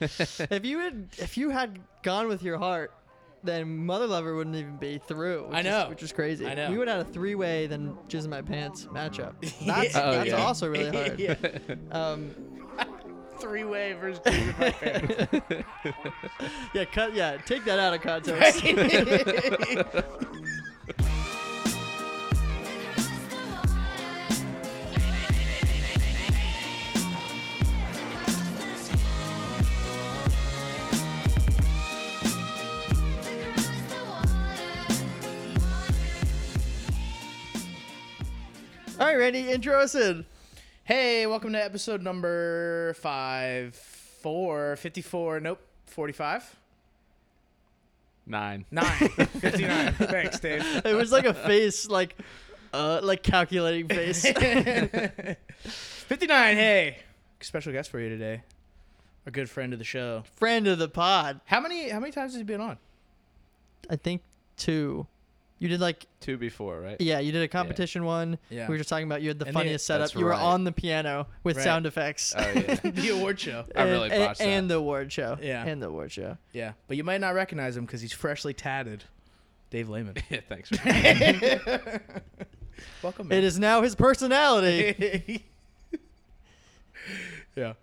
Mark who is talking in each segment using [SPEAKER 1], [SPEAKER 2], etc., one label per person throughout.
[SPEAKER 1] if you had if you had gone with your heart, then Mother Lover wouldn't even be through. Which
[SPEAKER 2] I know.
[SPEAKER 1] is, which is crazy.
[SPEAKER 2] I know.
[SPEAKER 1] We would have had a three way then jizz in my pants matchup. That's,
[SPEAKER 2] Oh,
[SPEAKER 1] that's
[SPEAKER 2] yeah.
[SPEAKER 1] also really hard.
[SPEAKER 2] Yeah.
[SPEAKER 1] Um,
[SPEAKER 2] Three way versus two in my pants.
[SPEAKER 1] yeah, cut. Yeah, take that out of context. All right, Randy, intro us in.
[SPEAKER 2] hey, welcome to episode number five, four, 54, nope, 45.
[SPEAKER 3] Nine.
[SPEAKER 2] Nine. 59. Thanks, Dave.
[SPEAKER 1] It was like a face, like, uh, like calculating face.
[SPEAKER 2] 59, hey. Special guest for you today. A good friend of the show.
[SPEAKER 1] Friend of the pod,
[SPEAKER 2] How many how many times has he been on?
[SPEAKER 1] I think two. You did like
[SPEAKER 3] Two before, right?
[SPEAKER 1] yeah, you did a competition one.
[SPEAKER 2] Yeah.
[SPEAKER 1] We were just talking about you had the
[SPEAKER 2] And the-
[SPEAKER 1] funniest setup.
[SPEAKER 3] That's
[SPEAKER 1] You were
[SPEAKER 3] right.
[SPEAKER 1] on the piano with
[SPEAKER 2] Right.
[SPEAKER 1] sound effects.
[SPEAKER 3] Oh yeah.
[SPEAKER 2] the award show.
[SPEAKER 3] I
[SPEAKER 1] and,
[SPEAKER 3] really
[SPEAKER 1] and,
[SPEAKER 3] botched that.
[SPEAKER 1] and the award show.
[SPEAKER 2] Yeah.
[SPEAKER 1] And the award show.
[SPEAKER 2] Yeah, but you might not recognize him because he's freshly tatted. Dave Lehman.
[SPEAKER 3] yeah thanks. For
[SPEAKER 2] Welcome.
[SPEAKER 1] It is now his personality.
[SPEAKER 2] yeah,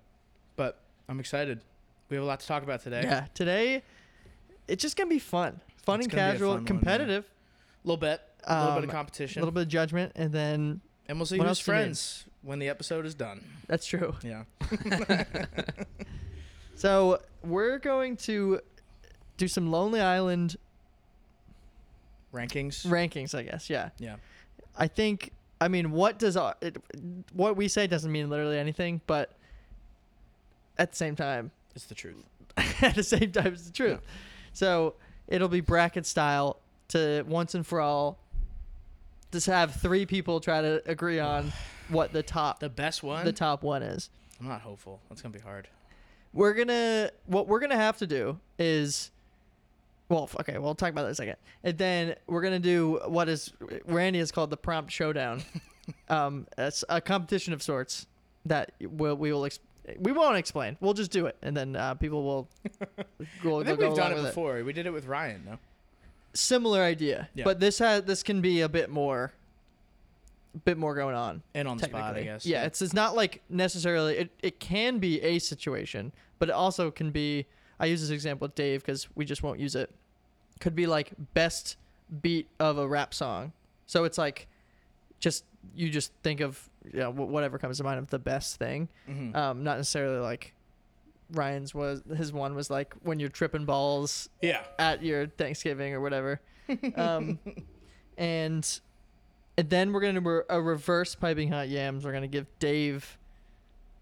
[SPEAKER 2] but I'm excited. We have a lot to talk about today.
[SPEAKER 1] yeah. Today, it's just gonna be fun, fun
[SPEAKER 2] It's
[SPEAKER 1] and
[SPEAKER 2] gonna be a
[SPEAKER 1] casual,
[SPEAKER 2] fun one, yeah.
[SPEAKER 1] competitive,
[SPEAKER 2] A little bit, a little bit
[SPEAKER 1] Um,
[SPEAKER 2] of competition,
[SPEAKER 1] a little bit of judgment, and then
[SPEAKER 2] and we'll see
[SPEAKER 1] what
[SPEAKER 2] who's
[SPEAKER 1] else do you need?
[SPEAKER 2] friends when the episode is done.
[SPEAKER 1] that's true.
[SPEAKER 2] Yeah.
[SPEAKER 1] So we're going to do some Lonely Island
[SPEAKER 2] Rankings.
[SPEAKER 1] rankings, I guess. Yeah.
[SPEAKER 2] yeah.
[SPEAKER 1] I think. I mean, what does our- it, what we say doesn't mean literally anything, but at the same time,
[SPEAKER 2] It's the truth.
[SPEAKER 1] at the same time, it's the truth. So it'll be bracket style to once and for all. Just have three people try to agree on what the top
[SPEAKER 2] The
[SPEAKER 1] the,
[SPEAKER 2] best one.
[SPEAKER 1] top one is.
[SPEAKER 2] I'm not hopeful. That's gonna be hard.
[SPEAKER 1] We're gonna what we're gonna have to do is. Well, f- okay, we'll talk about that in a second. And then we're going to do what is Randy has called the prompt showdown. um, it's a competition of sorts that we'll, we will ex- we won't explain. We'll just do it, and then uh, people will. will they'll
[SPEAKER 2] I think
[SPEAKER 1] go
[SPEAKER 2] we've
[SPEAKER 1] along
[SPEAKER 2] done it
[SPEAKER 1] with
[SPEAKER 2] before. We did it with Ryan. No.
[SPEAKER 1] similar idea,
[SPEAKER 2] Yeah.
[SPEAKER 1] but this has this can be a bit more, bit more going on.
[SPEAKER 2] And on the
[SPEAKER 1] Technically,
[SPEAKER 2] spot, I guess.
[SPEAKER 1] Yeah, it's it's not like necessarily. It it can be a situation, but it also can be. I use this example with Dave because we just won't use it. Could be like best beat of a rap song. So it's like, just you just think of you know, wh- whatever comes to mind of the best thing.
[SPEAKER 2] Mhm.
[SPEAKER 1] Um, not necessarily like. Ryan's was his one was like when you're tripping balls
[SPEAKER 2] yeah.
[SPEAKER 1] at your Thanksgiving or whatever. Um, and, and then we're gonna do a reverse piping hot yams. We're gonna give Dave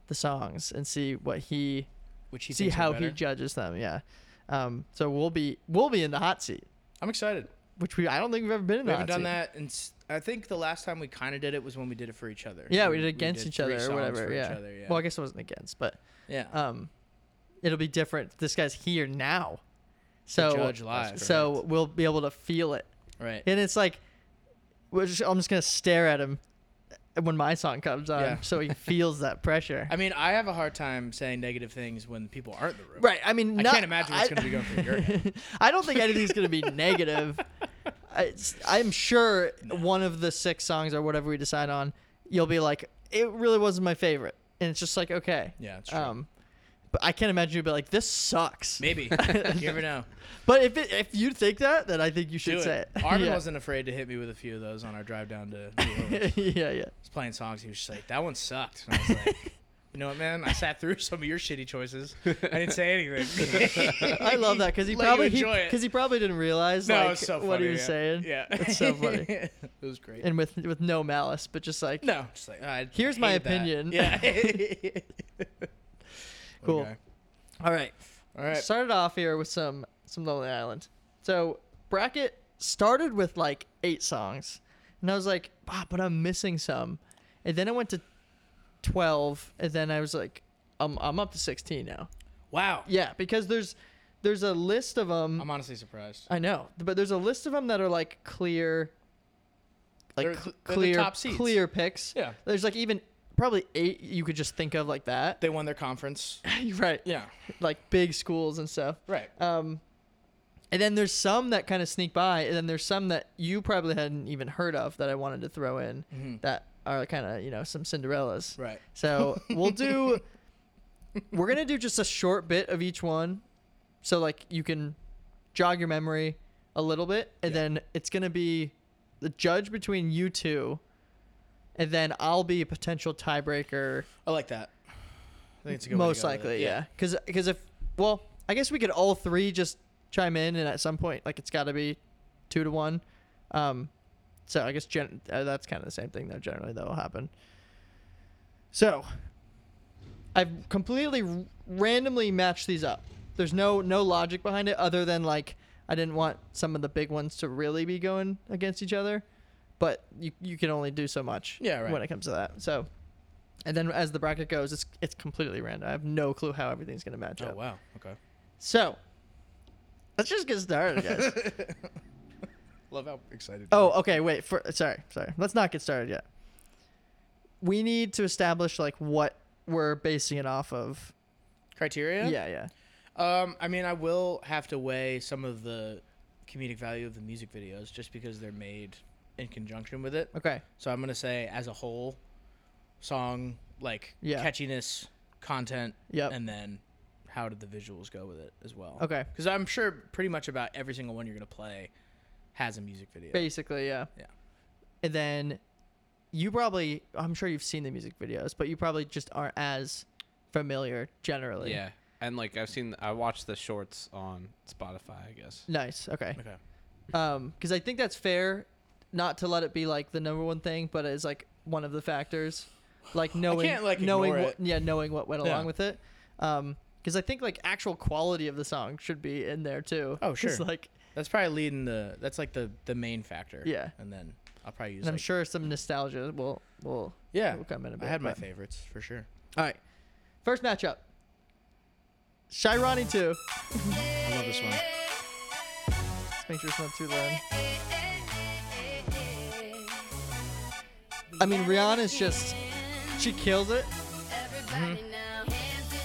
[SPEAKER 1] the songs and see what he
[SPEAKER 2] Which he
[SPEAKER 1] see
[SPEAKER 2] thinks are
[SPEAKER 1] how he
[SPEAKER 2] better.
[SPEAKER 1] judges them. Yeah. Um, so we'll be we'll be in the hot seat,
[SPEAKER 2] I'm excited.
[SPEAKER 1] which we I don't think we've ever been in.
[SPEAKER 2] We
[SPEAKER 1] the
[SPEAKER 2] haven't
[SPEAKER 1] hot
[SPEAKER 2] done
[SPEAKER 1] seat.
[SPEAKER 2] that, and I think the last time we kind of did it was when we did it for each other.
[SPEAKER 1] Yeah, we did against each
[SPEAKER 2] three
[SPEAKER 1] other or
[SPEAKER 2] songs
[SPEAKER 1] whatever.
[SPEAKER 2] for
[SPEAKER 1] Yeah.
[SPEAKER 2] Each other, yeah.
[SPEAKER 1] Well, I guess it wasn't against, but
[SPEAKER 2] yeah.
[SPEAKER 1] um, it'll be different. This guy's here now, so
[SPEAKER 2] judge live,
[SPEAKER 1] so
[SPEAKER 2] right.
[SPEAKER 1] we'll be able to feel it.
[SPEAKER 2] right.
[SPEAKER 1] And it's like, we're just, I'm just gonna stare at him when my song comes on,
[SPEAKER 2] Yeah.
[SPEAKER 1] so he feels that pressure.
[SPEAKER 2] I mean, I have a hard time saying negative things when people aren't in the room.
[SPEAKER 1] right. I mean,
[SPEAKER 2] I
[SPEAKER 1] not-
[SPEAKER 2] can't imagine what's
[SPEAKER 1] I-
[SPEAKER 2] going to be going through your head.
[SPEAKER 1] I don't think anything's gonna be negative. I, it's- I'm sure one of the six songs or whatever we decide on, you'll be like, it really wasn't my favorite, and it's just like, okay, Um,
[SPEAKER 2] Yeah, it's true.
[SPEAKER 1] Oh. but I can't imagine you'd be like, this sucks.
[SPEAKER 2] Maybe. you never know.
[SPEAKER 1] But if it, if you think that, then I think you should
[SPEAKER 2] Do
[SPEAKER 1] say
[SPEAKER 2] it.
[SPEAKER 1] it.
[SPEAKER 2] Armin
[SPEAKER 1] yeah.
[SPEAKER 2] wasn't afraid to hit me with a few of those on our drive down to New Orleans. I
[SPEAKER 1] yeah, yeah.
[SPEAKER 2] was playing songs. He was just like, that one sucked. And I was like, you know what, man? I sat through some of your shitty choices. I didn't say anything.
[SPEAKER 1] I love that because he
[SPEAKER 2] Let you
[SPEAKER 1] probably
[SPEAKER 2] enjoy it.
[SPEAKER 1] because he, probably didn't realize
[SPEAKER 2] no, it
[SPEAKER 1] like
[SPEAKER 2] was so funny.
[SPEAKER 1] what he was
[SPEAKER 2] yeah.
[SPEAKER 1] saying.
[SPEAKER 2] Yeah.
[SPEAKER 1] it's so funny,
[SPEAKER 2] it was great.
[SPEAKER 1] and with with no malice, but just like
[SPEAKER 2] No, just like I
[SPEAKER 1] Here's my
[SPEAKER 2] hated that.
[SPEAKER 1] opinion.
[SPEAKER 2] Yeah.
[SPEAKER 1] Cool.
[SPEAKER 2] Okay.
[SPEAKER 1] All right,
[SPEAKER 2] All right.
[SPEAKER 1] started off here with some some Lonely Island. So bracket started with like eight songs, and I was like, ah, but I'm missing some, and then I went to twelve, and then I was like, I'm I'm up to sixteen now.
[SPEAKER 2] Wow.
[SPEAKER 1] Yeah, because there's there's a list of them.
[SPEAKER 2] I'm honestly surprised.
[SPEAKER 1] I know, but there's a list of them that are like clear, like
[SPEAKER 2] They're-
[SPEAKER 1] cl-
[SPEAKER 2] they're the
[SPEAKER 1] clear,
[SPEAKER 2] top seeds.
[SPEAKER 1] clear picks.
[SPEAKER 2] Yeah.
[SPEAKER 1] There's like even probably eight you could just think of like that.
[SPEAKER 2] They won their conference.
[SPEAKER 1] You're right.
[SPEAKER 2] Yeah.
[SPEAKER 1] Like big schools and stuff.
[SPEAKER 2] Right.
[SPEAKER 1] Um, and then there's some that kind of sneak by, and then there's some that you probably hadn't even heard of that I wanted to throw in
[SPEAKER 2] Mm-hmm.
[SPEAKER 1] that are kind of you know some Cinderellas.
[SPEAKER 2] Right.
[SPEAKER 1] So we'll do. we're gonna do just a short bit of each one, so like you can jog your memory a little bit, and
[SPEAKER 2] Yeah.
[SPEAKER 1] then it's gonna be the judge between you two, and then I'll be a potential tiebreaker.
[SPEAKER 2] I like that. I think it's a good way to
[SPEAKER 1] Most
[SPEAKER 2] go with it.
[SPEAKER 1] likely, yeah. Because if well, I guess we could all three just chime in, and at some point, like it's got to be two to one. Um, so I guess gen- uh, that's kind of the same thing though. Generally, that will happen. So I've completely r- randomly matched these up. There's no no logic behind it other than like I didn't want some of the big ones to really be going against each other, but you you can only do so much
[SPEAKER 2] Yeah, right.
[SPEAKER 1] when it comes to that. So and then as the bracket goes, it's it's completely random. I have no clue how everything's gonna match
[SPEAKER 2] Oh
[SPEAKER 1] up.
[SPEAKER 2] wow. Okay.
[SPEAKER 1] So let's just get started, guys.
[SPEAKER 2] Love how excited. you
[SPEAKER 1] oh, okay, wait. For sorry, sorry. Let's not get started yet. We need to establish like what we're basing it off of.
[SPEAKER 2] are. criteria.
[SPEAKER 1] Yeah, yeah.
[SPEAKER 2] Um, I mean, I will have to weigh some of the comedic value of the music videos just because they're made in conjunction with it.
[SPEAKER 1] Okay.
[SPEAKER 2] So I'm gonna say, as a whole, song like
[SPEAKER 1] Yeah.
[SPEAKER 2] catchiness, content,
[SPEAKER 1] Yep.
[SPEAKER 2] and then how did the visuals go with it as well?
[SPEAKER 1] Okay.
[SPEAKER 2] Because I'm sure pretty much about every single one you're gonna play has a music video.
[SPEAKER 1] Basically, yeah.
[SPEAKER 2] Yeah.
[SPEAKER 1] And then you probably I'm sure you've seen the music videos, but you probably just aren't as familiar generally.
[SPEAKER 3] Yeah. And like I've seen I watched the shorts on Spotify, I guess.
[SPEAKER 1] Nice. Okay.
[SPEAKER 2] Okay.
[SPEAKER 1] Um, because I think that's fair, not to let it be like the number one thing, but as like one of the factors, like knowing,
[SPEAKER 2] can't, like,
[SPEAKER 1] knowing,
[SPEAKER 2] ignore
[SPEAKER 1] what,
[SPEAKER 2] it.
[SPEAKER 1] yeah, knowing what went
[SPEAKER 2] Yeah.
[SPEAKER 1] along with it. Um, because I think like actual quality of the song should be in there too.
[SPEAKER 2] Oh,
[SPEAKER 1] 'Cause,
[SPEAKER 2] sure.
[SPEAKER 1] Like,
[SPEAKER 2] That's probably leading the. That's like the the main factor.
[SPEAKER 1] Yeah.
[SPEAKER 2] And then I'll probably use.
[SPEAKER 1] and I'm
[SPEAKER 2] like-
[SPEAKER 1] sure some nostalgia will will
[SPEAKER 2] Yeah.
[SPEAKER 1] will come in a bit.
[SPEAKER 2] I had my
[SPEAKER 1] but-
[SPEAKER 2] favorites for sure.
[SPEAKER 1] All right, first matchup. Shirani two.
[SPEAKER 2] I love this one.
[SPEAKER 1] Let's make sure it's not too loud. I mean, Rihanna's just she kills it.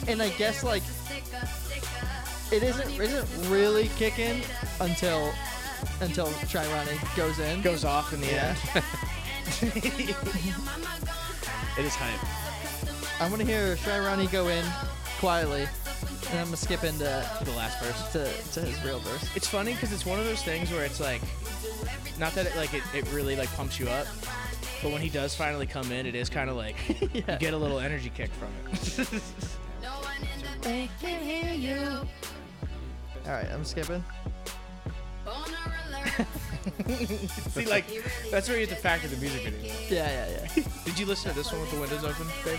[SPEAKER 1] And I guess like it isn't isn't really kicking until until Shirani goes in.
[SPEAKER 2] Goes off in the
[SPEAKER 1] Yeah.
[SPEAKER 2] end. It is hype.
[SPEAKER 1] I want to hear Shirani go in quietly, and I'm gonna skip into
[SPEAKER 2] The last verse.
[SPEAKER 1] to, to his real verse.
[SPEAKER 2] It's funny because it's one of those things where it's like, not that it like it, it really like pumps you up, but when he does finally come in, it is kind of like
[SPEAKER 1] Yeah.
[SPEAKER 2] you get a little energy kick from it.
[SPEAKER 1] All right, I'm skipping.
[SPEAKER 2] See, like that's where you have to factor the music video.
[SPEAKER 1] Yeah, yeah, yeah.
[SPEAKER 2] Did you listen to this one with the windows open, babe?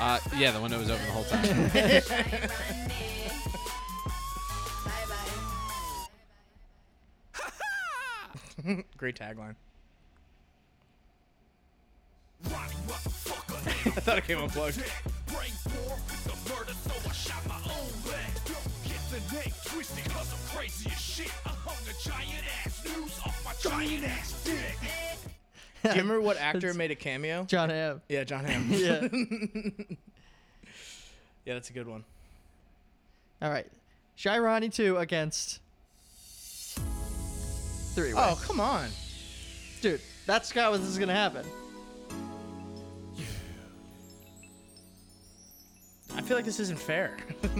[SPEAKER 3] Uh yeah, the window was open the whole time.
[SPEAKER 2] Great tagline. I thought it came unplugged. Do you remember what actor
[SPEAKER 1] It's-
[SPEAKER 2] made a cameo?
[SPEAKER 1] John Ham.
[SPEAKER 2] Yeah, John Hamm.
[SPEAKER 1] Yeah.
[SPEAKER 2] yeah, that's a good one.
[SPEAKER 1] All right, Shirani two against three. way.
[SPEAKER 2] Oh, come on.
[SPEAKER 1] dude, that's how this is gonna happen.
[SPEAKER 2] I feel like this isn't fair.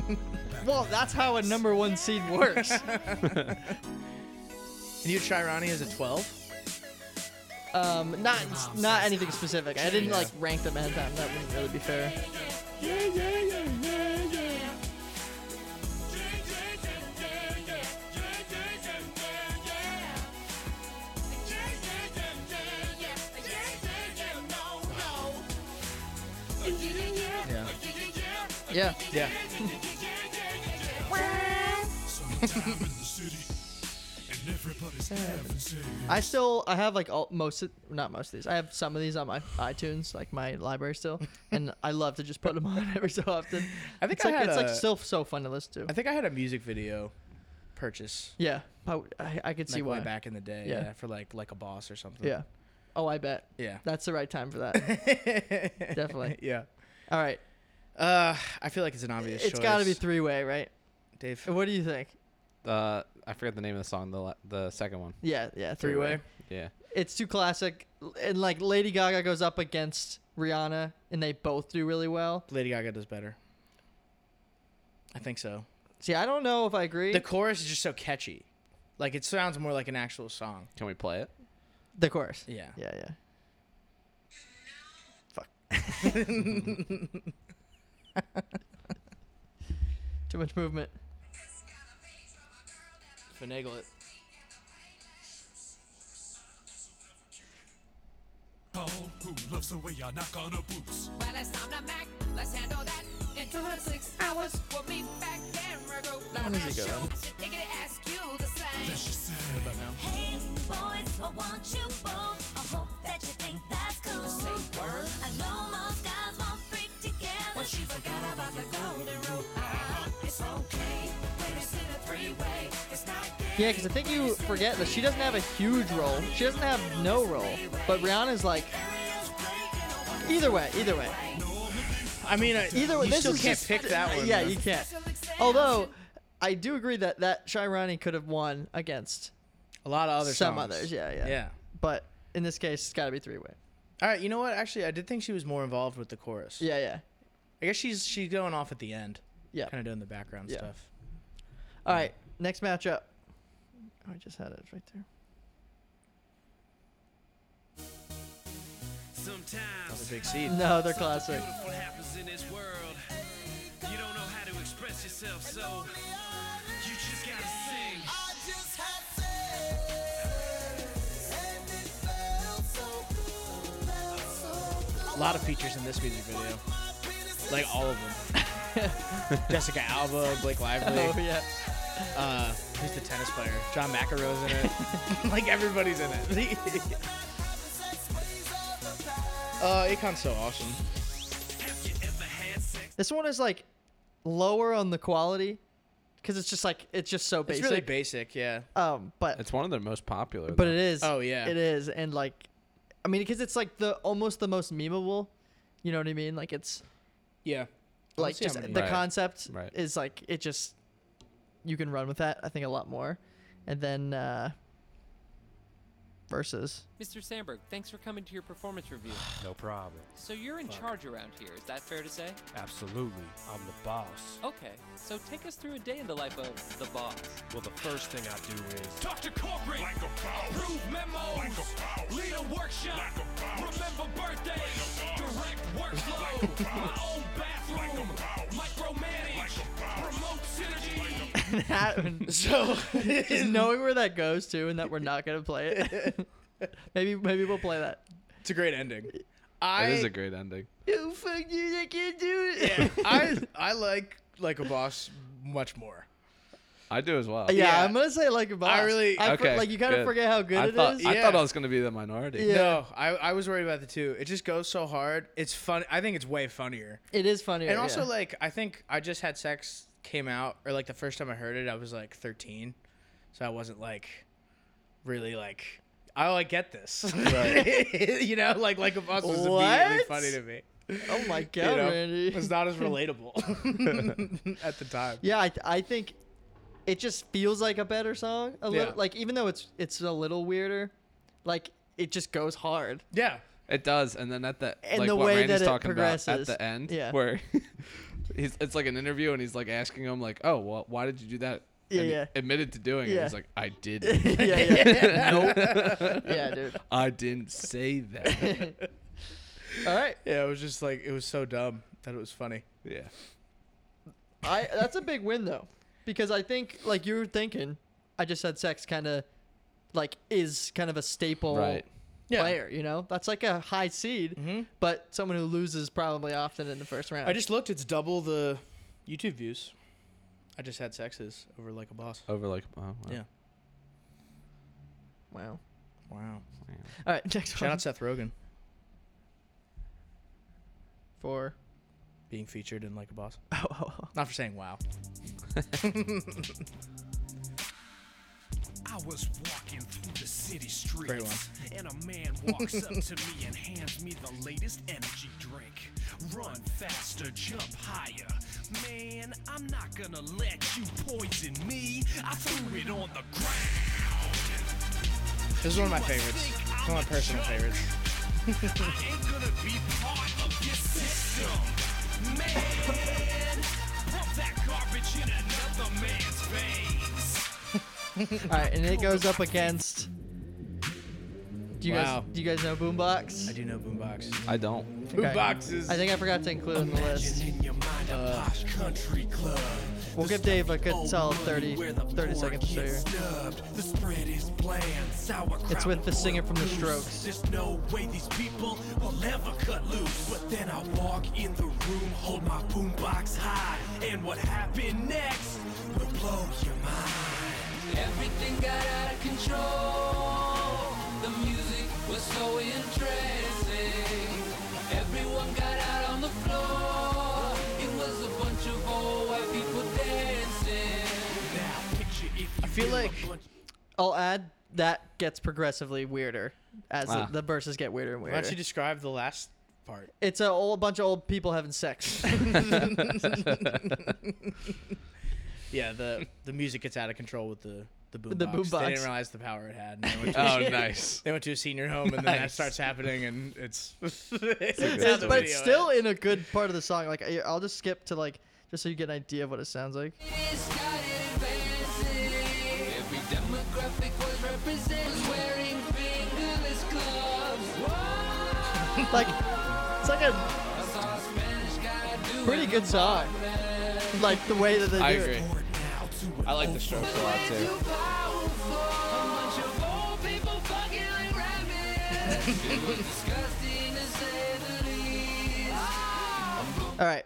[SPEAKER 1] Well, that's how a number one seed works.
[SPEAKER 2] And you try Ronnie as a 12?
[SPEAKER 1] Um, not not anything specific. I didn't like rank them ahead of time. That wouldn't really be fair.
[SPEAKER 2] Yeah.
[SPEAKER 1] Yeah.
[SPEAKER 2] Yeah.
[SPEAKER 1] I still I have like all most of, not most of these. I have some of these on my iTunes, like my library still, and I love to just put them on every so often.
[SPEAKER 2] I think
[SPEAKER 1] It's
[SPEAKER 2] I
[SPEAKER 1] like
[SPEAKER 2] had
[SPEAKER 1] it's
[SPEAKER 2] a,
[SPEAKER 1] like still so fun to listen
[SPEAKER 2] I
[SPEAKER 1] to.
[SPEAKER 2] think I had a music video purchase
[SPEAKER 1] Yeah, I, I, I could see
[SPEAKER 2] like,
[SPEAKER 1] why.
[SPEAKER 2] way back in the day.
[SPEAKER 1] Yeah.
[SPEAKER 2] Yeah. for like like a boss or something.
[SPEAKER 1] Yeah. Oh, I bet.
[SPEAKER 2] Yeah.
[SPEAKER 1] That's the right time for that.
[SPEAKER 2] Definitely. Yeah.
[SPEAKER 1] All right.
[SPEAKER 2] Uh, I feel like it's an obvious
[SPEAKER 1] It's
[SPEAKER 2] choice.
[SPEAKER 1] got to be three way, right?
[SPEAKER 2] Dave.
[SPEAKER 1] What do you think?
[SPEAKER 3] Uh, I forget the name of the song. The la- the second one.
[SPEAKER 1] Yeah, yeah, three
[SPEAKER 3] Three-way.
[SPEAKER 1] way.
[SPEAKER 3] Yeah.
[SPEAKER 1] It's too classic. And like Lady Gaga goes up against Rihanna, and they both do really well.
[SPEAKER 2] Lady Gaga does better. I think so.
[SPEAKER 1] See, I don't know if I agree.
[SPEAKER 2] The chorus is just so catchy. Like it sounds more like an actual song.
[SPEAKER 3] Can we play it?
[SPEAKER 1] the chorus.
[SPEAKER 2] Yeah.
[SPEAKER 1] Yeah, yeah. Fuck. Too much movement.
[SPEAKER 2] Finagle it.
[SPEAKER 4] Paul, who loves the way I knock on a boots.
[SPEAKER 5] Well, it's time to Mac. Let's handle that. In two to six hours, we'll be back and regroup. How does it go? ask you the same.
[SPEAKER 4] She said,
[SPEAKER 6] Hey, boys, I want you both. I hope that you think that's cool. I know most guys won't freak together.
[SPEAKER 5] Well, she forgot about the golden rule. Ah, it's okay. When it's in a three-way, it's not gay.
[SPEAKER 1] Yeah, because I think you forget that she doesn't have a huge role. She doesn't have no role. But Rihanna's like, either way, either way,
[SPEAKER 2] I mean, I,
[SPEAKER 1] either way.
[SPEAKER 2] you
[SPEAKER 1] this
[SPEAKER 2] still
[SPEAKER 1] is
[SPEAKER 2] can't
[SPEAKER 1] just-
[SPEAKER 2] pick that one.
[SPEAKER 1] Yeah,
[SPEAKER 2] though.
[SPEAKER 1] you can't.
[SPEAKER 5] Special exam.
[SPEAKER 1] Although, I do agree that that Shirani could have won against
[SPEAKER 2] a lot of other
[SPEAKER 1] some
[SPEAKER 2] songs.
[SPEAKER 1] others. Yeah, yeah,
[SPEAKER 2] Yeah.
[SPEAKER 1] But in this case, it's got to be three way.
[SPEAKER 2] All right. You know what? Actually, I did think she was more involved with the chorus.
[SPEAKER 1] Yeah, yeah,
[SPEAKER 2] I guess she's she's going off at the end,
[SPEAKER 1] yeah.
[SPEAKER 2] kind of doing the background
[SPEAKER 1] Yeah.
[SPEAKER 2] stuff.
[SPEAKER 1] All right, next matchup. Oh, I just had it right there.
[SPEAKER 2] That was
[SPEAKER 7] Sometimes
[SPEAKER 2] a big seed.
[SPEAKER 1] No, they're classic.
[SPEAKER 7] beautiful happens in this world. You don't know how to express yourself, so you just gotta sing.
[SPEAKER 2] A lot of features in this music video, like all of them. Jessica Alba, Blake Lively,
[SPEAKER 1] Oh yeah.
[SPEAKER 2] uh, who's the tennis player? John McEnroe's in it. like everybody's in it. uh, Akon's so awesome.
[SPEAKER 7] Have you ever had sex?
[SPEAKER 1] This one is like lower on the quality because it's just like it's just so
[SPEAKER 2] It's
[SPEAKER 1] basic.
[SPEAKER 2] really basic, yeah.
[SPEAKER 1] um, but
[SPEAKER 3] It's one of their most popular.
[SPEAKER 1] but
[SPEAKER 3] though.
[SPEAKER 1] it is.
[SPEAKER 2] Oh, yeah.
[SPEAKER 1] It is, and like, I mean, because it's like the almost the most memeable. You know what I mean? Like it's
[SPEAKER 2] Yeah.
[SPEAKER 1] like
[SPEAKER 2] see how
[SPEAKER 1] just
[SPEAKER 2] many-
[SPEAKER 1] the
[SPEAKER 3] Right.
[SPEAKER 1] concept
[SPEAKER 3] Right.
[SPEAKER 1] is like it just you can run with that. I think a lot more, and then uh versus
[SPEAKER 8] Mr. Sandberg, thanks for coming to your performance review.
[SPEAKER 9] No problem.
[SPEAKER 8] So you're in charge around here, is that fair to say?
[SPEAKER 9] Absolutely. I'm the boss.
[SPEAKER 8] Okay, so take us through a day in the life of the boss.
[SPEAKER 9] Well, the first thing I do is
[SPEAKER 7] Talk to corporate. Like a Prove memos. Like a Lead a workshop. Like a Remember birthdays. Direct workflow. My own bathroom. Micromanage. Promote synergy.
[SPEAKER 1] that,
[SPEAKER 2] So
[SPEAKER 1] just knowing where that goes to, and that we're not gonna play it. maybe maybe we'll play that.
[SPEAKER 2] it's a great ending. I
[SPEAKER 3] It is a great ending.
[SPEAKER 1] You fuck you, I can't do it.
[SPEAKER 2] yeah, I I like like a boss much more.
[SPEAKER 3] I do as well.
[SPEAKER 1] Yeah,
[SPEAKER 2] Yeah.
[SPEAKER 1] I'm gonna say like a boss.
[SPEAKER 2] really-
[SPEAKER 1] I for-
[SPEAKER 3] Okay.
[SPEAKER 1] like you kind of forget how good
[SPEAKER 3] I
[SPEAKER 1] it is.
[SPEAKER 3] thought, I
[SPEAKER 2] Yeah.
[SPEAKER 3] thought I was gonna be the minority.
[SPEAKER 1] Yeah.
[SPEAKER 2] No, I, I was worried about the two. It just goes so hard. It's fun. I think it's way funnier.
[SPEAKER 1] It is funny.
[SPEAKER 2] And also, like, I think I just had sex came out, or like the first time I heard it, I was like 13, so I wasn't like really like, oh, I get this, you know, like like a boss was immediately
[SPEAKER 1] What?
[SPEAKER 2] funny to me.
[SPEAKER 1] oh my
[SPEAKER 2] You
[SPEAKER 1] god,
[SPEAKER 2] know?
[SPEAKER 1] Randy.
[SPEAKER 2] It's not as relatable at the time.
[SPEAKER 1] yeah, I, I think it just feels like a better song. A little,
[SPEAKER 2] Yeah.
[SPEAKER 1] like even though it's it's a little weirder, like it just goes hard.
[SPEAKER 2] Yeah,
[SPEAKER 3] It does, and then at the
[SPEAKER 1] And
[SPEAKER 3] like
[SPEAKER 1] the
[SPEAKER 3] what
[SPEAKER 1] way
[SPEAKER 3] Randy's
[SPEAKER 1] that it
[SPEAKER 3] talking about
[SPEAKER 1] progresses.
[SPEAKER 3] at the end,
[SPEAKER 1] Yeah.
[SPEAKER 3] where he's it's like an interview, and he's like asking him like, "Oh, well, why did you do that?"
[SPEAKER 1] Yeah,
[SPEAKER 3] and he
[SPEAKER 1] yeah.
[SPEAKER 3] admitted to doing it.
[SPEAKER 1] Yeah.
[SPEAKER 3] He's like, "I
[SPEAKER 1] yeah,
[SPEAKER 3] didn't.
[SPEAKER 1] yeah. nope. Yeah, dude.
[SPEAKER 3] I didn't say that."
[SPEAKER 1] All right,
[SPEAKER 2] yeah. It was just like it was so dumb that it was funny.
[SPEAKER 3] yeah,
[SPEAKER 1] I that's a big win though, because I think like you were thinking, I just said sex kind of like is kind of a staple
[SPEAKER 3] Right.
[SPEAKER 2] Yeah. Mm-hmm.
[SPEAKER 1] player. You know, that's like a high seed, but someone who loses probably often in the first round.
[SPEAKER 2] I just looked. It's double the YouTube views. I just had sexes over like a boss.
[SPEAKER 3] over like, oh, wow.
[SPEAKER 2] Yeah.
[SPEAKER 1] wow.
[SPEAKER 2] Wow.
[SPEAKER 1] All right, next
[SPEAKER 2] Shout
[SPEAKER 1] one
[SPEAKER 2] out Seth Rogen
[SPEAKER 1] for
[SPEAKER 2] being featured in like a boss.
[SPEAKER 1] oh, oh, oh.
[SPEAKER 2] Not for saying wow.
[SPEAKER 7] I
[SPEAKER 4] I was walking through the city streets.
[SPEAKER 2] Great one.
[SPEAKER 4] And a man walks up to me and hands me the latest energy drink. Run faster, jump higher. Man, I'm not gonna let you poison me. I threw it on the ground.
[SPEAKER 2] This is one of my favorites. It's one of my personal favorites.
[SPEAKER 4] I ain't gonna be part of your system. Man, pump that garbage in another man's veins.
[SPEAKER 1] All right, and it goes up against. Do you
[SPEAKER 2] Wow.
[SPEAKER 1] guys do you guys know Boombox?
[SPEAKER 2] I do know Boombox.
[SPEAKER 3] I don't.
[SPEAKER 1] Okay.
[SPEAKER 2] Boombox is.
[SPEAKER 1] I think I forgot to include it in the list.
[SPEAKER 4] In your mind, a posh country club.
[SPEAKER 1] uh, We'll give Dave a good solid 30,
[SPEAKER 4] Where the
[SPEAKER 1] 30
[SPEAKER 4] poor
[SPEAKER 1] seconds to
[SPEAKER 4] get
[SPEAKER 1] share.
[SPEAKER 4] stubbed. The spread is bland. Sauerkraut
[SPEAKER 1] It's with the
[SPEAKER 4] and
[SPEAKER 1] singer
[SPEAKER 4] boiled
[SPEAKER 1] from The
[SPEAKER 4] goose.
[SPEAKER 1] Strokes.
[SPEAKER 4] There's no way these people will ever cut loose. But then I walk in the room, hold my boombox high. And what happened next will blow your mind.
[SPEAKER 7] Everything got out of control. The music was so interesting. Everyone got out on the floor. It was a bunch of old white people dancing.
[SPEAKER 4] Now picture if you
[SPEAKER 2] I feel
[SPEAKER 4] were a
[SPEAKER 2] like
[SPEAKER 4] bunch-
[SPEAKER 1] I'll add that gets progressively weirder as
[SPEAKER 3] Ah.
[SPEAKER 1] the, the verses get weirder and
[SPEAKER 2] Why don't you
[SPEAKER 1] weirder.
[SPEAKER 2] describe the last part?
[SPEAKER 1] It's a whole bunch of old people having sex.
[SPEAKER 2] Yeah, the the music gets out of control with the the boombox.
[SPEAKER 1] the
[SPEAKER 2] They
[SPEAKER 1] boombox.
[SPEAKER 2] didn't realize the power it had. And they, went to,
[SPEAKER 3] Oh, nice.
[SPEAKER 2] they went to a senior home, and then that
[SPEAKER 3] Nice.
[SPEAKER 2] starts happening, and it's. it's
[SPEAKER 1] It's- but it's still in a good part of the song. Like I- I'll just skip to like just so you get an idea of what it sounds like.
[SPEAKER 7] It's got advancing. Every demographic was represented. Was wearing fingerless gloves. Whoa,
[SPEAKER 1] Like it's like a
[SPEAKER 7] I saw a Spanish guy do
[SPEAKER 1] pretty
[SPEAKER 7] it.
[SPEAKER 1] good song. Like the way that they do
[SPEAKER 3] I
[SPEAKER 1] it.
[SPEAKER 3] agree.
[SPEAKER 4] Forward now to an
[SPEAKER 3] I like the strokes a lot
[SPEAKER 7] Too
[SPEAKER 3] too.
[SPEAKER 7] powerful. A bunch of old people fucking like rabbits. it was disgusting to say the least.
[SPEAKER 1] All right.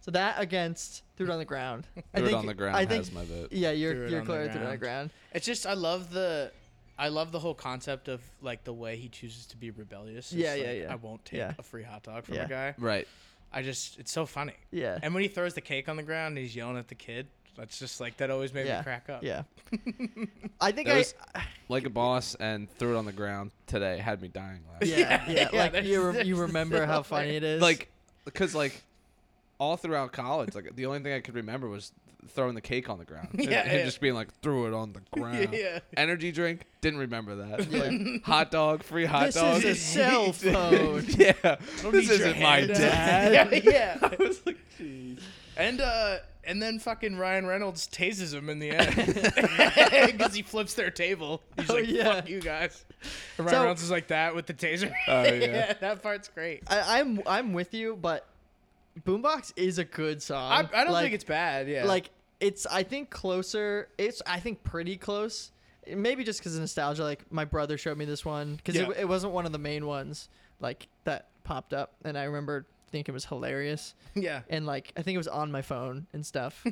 [SPEAKER 1] So that against threw it on the ground. I
[SPEAKER 3] Threw It
[SPEAKER 1] think,
[SPEAKER 3] on the ground
[SPEAKER 1] I think,
[SPEAKER 3] has my vote.
[SPEAKER 1] Yeah,
[SPEAKER 2] Threw
[SPEAKER 1] you're
[SPEAKER 2] It
[SPEAKER 1] you're
[SPEAKER 2] on the
[SPEAKER 1] clear. Threw it on the ground.
[SPEAKER 2] It's just I love the. I love the whole concept of like the way he chooses to be rebellious. It's
[SPEAKER 1] Yeah, yeah,
[SPEAKER 2] like,
[SPEAKER 1] yeah.
[SPEAKER 2] I won't take
[SPEAKER 1] Yeah.
[SPEAKER 2] a free hot dog from
[SPEAKER 1] Yeah.
[SPEAKER 2] a guy.
[SPEAKER 3] Right.
[SPEAKER 2] I just it's so funny.
[SPEAKER 1] Yeah.
[SPEAKER 2] And when he throws the cake on the ground and he's yelling at the kid, that's just like that always made
[SPEAKER 1] yeah.
[SPEAKER 2] me crack up.
[SPEAKER 1] Yeah. I think I.
[SPEAKER 3] Those- Like a boss and threw it on the ground today had me dying laughing.
[SPEAKER 1] Yeah, yeah.
[SPEAKER 2] yeah,
[SPEAKER 1] like
[SPEAKER 2] there's-
[SPEAKER 1] you, re-
[SPEAKER 2] there's
[SPEAKER 1] you remember how funny it is.
[SPEAKER 3] Like, because like all throughout college, like the only thing I could remember was throwing the cake on the ground. And-
[SPEAKER 2] Yeah,
[SPEAKER 3] and,
[SPEAKER 2] yeah.
[SPEAKER 3] just being like threw it on the ground.
[SPEAKER 2] yeah.
[SPEAKER 3] Energy drink didn't remember that.
[SPEAKER 1] Yeah.
[SPEAKER 3] Like, hot dog, free hot
[SPEAKER 1] this is
[SPEAKER 3] dog.
[SPEAKER 1] a cell phone.
[SPEAKER 3] yeah.
[SPEAKER 2] need
[SPEAKER 3] This
[SPEAKER 2] your
[SPEAKER 3] isn't my
[SPEAKER 2] hand.
[SPEAKER 3] dad.
[SPEAKER 2] yeah, yeah. I was like, jeez. And uh, and then fucking Ryan Reynolds tases him in the end because he flips their table. He's
[SPEAKER 1] Oh,
[SPEAKER 2] like,
[SPEAKER 1] yeah.
[SPEAKER 2] "Fuck you guys." And Ryan
[SPEAKER 1] So-
[SPEAKER 2] Reynolds is like that with the taser.
[SPEAKER 3] Oh, yeah.
[SPEAKER 2] that part's great.
[SPEAKER 1] I, I'm I'm with you, but Boombox is a good song.
[SPEAKER 2] I, I don't
[SPEAKER 1] Um, Like-
[SPEAKER 2] think it's bad. Yeah.
[SPEAKER 1] like it's I think closer. It's I think pretty close. Maybe just because of nostalgia. Like my brother showed me this one because
[SPEAKER 2] Yeah.
[SPEAKER 1] it, it wasn't one of the main ones like that popped up, and I remember thinking it was hilarious.
[SPEAKER 2] yeah.
[SPEAKER 1] And like I think it was on my phone and stuff.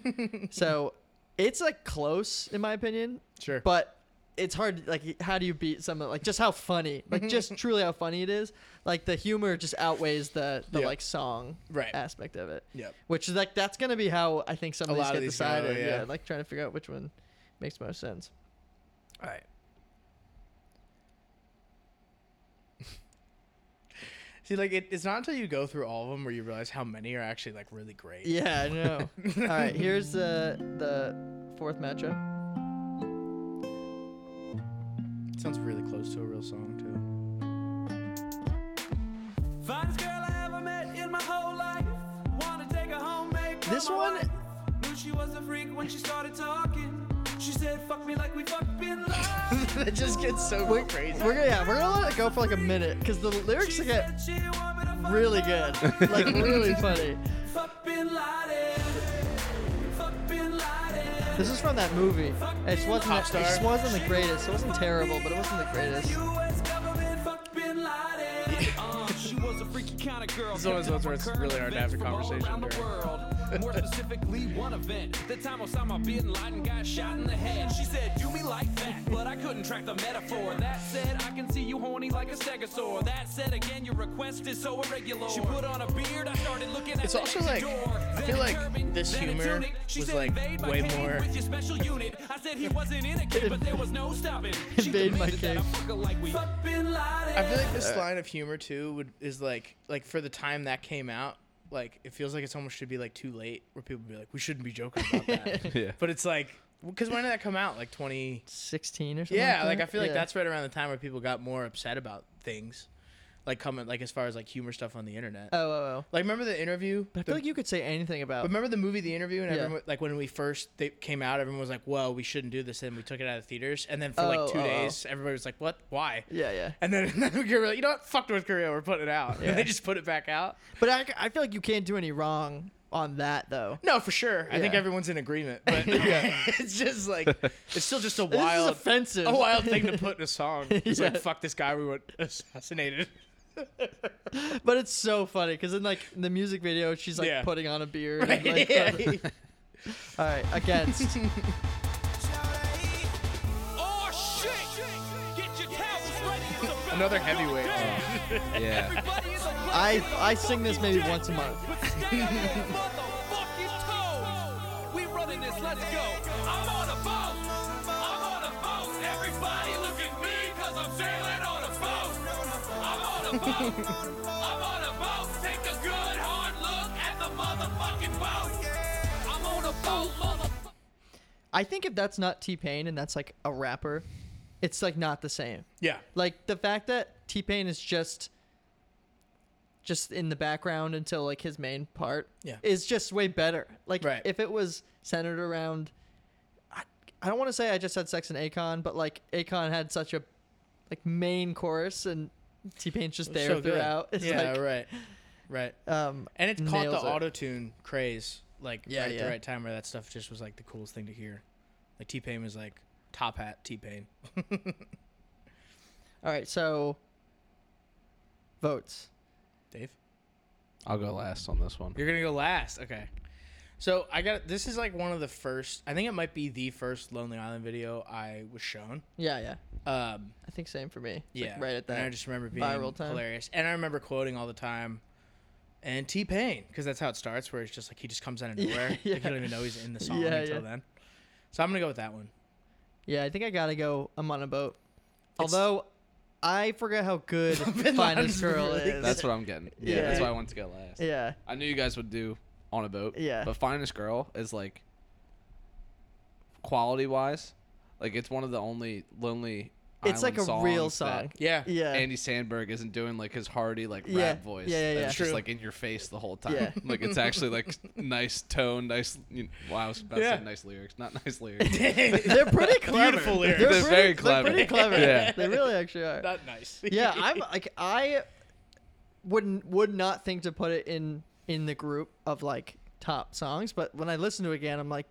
[SPEAKER 1] so it's like close in my opinion,
[SPEAKER 2] Sure.
[SPEAKER 1] but it's hard. Like how do you beat something like just how funny?
[SPEAKER 2] Mm-hmm.
[SPEAKER 1] Like just truly how funny it is. Like the humor just outweighs the the
[SPEAKER 2] Yeah.
[SPEAKER 1] like song
[SPEAKER 2] Right.
[SPEAKER 1] aspect of it.
[SPEAKER 2] Yep.
[SPEAKER 1] Which is like that's gonna be how I think some of
[SPEAKER 2] A
[SPEAKER 1] these
[SPEAKER 2] lot
[SPEAKER 1] get
[SPEAKER 2] of these go,
[SPEAKER 1] decided. yeah.
[SPEAKER 2] yeah.
[SPEAKER 1] like trying to figure out which one makes most sense.
[SPEAKER 2] All right. See, like it, it's not until you go through all of them where you realize how many are actually like really great.
[SPEAKER 1] Yeah, I know. All right, here's the the fourth matchup.
[SPEAKER 2] sounds really close to a real song too.
[SPEAKER 4] Finest girl I ever met in my whole life. Wanna take her home, make her
[SPEAKER 1] This
[SPEAKER 4] my
[SPEAKER 1] one-
[SPEAKER 4] wife. Knew she was a freak when she started talking. She said, "Fuck me like we fucked Bin Laden."
[SPEAKER 2] that just gets so
[SPEAKER 1] We're,
[SPEAKER 2] crazy.
[SPEAKER 1] we're gonna yeah, we're gonna let it go for like a minute because the lyrics
[SPEAKER 4] She
[SPEAKER 1] get
[SPEAKER 4] said she want me to fuck
[SPEAKER 1] really
[SPEAKER 4] her.
[SPEAKER 1] good, like really funny.
[SPEAKER 4] Fuck Bin Laden. Fuck Bin Laden.
[SPEAKER 1] This is from that movie. It wasn't it
[SPEAKER 2] Popstar.
[SPEAKER 1] just wasn't the greatest. It wasn't terrible, but it wasn't the greatest.
[SPEAKER 4] U.S. government fucked Bin Laden. Uh, she was a freaky kind of girl.
[SPEAKER 2] It's one of those ones where it's really hard to have a conversation during.
[SPEAKER 7] More specifically, one event. The time Osama bin Laden got shot in the head. She said, Do me like that, but I couldn't track the metaphor. That said, I can see you horny like a stegosaur. That said, again, your request is so irregular. She put on a beard, I started looking at
[SPEAKER 2] It's
[SPEAKER 7] the
[SPEAKER 2] also like-
[SPEAKER 7] exit door.
[SPEAKER 2] I
[SPEAKER 7] Then
[SPEAKER 2] feel
[SPEAKER 7] a
[SPEAKER 2] like
[SPEAKER 7] turban,
[SPEAKER 2] this
[SPEAKER 7] then a
[SPEAKER 2] humor
[SPEAKER 7] tunic. She
[SPEAKER 2] was,
[SPEAKER 7] said,
[SPEAKER 2] like,
[SPEAKER 7] "Invade my
[SPEAKER 2] way
[SPEAKER 7] cave
[SPEAKER 2] more-
[SPEAKER 7] with your special unit. I said he wasn't in a kid, but there was no stopping. She
[SPEAKER 1] Invade my
[SPEAKER 7] demanded that I
[SPEAKER 1] cave.
[SPEAKER 7] fuck her like we fuck bin Laden.
[SPEAKER 2] I feel like this line of humor too would is like like for the time that came out, like it feels like it's almost should be like too late where people be like, we shouldn't be joking about that.
[SPEAKER 3] Yeah.
[SPEAKER 2] But it's like, because when did that come out? Like twenty.
[SPEAKER 1] 16 or something.
[SPEAKER 2] Yeah,
[SPEAKER 1] that?
[SPEAKER 2] like I feel like
[SPEAKER 1] Yeah.
[SPEAKER 2] that's right around the time where people got more upset about things, like coming like as far as like humor stuff on the internet.
[SPEAKER 1] Oh, oh, oh.
[SPEAKER 2] like remember the interview?
[SPEAKER 1] But I
[SPEAKER 2] The-
[SPEAKER 1] feel like you could say anything about.
[SPEAKER 2] but remember the movie The Interview and
[SPEAKER 1] Yeah.
[SPEAKER 2] everyone like when we first they came out, everyone was like, "Whoa, we shouldn't do this," and we took it out of theaters. And then for
[SPEAKER 1] Oh,
[SPEAKER 2] like two
[SPEAKER 1] oh, oh.
[SPEAKER 2] days, everybody was like, "What? Why?"
[SPEAKER 1] yeah, yeah.
[SPEAKER 2] And then, and then we were like, "You know what? Fuck North Korea, we're putting it out."
[SPEAKER 1] Yeah.
[SPEAKER 2] And they just put it back out.
[SPEAKER 1] But I, I feel like you can't do any wrong on that though.
[SPEAKER 2] No, for sure. I think
[SPEAKER 1] Yeah.
[SPEAKER 2] everyone's in agreement, but it's just like it's still just a
[SPEAKER 1] This is
[SPEAKER 2] wild,
[SPEAKER 1] offensive.
[SPEAKER 2] a wild thing to put in a song. It's
[SPEAKER 1] Yeah.
[SPEAKER 2] like fuck this guy we want assassinated.
[SPEAKER 1] But it's so funny because in like the music video, she's like
[SPEAKER 2] Yeah.
[SPEAKER 1] putting on a beard. And, like, uh,
[SPEAKER 2] Yeah.
[SPEAKER 1] All right, against.
[SPEAKER 7] Oh shit! Get your towels ready. It's about to
[SPEAKER 2] Another
[SPEAKER 7] go
[SPEAKER 2] heavyweight.
[SPEAKER 7] down.
[SPEAKER 3] Yeah.
[SPEAKER 7] Everybody in the place
[SPEAKER 1] I-
[SPEAKER 7] is a
[SPEAKER 1] I sing this maybe
[SPEAKER 7] fucking
[SPEAKER 1] once a month.
[SPEAKER 7] jack, but stay on your motherfucking toes. We running this. Let's go. I'm on a boat. I'm on a boat. Everybody look at me because I'm sailing on a boat. I'm on a boat. I'm on a boat. Take a good hard look at the motherfucking boat. I'm on a boat, motherfucker.
[SPEAKER 1] I think if that's not T Pain and that's like a rapper, it's like not the same.
[SPEAKER 2] yeah.
[SPEAKER 1] Like the fact that T Pain is just just in the background until like his main part
[SPEAKER 2] Yeah.
[SPEAKER 1] is just way better. Like
[SPEAKER 2] Right.
[SPEAKER 1] if it was centered around I, I don't want to say I just had sex and Akon, but like Akon had such a like main chorus and T Pain's just there
[SPEAKER 2] So good.
[SPEAKER 1] throughout. It's
[SPEAKER 2] yeah,
[SPEAKER 1] like
[SPEAKER 2] right, right.
[SPEAKER 1] um
[SPEAKER 2] And it's caught the
[SPEAKER 1] nails it.
[SPEAKER 2] auto tune craze, like
[SPEAKER 1] Yeah,
[SPEAKER 2] right at
[SPEAKER 1] yeah.
[SPEAKER 2] the right time where that stuff just was like the coolest thing to hear. Like T Pain was like top hat T Pain.
[SPEAKER 1] all right, so votes.
[SPEAKER 2] Dave,
[SPEAKER 3] I'll go last on this one.
[SPEAKER 2] you're gonna go last. Okay. So I got this is like one of the first. I think it might be the first Lonely Island video I was shown.
[SPEAKER 1] Yeah, yeah.
[SPEAKER 2] Um,
[SPEAKER 1] I think same for me. It's,
[SPEAKER 2] yeah,
[SPEAKER 1] like, right at that.
[SPEAKER 2] And I just remember being
[SPEAKER 1] viral time.
[SPEAKER 2] hilarious, and I remember quoting all the time. And T Pain, because that's how it starts, where it's just like he just comes out of nowhere.
[SPEAKER 1] yeah.
[SPEAKER 2] Like you don't even know he's in the song
[SPEAKER 1] Yeah,
[SPEAKER 2] until
[SPEAKER 1] yeah.
[SPEAKER 2] then. So I'm gonna go with that one.
[SPEAKER 1] Yeah, I think I gotta go. I'm on a boat. Although, I forgot how good Finest
[SPEAKER 2] Laden's
[SPEAKER 1] Girl
[SPEAKER 2] really
[SPEAKER 1] is.
[SPEAKER 3] That's what I'm getting. Yeah, that's
[SPEAKER 1] Yeah.
[SPEAKER 3] why I wanted to go last.
[SPEAKER 1] yeah,
[SPEAKER 3] I knew you guys would do on a boat.
[SPEAKER 1] Yeah.
[SPEAKER 3] But Finest Girl is like quality wise, like it's one of the only lonely.
[SPEAKER 1] it's like a
[SPEAKER 3] Island
[SPEAKER 1] real
[SPEAKER 3] songs that
[SPEAKER 1] song.
[SPEAKER 2] Yeah.
[SPEAKER 1] yeah,
[SPEAKER 3] Andy Sandberg isn't doing like his hearty like
[SPEAKER 1] Yeah.
[SPEAKER 3] rap voice.
[SPEAKER 1] Yeah, yeah,
[SPEAKER 3] that's
[SPEAKER 1] yeah.
[SPEAKER 3] just
[SPEAKER 2] True.
[SPEAKER 3] like in your face the whole time.
[SPEAKER 1] Yeah.
[SPEAKER 3] Like it's actually like nice tone, nice. You know, wow, I was about
[SPEAKER 2] Yeah.
[SPEAKER 3] to say nice lyrics, not nice lyrics.
[SPEAKER 1] they're pretty clever.
[SPEAKER 2] Beautiful lyrics.
[SPEAKER 1] They're,
[SPEAKER 3] They're
[SPEAKER 1] pretty,
[SPEAKER 3] very clever.
[SPEAKER 1] They're pretty clever.
[SPEAKER 3] Yeah.
[SPEAKER 1] they really actually are.
[SPEAKER 2] Not nice.
[SPEAKER 1] yeah, I'm like I wouldn't would not think to put it in in the group of like top songs, but when I listen to it again, I'm like,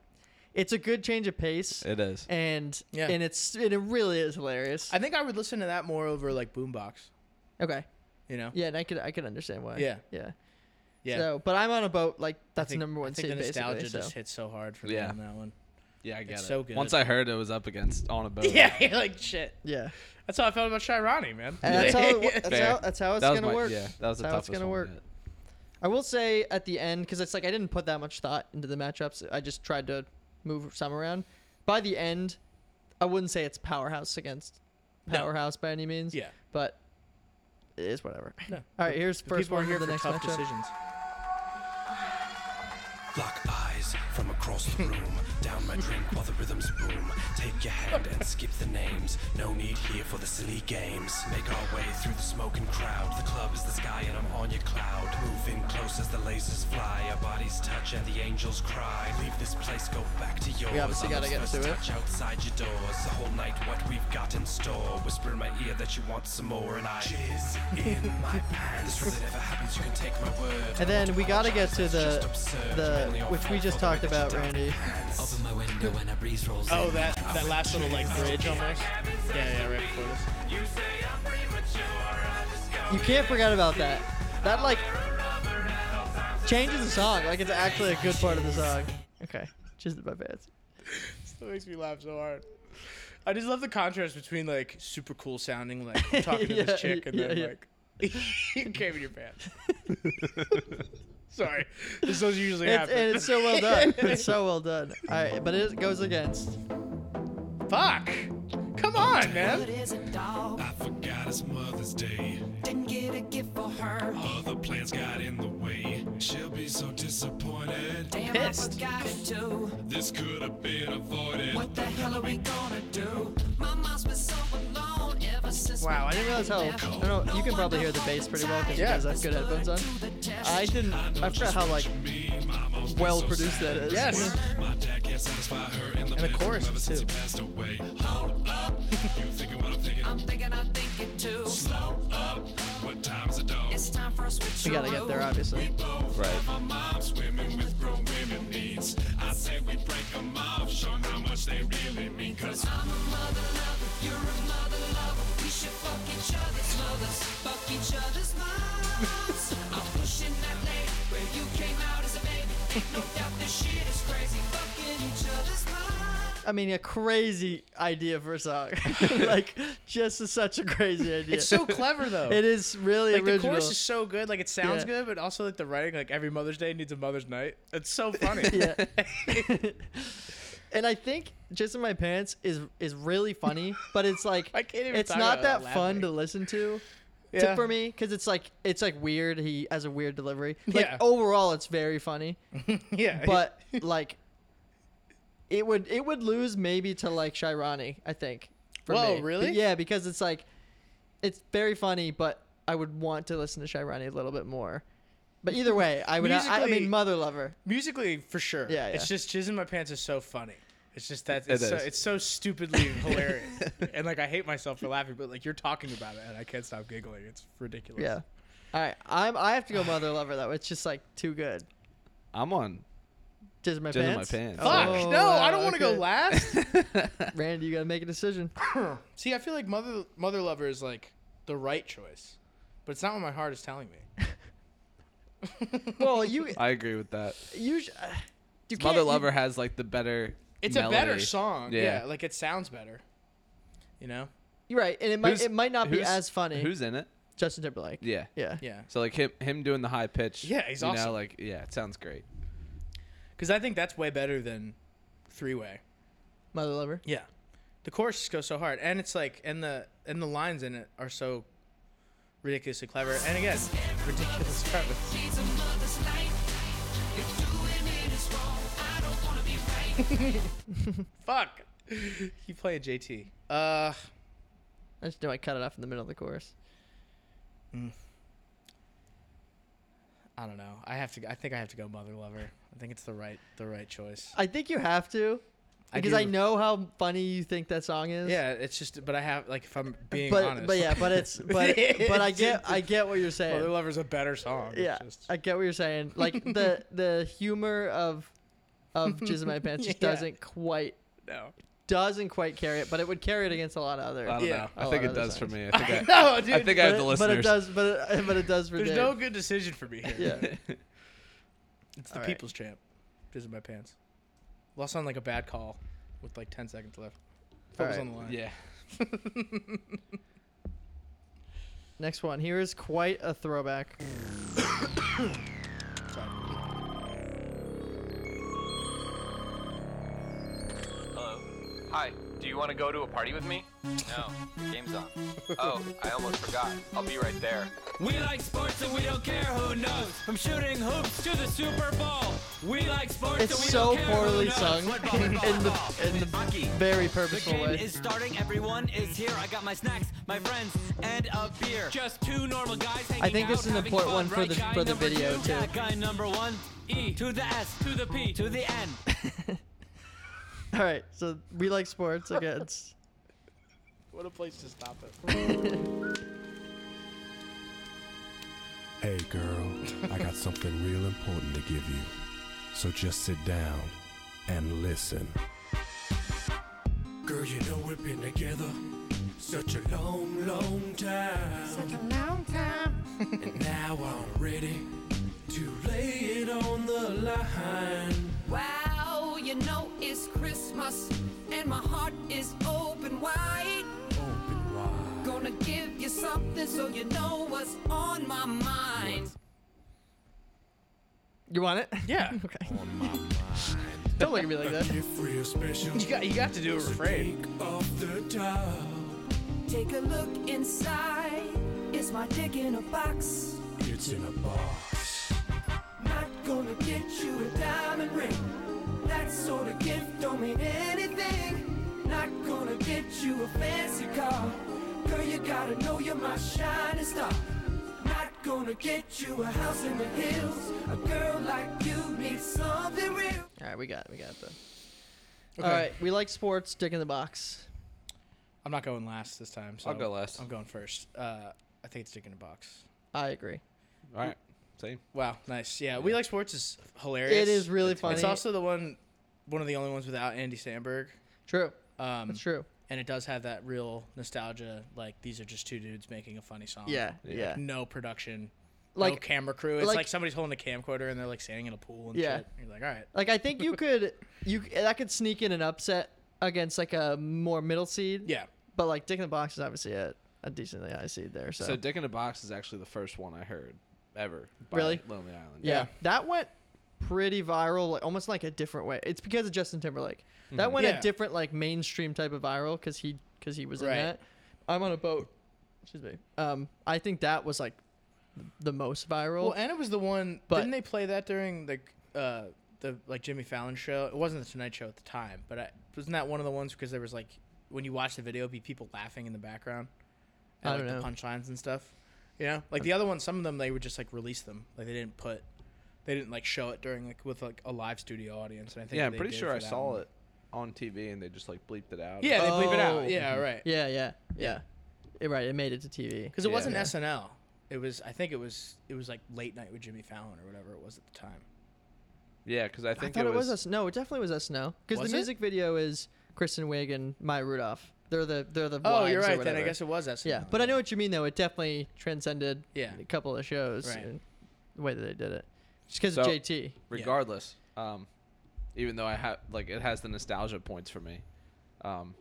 [SPEAKER 1] it's a good change of pace,
[SPEAKER 3] it is.
[SPEAKER 1] and
[SPEAKER 2] Yeah.
[SPEAKER 1] and it's and it really is hilarious.
[SPEAKER 2] I think I would listen to that more over like Boombox.
[SPEAKER 1] okay,
[SPEAKER 2] You know.
[SPEAKER 1] yeah, and I could I could understand why.
[SPEAKER 2] Yeah.
[SPEAKER 1] yeah.
[SPEAKER 2] Yeah.
[SPEAKER 1] So, but I'm on a boat. Like
[SPEAKER 2] I
[SPEAKER 1] that's
[SPEAKER 2] think-
[SPEAKER 1] number one.
[SPEAKER 2] I think
[SPEAKER 1] seed,
[SPEAKER 2] the nostalgia
[SPEAKER 1] basically,
[SPEAKER 2] just
[SPEAKER 1] so.
[SPEAKER 2] hits so hard for me
[SPEAKER 3] Yeah.
[SPEAKER 2] on that one.
[SPEAKER 3] Yeah, I get
[SPEAKER 2] It's
[SPEAKER 3] it.
[SPEAKER 2] so good.
[SPEAKER 3] Once I heard it was up against on a boat.
[SPEAKER 2] Yeah, you're like shit.
[SPEAKER 1] Yeah,
[SPEAKER 2] That's how I felt about Shirani, man.
[SPEAKER 1] and that's how it, that's
[SPEAKER 3] Fair.
[SPEAKER 1] how that's how it's
[SPEAKER 3] That was
[SPEAKER 1] gonna
[SPEAKER 3] my-
[SPEAKER 1] work.
[SPEAKER 3] Yeah, that was the
[SPEAKER 1] that's how it's
[SPEAKER 3] toughest
[SPEAKER 1] gonna
[SPEAKER 3] one
[SPEAKER 1] work.
[SPEAKER 3] yet.
[SPEAKER 1] I will say at the end because it's like I didn't put that much thought into the matchups. I just tried to move some around. By the end, I wouldn't say it's powerhouse against powerhouse by any means.
[SPEAKER 2] Yeah.
[SPEAKER 1] but it is whatever.
[SPEAKER 2] No.
[SPEAKER 1] All right, here's first
[SPEAKER 2] People are
[SPEAKER 1] one
[SPEAKER 2] here
[SPEAKER 1] for
[SPEAKER 2] for
[SPEAKER 1] the next
[SPEAKER 2] tough
[SPEAKER 1] matchup.
[SPEAKER 2] decisions.
[SPEAKER 4] Lock eyes from across the room. Down my drink while the rhythms boom. Take your hand and skip the names. No need here for the silly games. Make our way through the smoking crowd. The club is the sky and I'm on your cloud. Move in close as the lasers fly. Our bodies touch and the angels cry. Leave this place, go back to yours.
[SPEAKER 1] obviously gotta get
[SPEAKER 4] Others
[SPEAKER 1] to
[SPEAKER 4] first
[SPEAKER 1] it.
[SPEAKER 4] touch outside your doors. The whole night, what we've got in store. Whisper in my ear that you want some more, and I jizz in my pants. This really never happens. You can take my word.
[SPEAKER 1] And then we gotta get to the the which we just talked about, Randy.
[SPEAKER 5] Open my window and a breeze rolls in.
[SPEAKER 2] Oh, that that last little like bridge almost. Yeah, yeah, right before this.
[SPEAKER 1] You can't forget about that. That like changes the song. Like it's actually a good part of the song. Okay, just my pants.
[SPEAKER 2] That makes me laugh so hard. I just love the contrast between like super cool sounding, like I'm talking to
[SPEAKER 1] Yeah,
[SPEAKER 2] this chick, and
[SPEAKER 1] yeah,
[SPEAKER 2] then
[SPEAKER 1] yeah.
[SPEAKER 2] like you came in your pants. Sorry, this doesn't usually
[SPEAKER 1] It's,
[SPEAKER 2] happen.
[SPEAKER 1] and it's so well done. It's so well done. All right, but it goes against.
[SPEAKER 2] Fuck! Come on, man.
[SPEAKER 5] Good as a dog.
[SPEAKER 4] I forgot it's Mother's Day.
[SPEAKER 5] Didn't get a gift for her.
[SPEAKER 4] Other plans got in the way. She'll be so disappointed.
[SPEAKER 5] Damn,
[SPEAKER 2] Pissed.
[SPEAKER 5] I forgot it too.
[SPEAKER 4] This could have been avoided.
[SPEAKER 5] What the hell are we gonna do? My mom's been so alone ever since.
[SPEAKER 1] Wow, I didn't realize how. I don't know. You can probably hear the bass pretty well because
[SPEAKER 2] Yeah.
[SPEAKER 1] you guys have good headphones on. I didn't. I forgot how like well produced that is.
[SPEAKER 2] Yes.
[SPEAKER 4] My dad can't satisfy her in the,
[SPEAKER 2] And the
[SPEAKER 4] bedroom
[SPEAKER 2] chorus,
[SPEAKER 4] ever since
[SPEAKER 2] too.
[SPEAKER 4] he passed away. Hold up. You thinking what I'm thinking?
[SPEAKER 2] Um,
[SPEAKER 5] I'm thinking, I'm thinking too.
[SPEAKER 4] Slow up. What time's the dog?
[SPEAKER 5] It's time for a switch.
[SPEAKER 1] We gotta get there, obviously.
[SPEAKER 4] My mom's women with grown women needs. I say we break 'em off, show 'em how much they really mean. Cause
[SPEAKER 5] I'm a mother lover, you're a mother lover. We should fuck each other's mothers, fuck each other's moms. I'm pushing that lady where you came out as a baby. Ain't no doubt this shit is crazy, fucking each other's moms.
[SPEAKER 1] I mean, a crazy idea for a song. like, just a, such a crazy idea.
[SPEAKER 2] It's so clever though.
[SPEAKER 1] It is really
[SPEAKER 2] Like the
[SPEAKER 1] original.
[SPEAKER 2] chorus is so good. Like it sounds
[SPEAKER 1] Yeah.
[SPEAKER 2] good, but also like the writing. Like every Mother's Day needs a Mother's Night. It's so funny.
[SPEAKER 1] yeah. and I think "Just in My Pants" is is really funny, but it's like
[SPEAKER 2] I can't even
[SPEAKER 1] it's
[SPEAKER 2] talk
[SPEAKER 1] not
[SPEAKER 2] about
[SPEAKER 1] that
[SPEAKER 2] that
[SPEAKER 1] fun
[SPEAKER 2] laughing.
[SPEAKER 1] to listen to. to-
[SPEAKER 2] Yeah.
[SPEAKER 1] for me, because it's like it's like weird. He has a weird delivery. Like
[SPEAKER 2] Yeah.
[SPEAKER 1] overall, it's very funny,
[SPEAKER 2] yeah.
[SPEAKER 1] but like it would it would lose maybe to like Shirani. I think. for
[SPEAKER 2] Whoa,
[SPEAKER 1] me.
[SPEAKER 2] really?
[SPEAKER 1] Yeah, because it's like it's very funny, but I would want to listen to Shirani a little bit more. But either way, I would. I, I
[SPEAKER 2] Musically-
[SPEAKER 1] mean, Mother Lover.
[SPEAKER 2] musically for sure.
[SPEAKER 1] Yeah,
[SPEAKER 2] It's
[SPEAKER 1] yeah.
[SPEAKER 2] just jizz in my pants is so funny. It's just that
[SPEAKER 3] It
[SPEAKER 2] it's, so,
[SPEAKER 3] is.
[SPEAKER 2] it's so stupidly hilarious, and like I hate myself for laughing, but like you're talking about it, and I can't stop giggling. It's ridiculous.
[SPEAKER 1] Yeah. All right, I'm. I have to go Mother Lover though. It's just like too good.
[SPEAKER 3] I'm on.
[SPEAKER 1] Jizz in my
[SPEAKER 3] Jizz in my
[SPEAKER 1] pants.
[SPEAKER 3] pants.
[SPEAKER 2] Fuck
[SPEAKER 1] Oh,
[SPEAKER 2] no!
[SPEAKER 1] wow,
[SPEAKER 2] I don't want to
[SPEAKER 1] okay.
[SPEAKER 2] go last.
[SPEAKER 1] Randy, you gotta make a decision.
[SPEAKER 2] See, I feel like mother mother lover is like the right choice, but it's not what my heart is telling me.
[SPEAKER 1] Well, you
[SPEAKER 3] I agree with that.
[SPEAKER 1] you sh- uh, you can't.
[SPEAKER 3] Mother
[SPEAKER 1] you-
[SPEAKER 3] Lover has like the better.
[SPEAKER 2] It's a better
[SPEAKER 3] melody.
[SPEAKER 2] song. Yeah.
[SPEAKER 3] Yeah.
[SPEAKER 2] like it sounds better. You know?
[SPEAKER 1] You're right, and it might
[SPEAKER 3] Who's-
[SPEAKER 1] it might not be
[SPEAKER 3] who's-
[SPEAKER 1] as funny.
[SPEAKER 3] Who's in it?
[SPEAKER 1] Justin Timberlake?
[SPEAKER 3] Yeah.
[SPEAKER 1] Yeah.
[SPEAKER 2] Yeah.
[SPEAKER 3] So like him, him doing the high pitch.
[SPEAKER 2] Yeah, he's
[SPEAKER 3] you
[SPEAKER 2] awesome.
[SPEAKER 3] Know, like yeah, it sounds great.
[SPEAKER 2] Because I think that's way better than three way.
[SPEAKER 1] Mother Lover.
[SPEAKER 2] Yeah, the chorus goes so hard, and it's like, and the and the lines in it are so ridiculously clever. And again, ridiculous premise.
[SPEAKER 5] Needs a mother's night. If doing it is wrong, I don't wanna be right.
[SPEAKER 2] Fuck, you playing JT? Uh,
[SPEAKER 1] I just know I cut it off in the middle of the chorus.
[SPEAKER 2] I don't know. I have to. I think I have to go Mother Lover. I think it's the right the right choice.
[SPEAKER 1] I think you have to, because I,
[SPEAKER 2] do.
[SPEAKER 1] know how funny you think that song is.
[SPEAKER 2] Yeah, it's just, but I have like if I'm being
[SPEAKER 1] But
[SPEAKER 2] honest,
[SPEAKER 1] but yeah, but it's but but I get I get what you're saying.
[SPEAKER 2] Mother Lover's a better song. It's
[SPEAKER 1] yeah,
[SPEAKER 2] just-
[SPEAKER 1] I get what you're saying. Like the the humor of of Jizz in My Pants just
[SPEAKER 2] Yeah.
[SPEAKER 1] doesn't quite
[SPEAKER 2] no.
[SPEAKER 1] doesn't quite carry it, but it would carry it against a lot of
[SPEAKER 3] I
[SPEAKER 1] other.
[SPEAKER 3] don't
[SPEAKER 2] Yeah.
[SPEAKER 3] know.
[SPEAKER 1] Oh,
[SPEAKER 3] I think
[SPEAKER 1] other
[SPEAKER 3] it does for
[SPEAKER 1] songs.
[SPEAKER 3] me. I think I,
[SPEAKER 2] No, dude.
[SPEAKER 3] I, think I have the
[SPEAKER 1] But it
[SPEAKER 3] listeners.
[SPEAKER 1] does, but it, but it does for
[SPEAKER 2] there's
[SPEAKER 1] Dave.
[SPEAKER 2] no good decision for me here.
[SPEAKER 1] Yeah.
[SPEAKER 2] It's the
[SPEAKER 1] All right.
[SPEAKER 2] people's champ. Jizz in my pants. Lost on like a bad call with like 10 seconds left. Focus
[SPEAKER 1] right.
[SPEAKER 2] on the line.
[SPEAKER 3] Yeah.
[SPEAKER 1] Next one. Here is quite a throwback.
[SPEAKER 10] Hello. Hi. Do you want to go to a party with me? No. Game's on. Oh, I almost forgot. I'll be right there.
[SPEAKER 7] We like sports and we don't care who knows. From shooting hoops to the Super Bowl. We like sports and
[SPEAKER 1] It's
[SPEAKER 7] we
[SPEAKER 1] so
[SPEAKER 7] don't care
[SPEAKER 1] poorly
[SPEAKER 7] who knows.
[SPEAKER 1] sung in the in the very
[SPEAKER 11] The
[SPEAKER 1] purposeful
[SPEAKER 11] game
[SPEAKER 1] way.
[SPEAKER 11] is starting. Everyone is here. I got my snacks, my friends, and a beer.
[SPEAKER 7] Just two normal guys hanging
[SPEAKER 1] I think
[SPEAKER 7] out,
[SPEAKER 1] this is an
[SPEAKER 7] having
[SPEAKER 1] important
[SPEAKER 7] fun,
[SPEAKER 1] one for
[SPEAKER 7] right,
[SPEAKER 1] the
[SPEAKER 7] guy
[SPEAKER 1] for the
[SPEAKER 7] number
[SPEAKER 1] video
[SPEAKER 7] two?
[SPEAKER 1] too.
[SPEAKER 11] That guy number one.
[SPEAKER 7] E
[SPEAKER 11] To the S.
[SPEAKER 7] to the P.
[SPEAKER 11] To the N.
[SPEAKER 1] All right, so we like sports against.
[SPEAKER 2] What a place to stop it.
[SPEAKER 4] Hey girl, I got something real important to give you. So just sit down and listen. Girl, you know we've been together such a long, long time. Such a long time. and now I'm ready
[SPEAKER 12] to lay it on the line.
[SPEAKER 5] Wow, you know it's Christmas and my heart is open wide. Open wide. Gonna give you something so you know what's on my mind.
[SPEAKER 1] You want it?
[SPEAKER 2] Yeah.
[SPEAKER 1] okay. Don't look at me like that.
[SPEAKER 2] You got you got to do a refrain.
[SPEAKER 5] Take a look inside. Is my dick in a box?
[SPEAKER 12] It's in a box.
[SPEAKER 5] Not gonna get you a diamond ring. That sort of gift don't mean anything. Not gonna get you a fancy car. Girl, you gotta know you're my shining star. Not gonna get you a house in the hills. A girl like you needs something real.
[SPEAKER 1] All right, we got we got the.
[SPEAKER 2] Okay.
[SPEAKER 1] All right, we like sports. Dick in the box.
[SPEAKER 2] I'm not going last this time. So
[SPEAKER 1] I'll go last.
[SPEAKER 2] I'm going first. Uh, I think it's Dick in a Box.
[SPEAKER 1] I agree.
[SPEAKER 3] All right. Same.
[SPEAKER 2] Wow, nice. Yeah, We Like Sports is hilarious.
[SPEAKER 1] It is really funny.
[SPEAKER 2] It's also the one, one of the only ones without Andy Sandberg.
[SPEAKER 1] True.
[SPEAKER 2] Um,
[SPEAKER 1] That's true.
[SPEAKER 2] And it does have that real nostalgia. Like these are just two dudes making a funny song.
[SPEAKER 1] Yeah,
[SPEAKER 2] Like,
[SPEAKER 1] yeah.
[SPEAKER 2] No production. Like
[SPEAKER 1] Like-
[SPEAKER 2] no camera crew. It's like,
[SPEAKER 1] like-
[SPEAKER 2] somebody's holding a camcorder and they're like standing in a pool and
[SPEAKER 1] Yeah.
[SPEAKER 2] shit. You're like, all right.
[SPEAKER 1] Like I think you could you that could sneak in an upset against like a more middle seed.
[SPEAKER 2] Yeah.
[SPEAKER 1] But like Dick in the box is obviously a, a decently high seed there. So,
[SPEAKER 3] So Dick in a Box is actually the first one I heard ever. by
[SPEAKER 1] really
[SPEAKER 3] Lonely Island.
[SPEAKER 1] Yeah. That went pretty viral, like almost like a different way. It's because of Justin Timberlake. That
[SPEAKER 3] Mhm.
[SPEAKER 1] went
[SPEAKER 3] Yeah.
[SPEAKER 1] a different like mainstream type of viral because he because he was
[SPEAKER 2] Right.
[SPEAKER 1] in that. I'm on a boat. Excuse me. Um, I think that was like the most viral.
[SPEAKER 2] Well, and it was the one.
[SPEAKER 1] But-
[SPEAKER 2] didn't they play that during the uh, the like Jimmy Fallon show? It wasn't the Tonight Show at the time, but I, wasn't that one of the ones because there was like when you watch the video, it'd be people laughing in the background,
[SPEAKER 1] I
[SPEAKER 2] and, like
[SPEAKER 1] don't
[SPEAKER 2] the
[SPEAKER 1] know.
[SPEAKER 2] punchlines and stuff. You know, like the other one, some of them they would just like release them, like they didn't put, they didn't like show it during like with like a live studio audience. And I think
[SPEAKER 3] Yeah, I'm
[SPEAKER 2] they
[SPEAKER 3] pretty
[SPEAKER 2] did
[SPEAKER 3] sure
[SPEAKER 2] for
[SPEAKER 3] I
[SPEAKER 2] that
[SPEAKER 3] saw
[SPEAKER 2] one.
[SPEAKER 3] it on TV and they just like bleeped it out.
[SPEAKER 2] Yeah, they bleep it out.
[SPEAKER 1] Oh.
[SPEAKER 2] Yeah, right.
[SPEAKER 1] Yeah, yeah, yeah. It- right, it made it to TV
[SPEAKER 2] Because it wasn't
[SPEAKER 1] Yeah.
[SPEAKER 2] SNL. It was I think it was it was like late night with Jimmy Fallon or whatever it was at the time.
[SPEAKER 3] Yeah, because I
[SPEAKER 1] I
[SPEAKER 3] think
[SPEAKER 1] thought
[SPEAKER 3] it,
[SPEAKER 1] it was, us. No, it definitely was us. No, because
[SPEAKER 2] Was
[SPEAKER 1] the
[SPEAKER 2] it?
[SPEAKER 1] music video is Kristen Wiig and Maya Rudolph. They're the they're the
[SPEAKER 2] Oh, you're
[SPEAKER 1] wives or
[SPEAKER 2] right, then I
[SPEAKER 1] whatever.
[SPEAKER 2] guess it was SNL,
[SPEAKER 1] Yeah, but I know what you mean though. It definitely transcended
[SPEAKER 2] Yeah.
[SPEAKER 1] a couple of shows.
[SPEAKER 2] Right.
[SPEAKER 1] and The way that they did it, just because
[SPEAKER 3] So,
[SPEAKER 1] of JT.
[SPEAKER 3] Regardless, um, even though I have like it has the nostalgia points for me, um,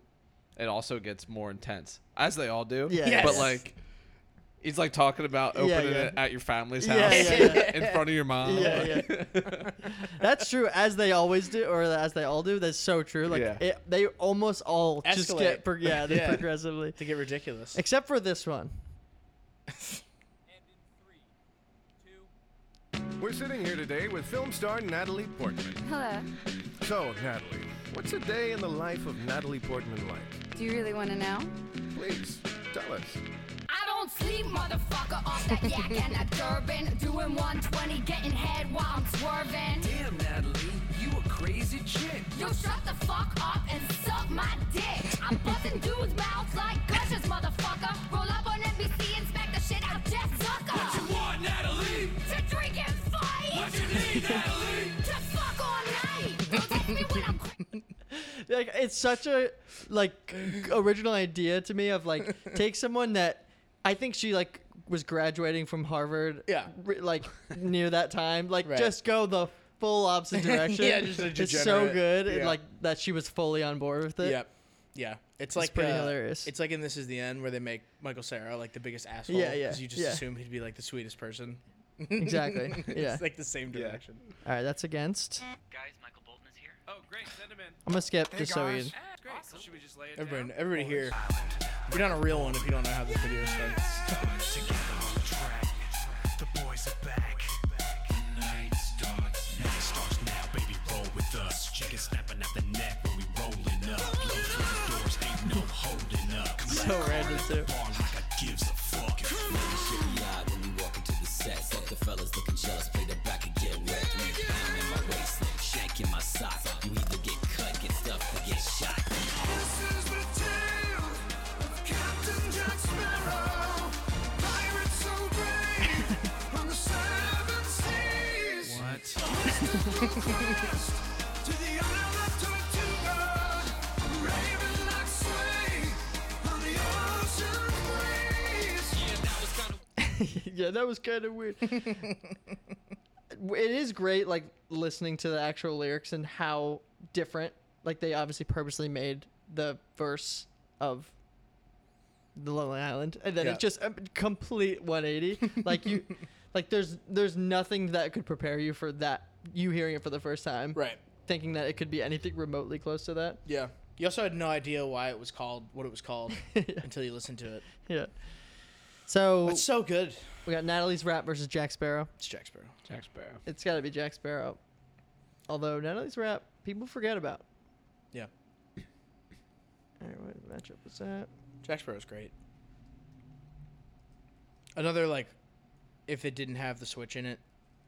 [SPEAKER 3] it also gets more intense as they all do.
[SPEAKER 1] Yeah, Yes.
[SPEAKER 3] But like, he's like talking about
[SPEAKER 1] Yeah,
[SPEAKER 3] opening
[SPEAKER 1] yeah.
[SPEAKER 3] it at your family's house
[SPEAKER 1] Yeah, yeah, yeah.
[SPEAKER 3] in front of your mom.
[SPEAKER 1] Yeah,
[SPEAKER 3] Like-
[SPEAKER 1] yeah. That's true, as they always do, or as they all do. That's so true. Like
[SPEAKER 3] Yeah.
[SPEAKER 1] it, they almost all just
[SPEAKER 2] Escalate.
[SPEAKER 1] get pro- yeah, they
[SPEAKER 2] Yeah.
[SPEAKER 1] progressively
[SPEAKER 2] They get ridiculous.
[SPEAKER 1] Except for this one.
[SPEAKER 13] We're sitting here today with film star Natalie Portman.
[SPEAKER 14] Hello.
[SPEAKER 13] So, Natalie, what's a day in the life of Natalie Portman like?
[SPEAKER 14] Do you really want to know?
[SPEAKER 13] Please, tell us.
[SPEAKER 14] I don't sleep, motherfucker, off that yak and that Durban. Doing 120, getting head while I'm swerving.
[SPEAKER 15] Damn, Natalie, you a crazy chick.
[SPEAKER 14] Yo, shut the fuck up and suck my dick. I'm busting dudes' mouths like gushers, motherfucker. Roll up on NBC and smack the shit out Jeff Zucker. What you want, Natalie? To drink and fight. What you need, Natalie? to fuck all night. Don't take me when I'm
[SPEAKER 1] like it's such a like original idea to me of like take someone that I think she like was graduating from Harvard. Yeah. like near that time, like
[SPEAKER 2] Right.
[SPEAKER 1] just go the full opposite direction.
[SPEAKER 2] Yeah, just a
[SPEAKER 1] it's so
[SPEAKER 2] degenerate.
[SPEAKER 1] good. It,
[SPEAKER 2] Yeah.
[SPEAKER 1] like that she was fully on board with it.
[SPEAKER 2] Yep. Yeah.
[SPEAKER 1] It's
[SPEAKER 2] It's, like
[SPEAKER 1] pretty
[SPEAKER 2] uh,
[SPEAKER 1] hilarious.
[SPEAKER 2] It's like in This Is the End where they make Michael Sarah like the biggest asshole.
[SPEAKER 1] Yeah, yeah,
[SPEAKER 2] 'cause You just
[SPEAKER 1] yeah.
[SPEAKER 2] assume he'd be like the sweetest person.
[SPEAKER 1] Exactly, yeah.
[SPEAKER 2] It's like the same direction.
[SPEAKER 1] All right, that's against.
[SPEAKER 10] Guys, Michael Bolton is here. Oh, great. Send him in.
[SPEAKER 1] I'm gonna skip just so you.
[SPEAKER 10] Great. Should we just lay it
[SPEAKER 2] Everybody, everybody here. You're not a real one if you don't know how this video starts.
[SPEAKER 4] The boys are back. Night starts now. Starts now, baby, roll with us. Chicken snapping at the neck when we rolling up. Blow through the doors, ain't no holding up.
[SPEAKER 1] So random too.
[SPEAKER 4] Bar like I gives a fuck.
[SPEAKER 16] when you walk into the set. Fuck the fellas looking jealous, play the back and get wrecked. Man, I'm in my waist, shank in my sock. You either get cut, get stuffed, or get shot.
[SPEAKER 1] yeah, that was kind of weird. it is great like listening to the actual lyrics and how different like they obviously purposely made the verse of the lonely island and then
[SPEAKER 2] Yeah.
[SPEAKER 1] it's just a complete 180 like you like there's there's nothing that could prepare you for that you hearing it for the first time
[SPEAKER 2] right
[SPEAKER 1] thinking that it could be anything remotely close to that
[SPEAKER 2] Yeah. You also had no idea why it was called what it was called until you listened to it.
[SPEAKER 1] yeah so
[SPEAKER 2] It's so good.
[SPEAKER 1] we got natalie's rap versus jack sparrow
[SPEAKER 2] It's Jack Sparrow.
[SPEAKER 3] Jack Sparrow.
[SPEAKER 1] It's got to be Jack Sparrow. Although Natalie's rap, people forget about.
[SPEAKER 2] Yeah.
[SPEAKER 1] All right, what matchup was that?
[SPEAKER 2] Jack Sparrow's great. Another like, if it didn't have the switch in it,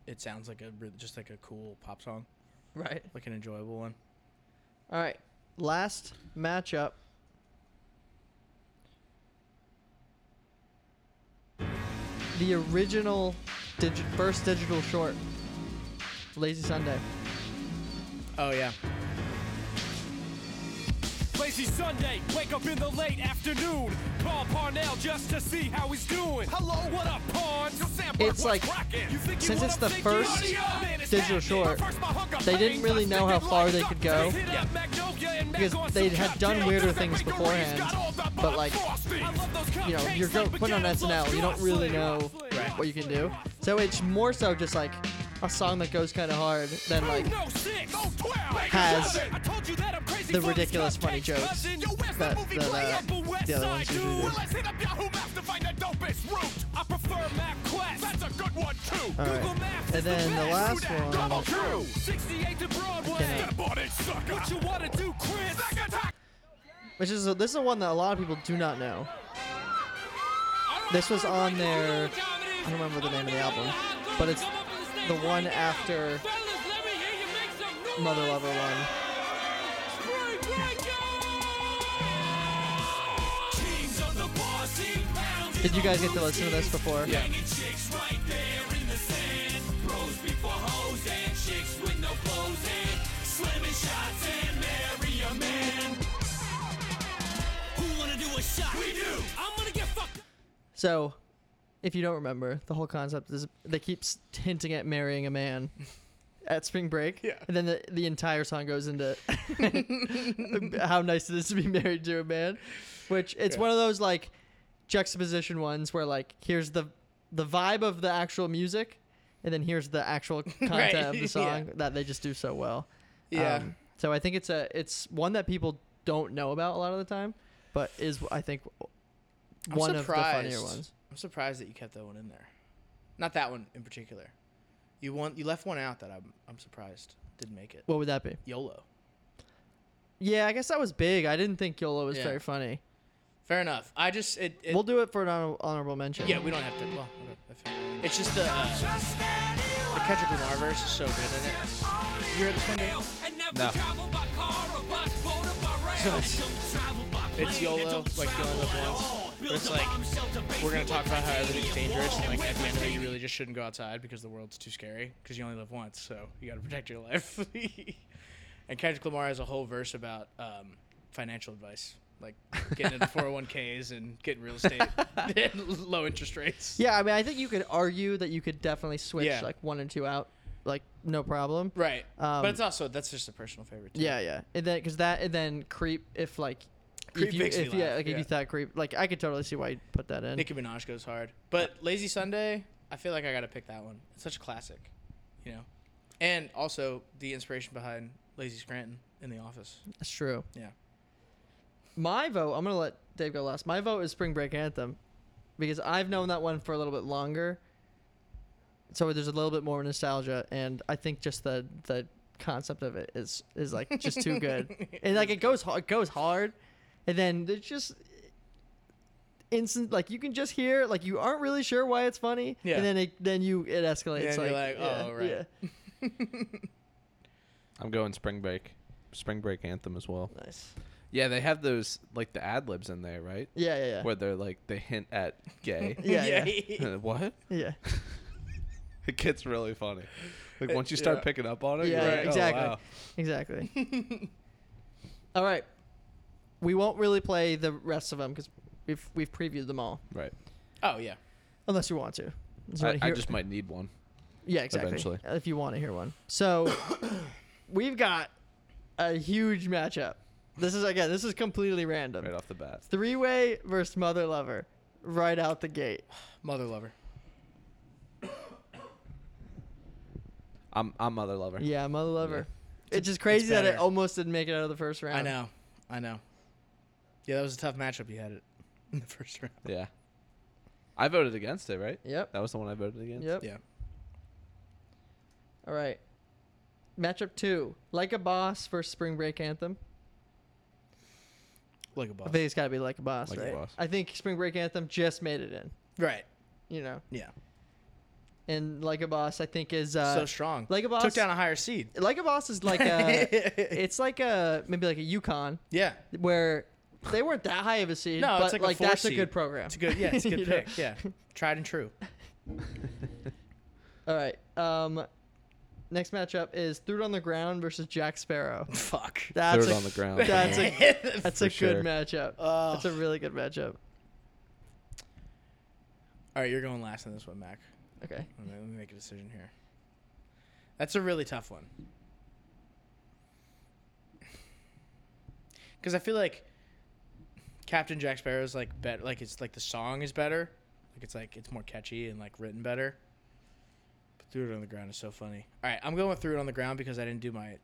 [SPEAKER 2] it sounds like a re- just like a cool pop song,
[SPEAKER 1] Right.
[SPEAKER 2] like an enjoyable one.
[SPEAKER 1] All right, last matchup. The original digi- first digital short, Lazy Sunday.
[SPEAKER 2] Oh yeah.
[SPEAKER 7] Lazy Sunday, wake up in the late afternoon. Call Parnell just to see how he's doing. Hello, what up, Parn? Yo, Sam Bird,
[SPEAKER 1] It's
[SPEAKER 7] what's
[SPEAKER 1] like,
[SPEAKER 7] rockin'? You think you
[SPEAKER 1] since
[SPEAKER 7] what
[SPEAKER 1] it's
[SPEAKER 7] I'm
[SPEAKER 1] the
[SPEAKER 7] thinking?
[SPEAKER 1] first
[SPEAKER 7] Audio! Man, it's
[SPEAKER 1] digital short,
[SPEAKER 7] happening. First my hunger
[SPEAKER 1] they didn't
[SPEAKER 7] pain,
[SPEAKER 1] really
[SPEAKER 7] thus
[SPEAKER 1] know how
[SPEAKER 7] thinking
[SPEAKER 1] far
[SPEAKER 7] like
[SPEAKER 1] they
[SPEAKER 7] duck
[SPEAKER 1] could go
[SPEAKER 7] tape. Hit up Magnolia and
[SPEAKER 1] because
[SPEAKER 7] back on
[SPEAKER 1] they
[SPEAKER 7] some
[SPEAKER 1] had done
[SPEAKER 7] cocktail.
[SPEAKER 1] weirder
[SPEAKER 7] Cause that
[SPEAKER 1] things
[SPEAKER 7] bakery's
[SPEAKER 1] beforehand,
[SPEAKER 7] got all that
[SPEAKER 1] but like,
[SPEAKER 7] frosting. I love those
[SPEAKER 1] you know,
[SPEAKER 7] cupcakes
[SPEAKER 1] you're go-
[SPEAKER 7] like
[SPEAKER 1] putting on
[SPEAKER 7] began
[SPEAKER 1] SNL. You don't really know what you can do. So it's more so just like a song that goes kind of hard than like has the ridiculous funny jokes that, that uh, the other ones usually do.
[SPEAKER 7] Let's hit up Yahoo Maps to find the dopest route. I prefer MapQuest. That's a good one too.
[SPEAKER 1] All right.
[SPEAKER 7] Google Maps
[SPEAKER 1] And
[SPEAKER 7] is
[SPEAKER 1] then the
[SPEAKER 7] best.
[SPEAKER 1] last
[SPEAKER 7] Do that.
[SPEAKER 1] one-
[SPEAKER 7] Double true. 68 to Broadway.
[SPEAKER 1] Okay.
[SPEAKER 7] Step on it, sucker. What you wanna do, Chris? Snack attack.
[SPEAKER 1] Which is this is one that a lot of people do not know. This was on their I don't remember the name of the album, but it's the one after Mother Lover one.
[SPEAKER 7] Kings of the posse, pounding
[SPEAKER 1] Did you guys get to
[SPEAKER 7] on
[SPEAKER 1] listen to this
[SPEAKER 7] routines.
[SPEAKER 1] before? Yeah.
[SPEAKER 7] Banging chicks right there in the sand. Bros before hoes and chicks with no clothes and slamming shots and marry a man. Who wanna do a shot? We do. I'm gonna get fucked.
[SPEAKER 1] So, if you don't remember, the whole concept is they keep s- hinting at marrying a man at spring break, yeah. and then the, the entire song goes into how nice it is to be married to a man, which it's
[SPEAKER 2] Yeah.
[SPEAKER 1] one of those like juxtaposition ones where like here's the the vibe of the actual music, and then here's the actual content of
[SPEAKER 2] yeah.
[SPEAKER 1] the song that they just do so well. Um,
[SPEAKER 2] Yeah.
[SPEAKER 1] so I think it's a it's one that people don't know about a lot of the time, but is I think
[SPEAKER 2] I'm
[SPEAKER 1] one
[SPEAKER 2] surprised.
[SPEAKER 1] of the funnier ones.
[SPEAKER 2] I'm surprised that you kept that one in there. Not that one in particular. You want you left one out that I'm I'm surprised didn't make it.
[SPEAKER 1] What would that be?
[SPEAKER 2] YOLO.
[SPEAKER 1] Yeah, I guess that was big. I didn't think YOLO was
[SPEAKER 2] Yeah.
[SPEAKER 1] very funny.
[SPEAKER 2] Fair enough. I just it, it
[SPEAKER 1] we'll do it for an honor- honorable mention.
[SPEAKER 2] Yeah, we don't have to. Well, okay, that's fine. it's just the uh, the Kendrick Lamar verse is so good in it. You heard this one, Dave?
[SPEAKER 7] No.
[SPEAKER 2] So it's, it's YOLO, like YOLO once. But it's like we're gonna talk about how everything's dangerous, and like at the end of it, you really just shouldn't go outside because the world's too scary because you only live once, so you gotta protect your life. and Kendrick Lamar has a whole verse about um, financial advice, like getting into 401ks and getting real estate, and low interest rates.
[SPEAKER 1] Yeah, I mean, I think you could argue that you could definitely switch
[SPEAKER 2] Yeah.
[SPEAKER 1] like one and two out, like no problem.
[SPEAKER 2] Right.
[SPEAKER 1] Um,
[SPEAKER 2] but it's also that's just a personal favorite. Too.
[SPEAKER 1] yeah, yeah. And then because that and then creep if like
[SPEAKER 2] Creep
[SPEAKER 1] if you
[SPEAKER 2] makes me
[SPEAKER 1] if yeah
[SPEAKER 2] laugh,
[SPEAKER 1] like if
[SPEAKER 2] yeah.
[SPEAKER 1] you thought creep like I could totally see why you put that in.
[SPEAKER 2] Nicki Minaj goes hard, but Lazy Sunday, I feel like I gotta pick that one. It's such a classic, you know, and also the inspiration behind Lazy Scranton in The Office.
[SPEAKER 1] That's true.
[SPEAKER 2] Yeah.
[SPEAKER 1] My vote, I'm gonna let Dave go last. My vote is Spring Break Anthem, because I've known that one for a little bit longer. So there's a little bit more nostalgia, and I think just the the concept of it is is like just too good, and like it goes ha- it goes hard, and then it's just instant like you can just hear like you aren't really sure why it's funny,
[SPEAKER 2] Yeah.
[SPEAKER 1] and then it then you it escalates
[SPEAKER 2] And
[SPEAKER 1] like,
[SPEAKER 2] you're like,
[SPEAKER 1] yeah,
[SPEAKER 2] oh, right.
[SPEAKER 1] yeah.
[SPEAKER 3] I'm going spring break. Spring break anthem as well.
[SPEAKER 1] Nice.
[SPEAKER 3] Yeah, they have those like the ad libs in there, right?
[SPEAKER 1] Yeah, yeah, yeah.
[SPEAKER 3] Where they're like they hint at gay.
[SPEAKER 1] Yeah, yeah.
[SPEAKER 3] Uh, what?
[SPEAKER 1] Yeah.
[SPEAKER 3] It gets really funny. Like
[SPEAKER 1] It-
[SPEAKER 3] once you start
[SPEAKER 1] yeah.
[SPEAKER 3] picking up on it,
[SPEAKER 1] Yeah,
[SPEAKER 3] you're
[SPEAKER 1] yeah,
[SPEAKER 3] like,
[SPEAKER 1] exactly.
[SPEAKER 3] Oh, wow.
[SPEAKER 1] Exactly. all right. We won't really play the rest of them because we've we've previewed them all,
[SPEAKER 3] Right.
[SPEAKER 2] Oh yeah.
[SPEAKER 1] unless you want to. So
[SPEAKER 3] I,
[SPEAKER 1] wanna
[SPEAKER 3] I
[SPEAKER 1] hear-
[SPEAKER 3] just might need one.
[SPEAKER 1] Yeah, exactly.
[SPEAKER 3] Eventually.
[SPEAKER 1] If you want to hear one. So we've got a huge matchup. This is again, this is completely random. Right
[SPEAKER 3] off the bat.
[SPEAKER 1] Three way versus mother lover. Right out the gate.
[SPEAKER 2] Mother lover.
[SPEAKER 3] I'm I'm mother lover.
[SPEAKER 1] Yeah, mother lover. It's just
[SPEAKER 2] It's
[SPEAKER 1] crazy that it
[SPEAKER 2] better.
[SPEAKER 1] almost didn't make it out of the first round.
[SPEAKER 2] I know. I know. Yeah, that was a tough matchup you had it in the first round.
[SPEAKER 3] Yeah. I voted against it, right?
[SPEAKER 1] Yep.
[SPEAKER 3] That was the one I voted against.
[SPEAKER 1] Yep.
[SPEAKER 2] Yeah.
[SPEAKER 1] All right. Matchup two. Like a boss versus Spring Break Anthem.
[SPEAKER 2] Like a
[SPEAKER 1] I
[SPEAKER 2] boss.
[SPEAKER 1] think it's got to be like a boss,
[SPEAKER 2] Like a
[SPEAKER 1] right?
[SPEAKER 2] Boss.
[SPEAKER 1] I think Spring Break Anthem just made it in.
[SPEAKER 2] Right.
[SPEAKER 1] You know.
[SPEAKER 2] Yeah.
[SPEAKER 1] And like a boss, I think is uh,
[SPEAKER 2] so strong.
[SPEAKER 1] Like a boss uh,
[SPEAKER 2] took down a higher seed.
[SPEAKER 1] Like a boss is like a, it's like a maybe like a Yukon.
[SPEAKER 2] Yeah.
[SPEAKER 1] Where they weren't that high of a seed.
[SPEAKER 2] No,
[SPEAKER 1] but
[SPEAKER 2] it's like, a four
[SPEAKER 1] that's a
[SPEAKER 2] seed.
[SPEAKER 1] good program.
[SPEAKER 2] It's a good, yeah, it's a good
[SPEAKER 1] You know?
[SPEAKER 2] pick. Yeah, tried and true.
[SPEAKER 1] All right. Um, next matchup is Third on the Ground versus Jack Sparrow.
[SPEAKER 2] Fuck.
[SPEAKER 1] That's
[SPEAKER 3] Third
[SPEAKER 1] a-
[SPEAKER 3] on the Ground.
[SPEAKER 1] That's a
[SPEAKER 2] Man.
[SPEAKER 1] that's
[SPEAKER 2] For
[SPEAKER 1] a
[SPEAKER 2] sure.
[SPEAKER 1] good matchup.
[SPEAKER 2] Ugh.
[SPEAKER 1] That's a really good matchup.
[SPEAKER 2] All right, you're going last in this one, Mac.
[SPEAKER 1] Okay.
[SPEAKER 2] Let me, let me make a decision here. That's a really tough one. Because I feel like Captain Jack Sparrow's like bet like it's like the song is better, like it's like it's more catchy and like written better. But threw it on the ground is so funny. All right, I'm going with threw it on the ground because I didn't do my, I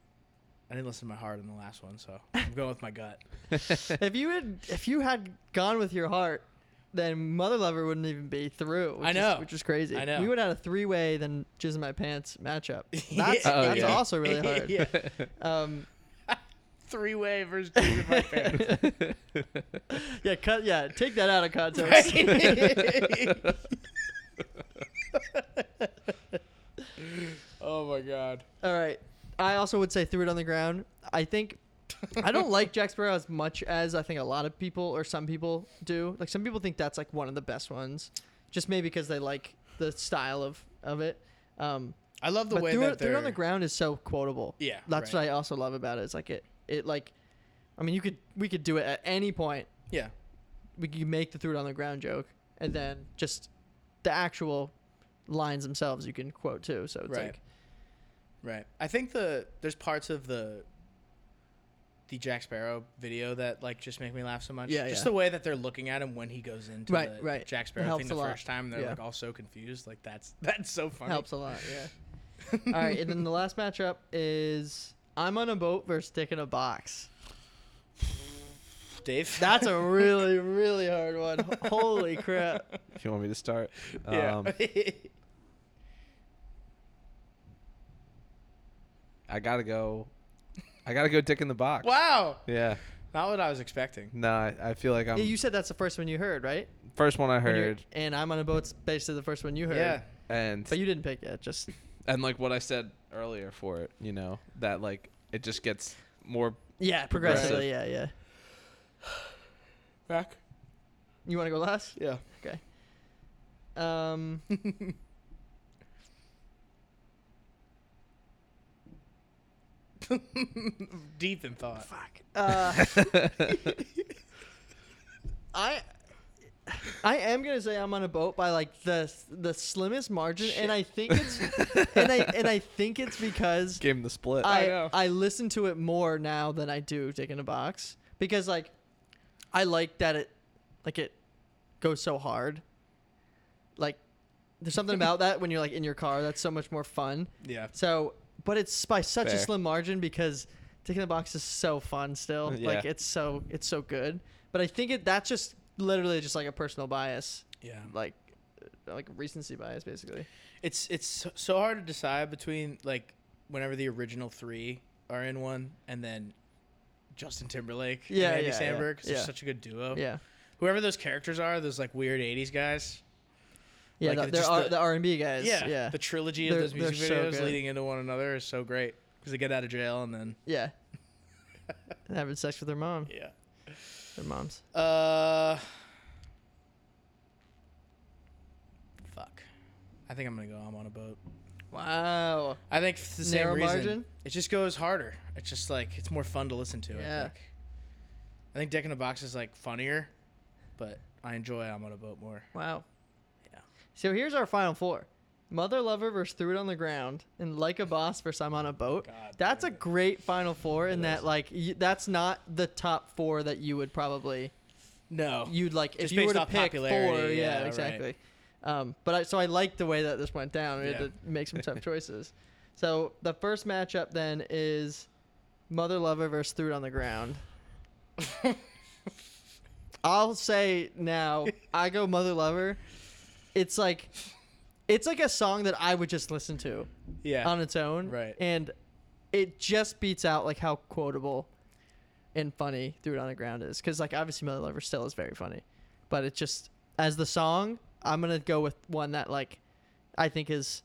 [SPEAKER 2] didn't listen to my heart in the last one, so I'm going with my gut.
[SPEAKER 1] if you had if you had gone with your heart, then Mother Lover wouldn't even be through. Which
[SPEAKER 2] I know.
[SPEAKER 1] is, which is crazy.
[SPEAKER 2] I know.
[SPEAKER 1] We would have had a three way then jizz in my pants matchup. That's,
[SPEAKER 2] Oh,
[SPEAKER 1] that's
[SPEAKER 2] yeah.
[SPEAKER 1] also really hard.
[SPEAKER 2] Yeah.
[SPEAKER 1] Um,
[SPEAKER 2] Three way versus two in my pants.
[SPEAKER 1] yeah, cut. Yeah, take that out of context.
[SPEAKER 2] Right. oh my god.
[SPEAKER 1] All right. I also would say threw it on the ground. I think I don't like Jack Sparrow as much as I think a lot of people or some people do. Like some people think that's like one of the best ones, just maybe because they like the style of of it. Um,
[SPEAKER 2] I love the
[SPEAKER 1] but
[SPEAKER 2] way
[SPEAKER 1] threw,
[SPEAKER 2] that
[SPEAKER 1] It- threw it on the
[SPEAKER 2] they're-
[SPEAKER 1] ground is so quotable.
[SPEAKER 2] Yeah,
[SPEAKER 1] that's
[SPEAKER 2] right.
[SPEAKER 1] what I also love about it. It's like it it like, I mean you could we could do it at any point.
[SPEAKER 2] Yeah.
[SPEAKER 1] We could make the threw it on the ground joke and then just the actual lines themselves you can quote too. So it's
[SPEAKER 2] Right.
[SPEAKER 1] like
[SPEAKER 2] Right. I think the there's parts of the the Jack Sparrow video that like just make me laugh so much.
[SPEAKER 1] Yeah,
[SPEAKER 2] Just
[SPEAKER 1] yeah.
[SPEAKER 2] the way that they're looking at him when he goes into
[SPEAKER 1] Right,
[SPEAKER 2] the
[SPEAKER 1] right.
[SPEAKER 2] Jack
[SPEAKER 1] It
[SPEAKER 2] Sparrow
[SPEAKER 1] helps
[SPEAKER 2] thing
[SPEAKER 1] a
[SPEAKER 2] the
[SPEAKER 1] lot.
[SPEAKER 2] first time. They're
[SPEAKER 1] Yeah.
[SPEAKER 2] like all so confused. Like that's that's so funny.
[SPEAKER 1] Helps a lot, yeah. All right, and then the last matchup is I'm on a boat versus Dick in a box.
[SPEAKER 2] Dave.
[SPEAKER 1] That's a really, really hard one. Holy crap.
[SPEAKER 3] If you want me to start.
[SPEAKER 1] Yeah.
[SPEAKER 3] Um, I gotta go. I gotta go. Dick in the box.
[SPEAKER 2] wow.
[SPEAKER 3] Yeah.
[SPEAKER 2] Not what I was expecting.
[SPEAKER 3] No, I, I feel like I'm.
[SPEAKER 1] yeah, you said that's the first one you heard, right?
[SPEAKER 3] first one I
[SPEAKER 1] When you-
[SPEAKER 3] heard,
[SPEAKER 1] And I'm on a boat's basically the first one you heard.
[SPEAKER 3] Yeah. and
[SPEAKER 1] But you didn't pick it, just
[SPEAKER 3] and like what I said earlier for it, you know, that like it just gets more.
[SPEAKER 1] Yeah, progressively, yeah, yeah.
[SPEAKER 2] Back.
[SPEAKER 1] You wanna go last?
[SPEAKER 2] Yeah.
[SPEAKER 1] Okay. Um
[SPEAKER 2] Deep in thought.
[SPEAKER 1] Fuck. Uh, I I am gonna say I'm on a boat by like the the slimmest margin, and I think it's and I and I think it's because
[SPEAKER 3] Gave him the split.
[SPEAKER 1] I I, listen to it more now than I do Dick in a Box because like I like that it like it goes so hard. Like there's something about that when you're like in your car that's so much more fun.
[SPEAKER 2] Yeah.
[SPEAKER 1] So, but it's by such a
[SPEAKER 2] Fair.
[SPEAKER 1] slim margin because Dick in the Box is so fun still.
[SPEAKER 2] Yeah.
[SPEAKER 1] Like it's so it's so good. But I think it that's just literally just like a personal bias.
[SPEAKER 2] Yeah.
[SPEAKER 1] Like uh, like recency bias basically.
[SPEAKER 2] It's it's so- so hard to decide between like whenever the original three are in one, and then Justin Timberlake
[SPEAKER 1] Yeah,
[SPEAKER 2] and Andy
[SPEAKER 1] yeah, yeah,
[SPEAKER 2] Samberg. 'cause they're
[SPEAKER 1] yeah.
[SPEAKER 2] such a good duo.
[SPEAKER 1] Yeah.
[SPEAKER 2] Whoever those characters are, those like weird '80s guys.
[SPEAKER 1] Yeah,
[SPEAKER 2] Like,
[SPEAKER 1] the-
[SPEAKER 2] it's
[SPEAKER 1] there
[SPEAKER 2] just
[SPEAKER 1] are the R and B guys.
[SPEAKER 2] Yeah,
[SPEAKER 1] yeah.
[SPEAKER 2] The trilogy
[SPEAKER 1] They're-
[SPEAKER 2] of those
[SPEAKER 1] they're
[SPEAKER 2] music
[SPEAKER 1] so
[SPEAKER 2] videos
[SPEAKER 1] good.
[SPEAKER 2] leading into one another is so great because they get out of jail and then
[SPEAKER 1] Yeah. And having sex with their mom.
[SPEAKER 2] Yeah.
[SPEAKER 1] Their moms.
[SPEAKER 2] Uh, fuck. I think I'm gonna go. I'm on a boat.
[SPEAKER 1] Wow.
[SPEAKER 2] I think for the same
[SPEAKER 1] Narrow
[SPEAKER 2] reason.
[SPEAKER 1] margin?
[SPEAKER 2] It just goes harder. It's just like it's more fun to listen to. I
[SPEAKER 1] Yeah.
[SPEAKER 2] think. I think Deck in a Box is like funnier, but I enjoy I'm on a boat more.
[SPEAKER 1] Wow. So here's our final four. Mother Lover versus Threw It on the Ground, and Like a Boss versus I'm on a Boat. that's a great final four in that like y- that's not the top four that you would probably.
[SPEAKER 2] No.
[SPEAKER 1] You'd like if
[SPEAKER 2] Oh. Just
[SPEAKER 1] you were
[SPEAKER 2] based
[SPEAKER 1] to
[SPEAKER 2] off
[SPEAKER 1] pick four. Yeah,
[SPEAKER 2] popularity, yeah, right.
[SPEAKER 1] exactly. Um, but I, so I like the way that this went down. We
[SPEAKER 2] Yeah.
[SPEAKER 1] had to make some tough choices. So the first matchup then is Mother Lover versus Threw It on the Ground. I'll say now, I go Mother Lover. It's like it's like a song that I would just listen to.
[SPEAKER 2] Yeah.
[SPEAKER 1] On its own.
[SPEAKER 2] Right.
[SPEAKER 1] And it just beats out like how quotable and funny Threw It on the Ground is. Because like obviously Mother Lover still is very funny. But it just as the song, I'm gonna go with one that like I think is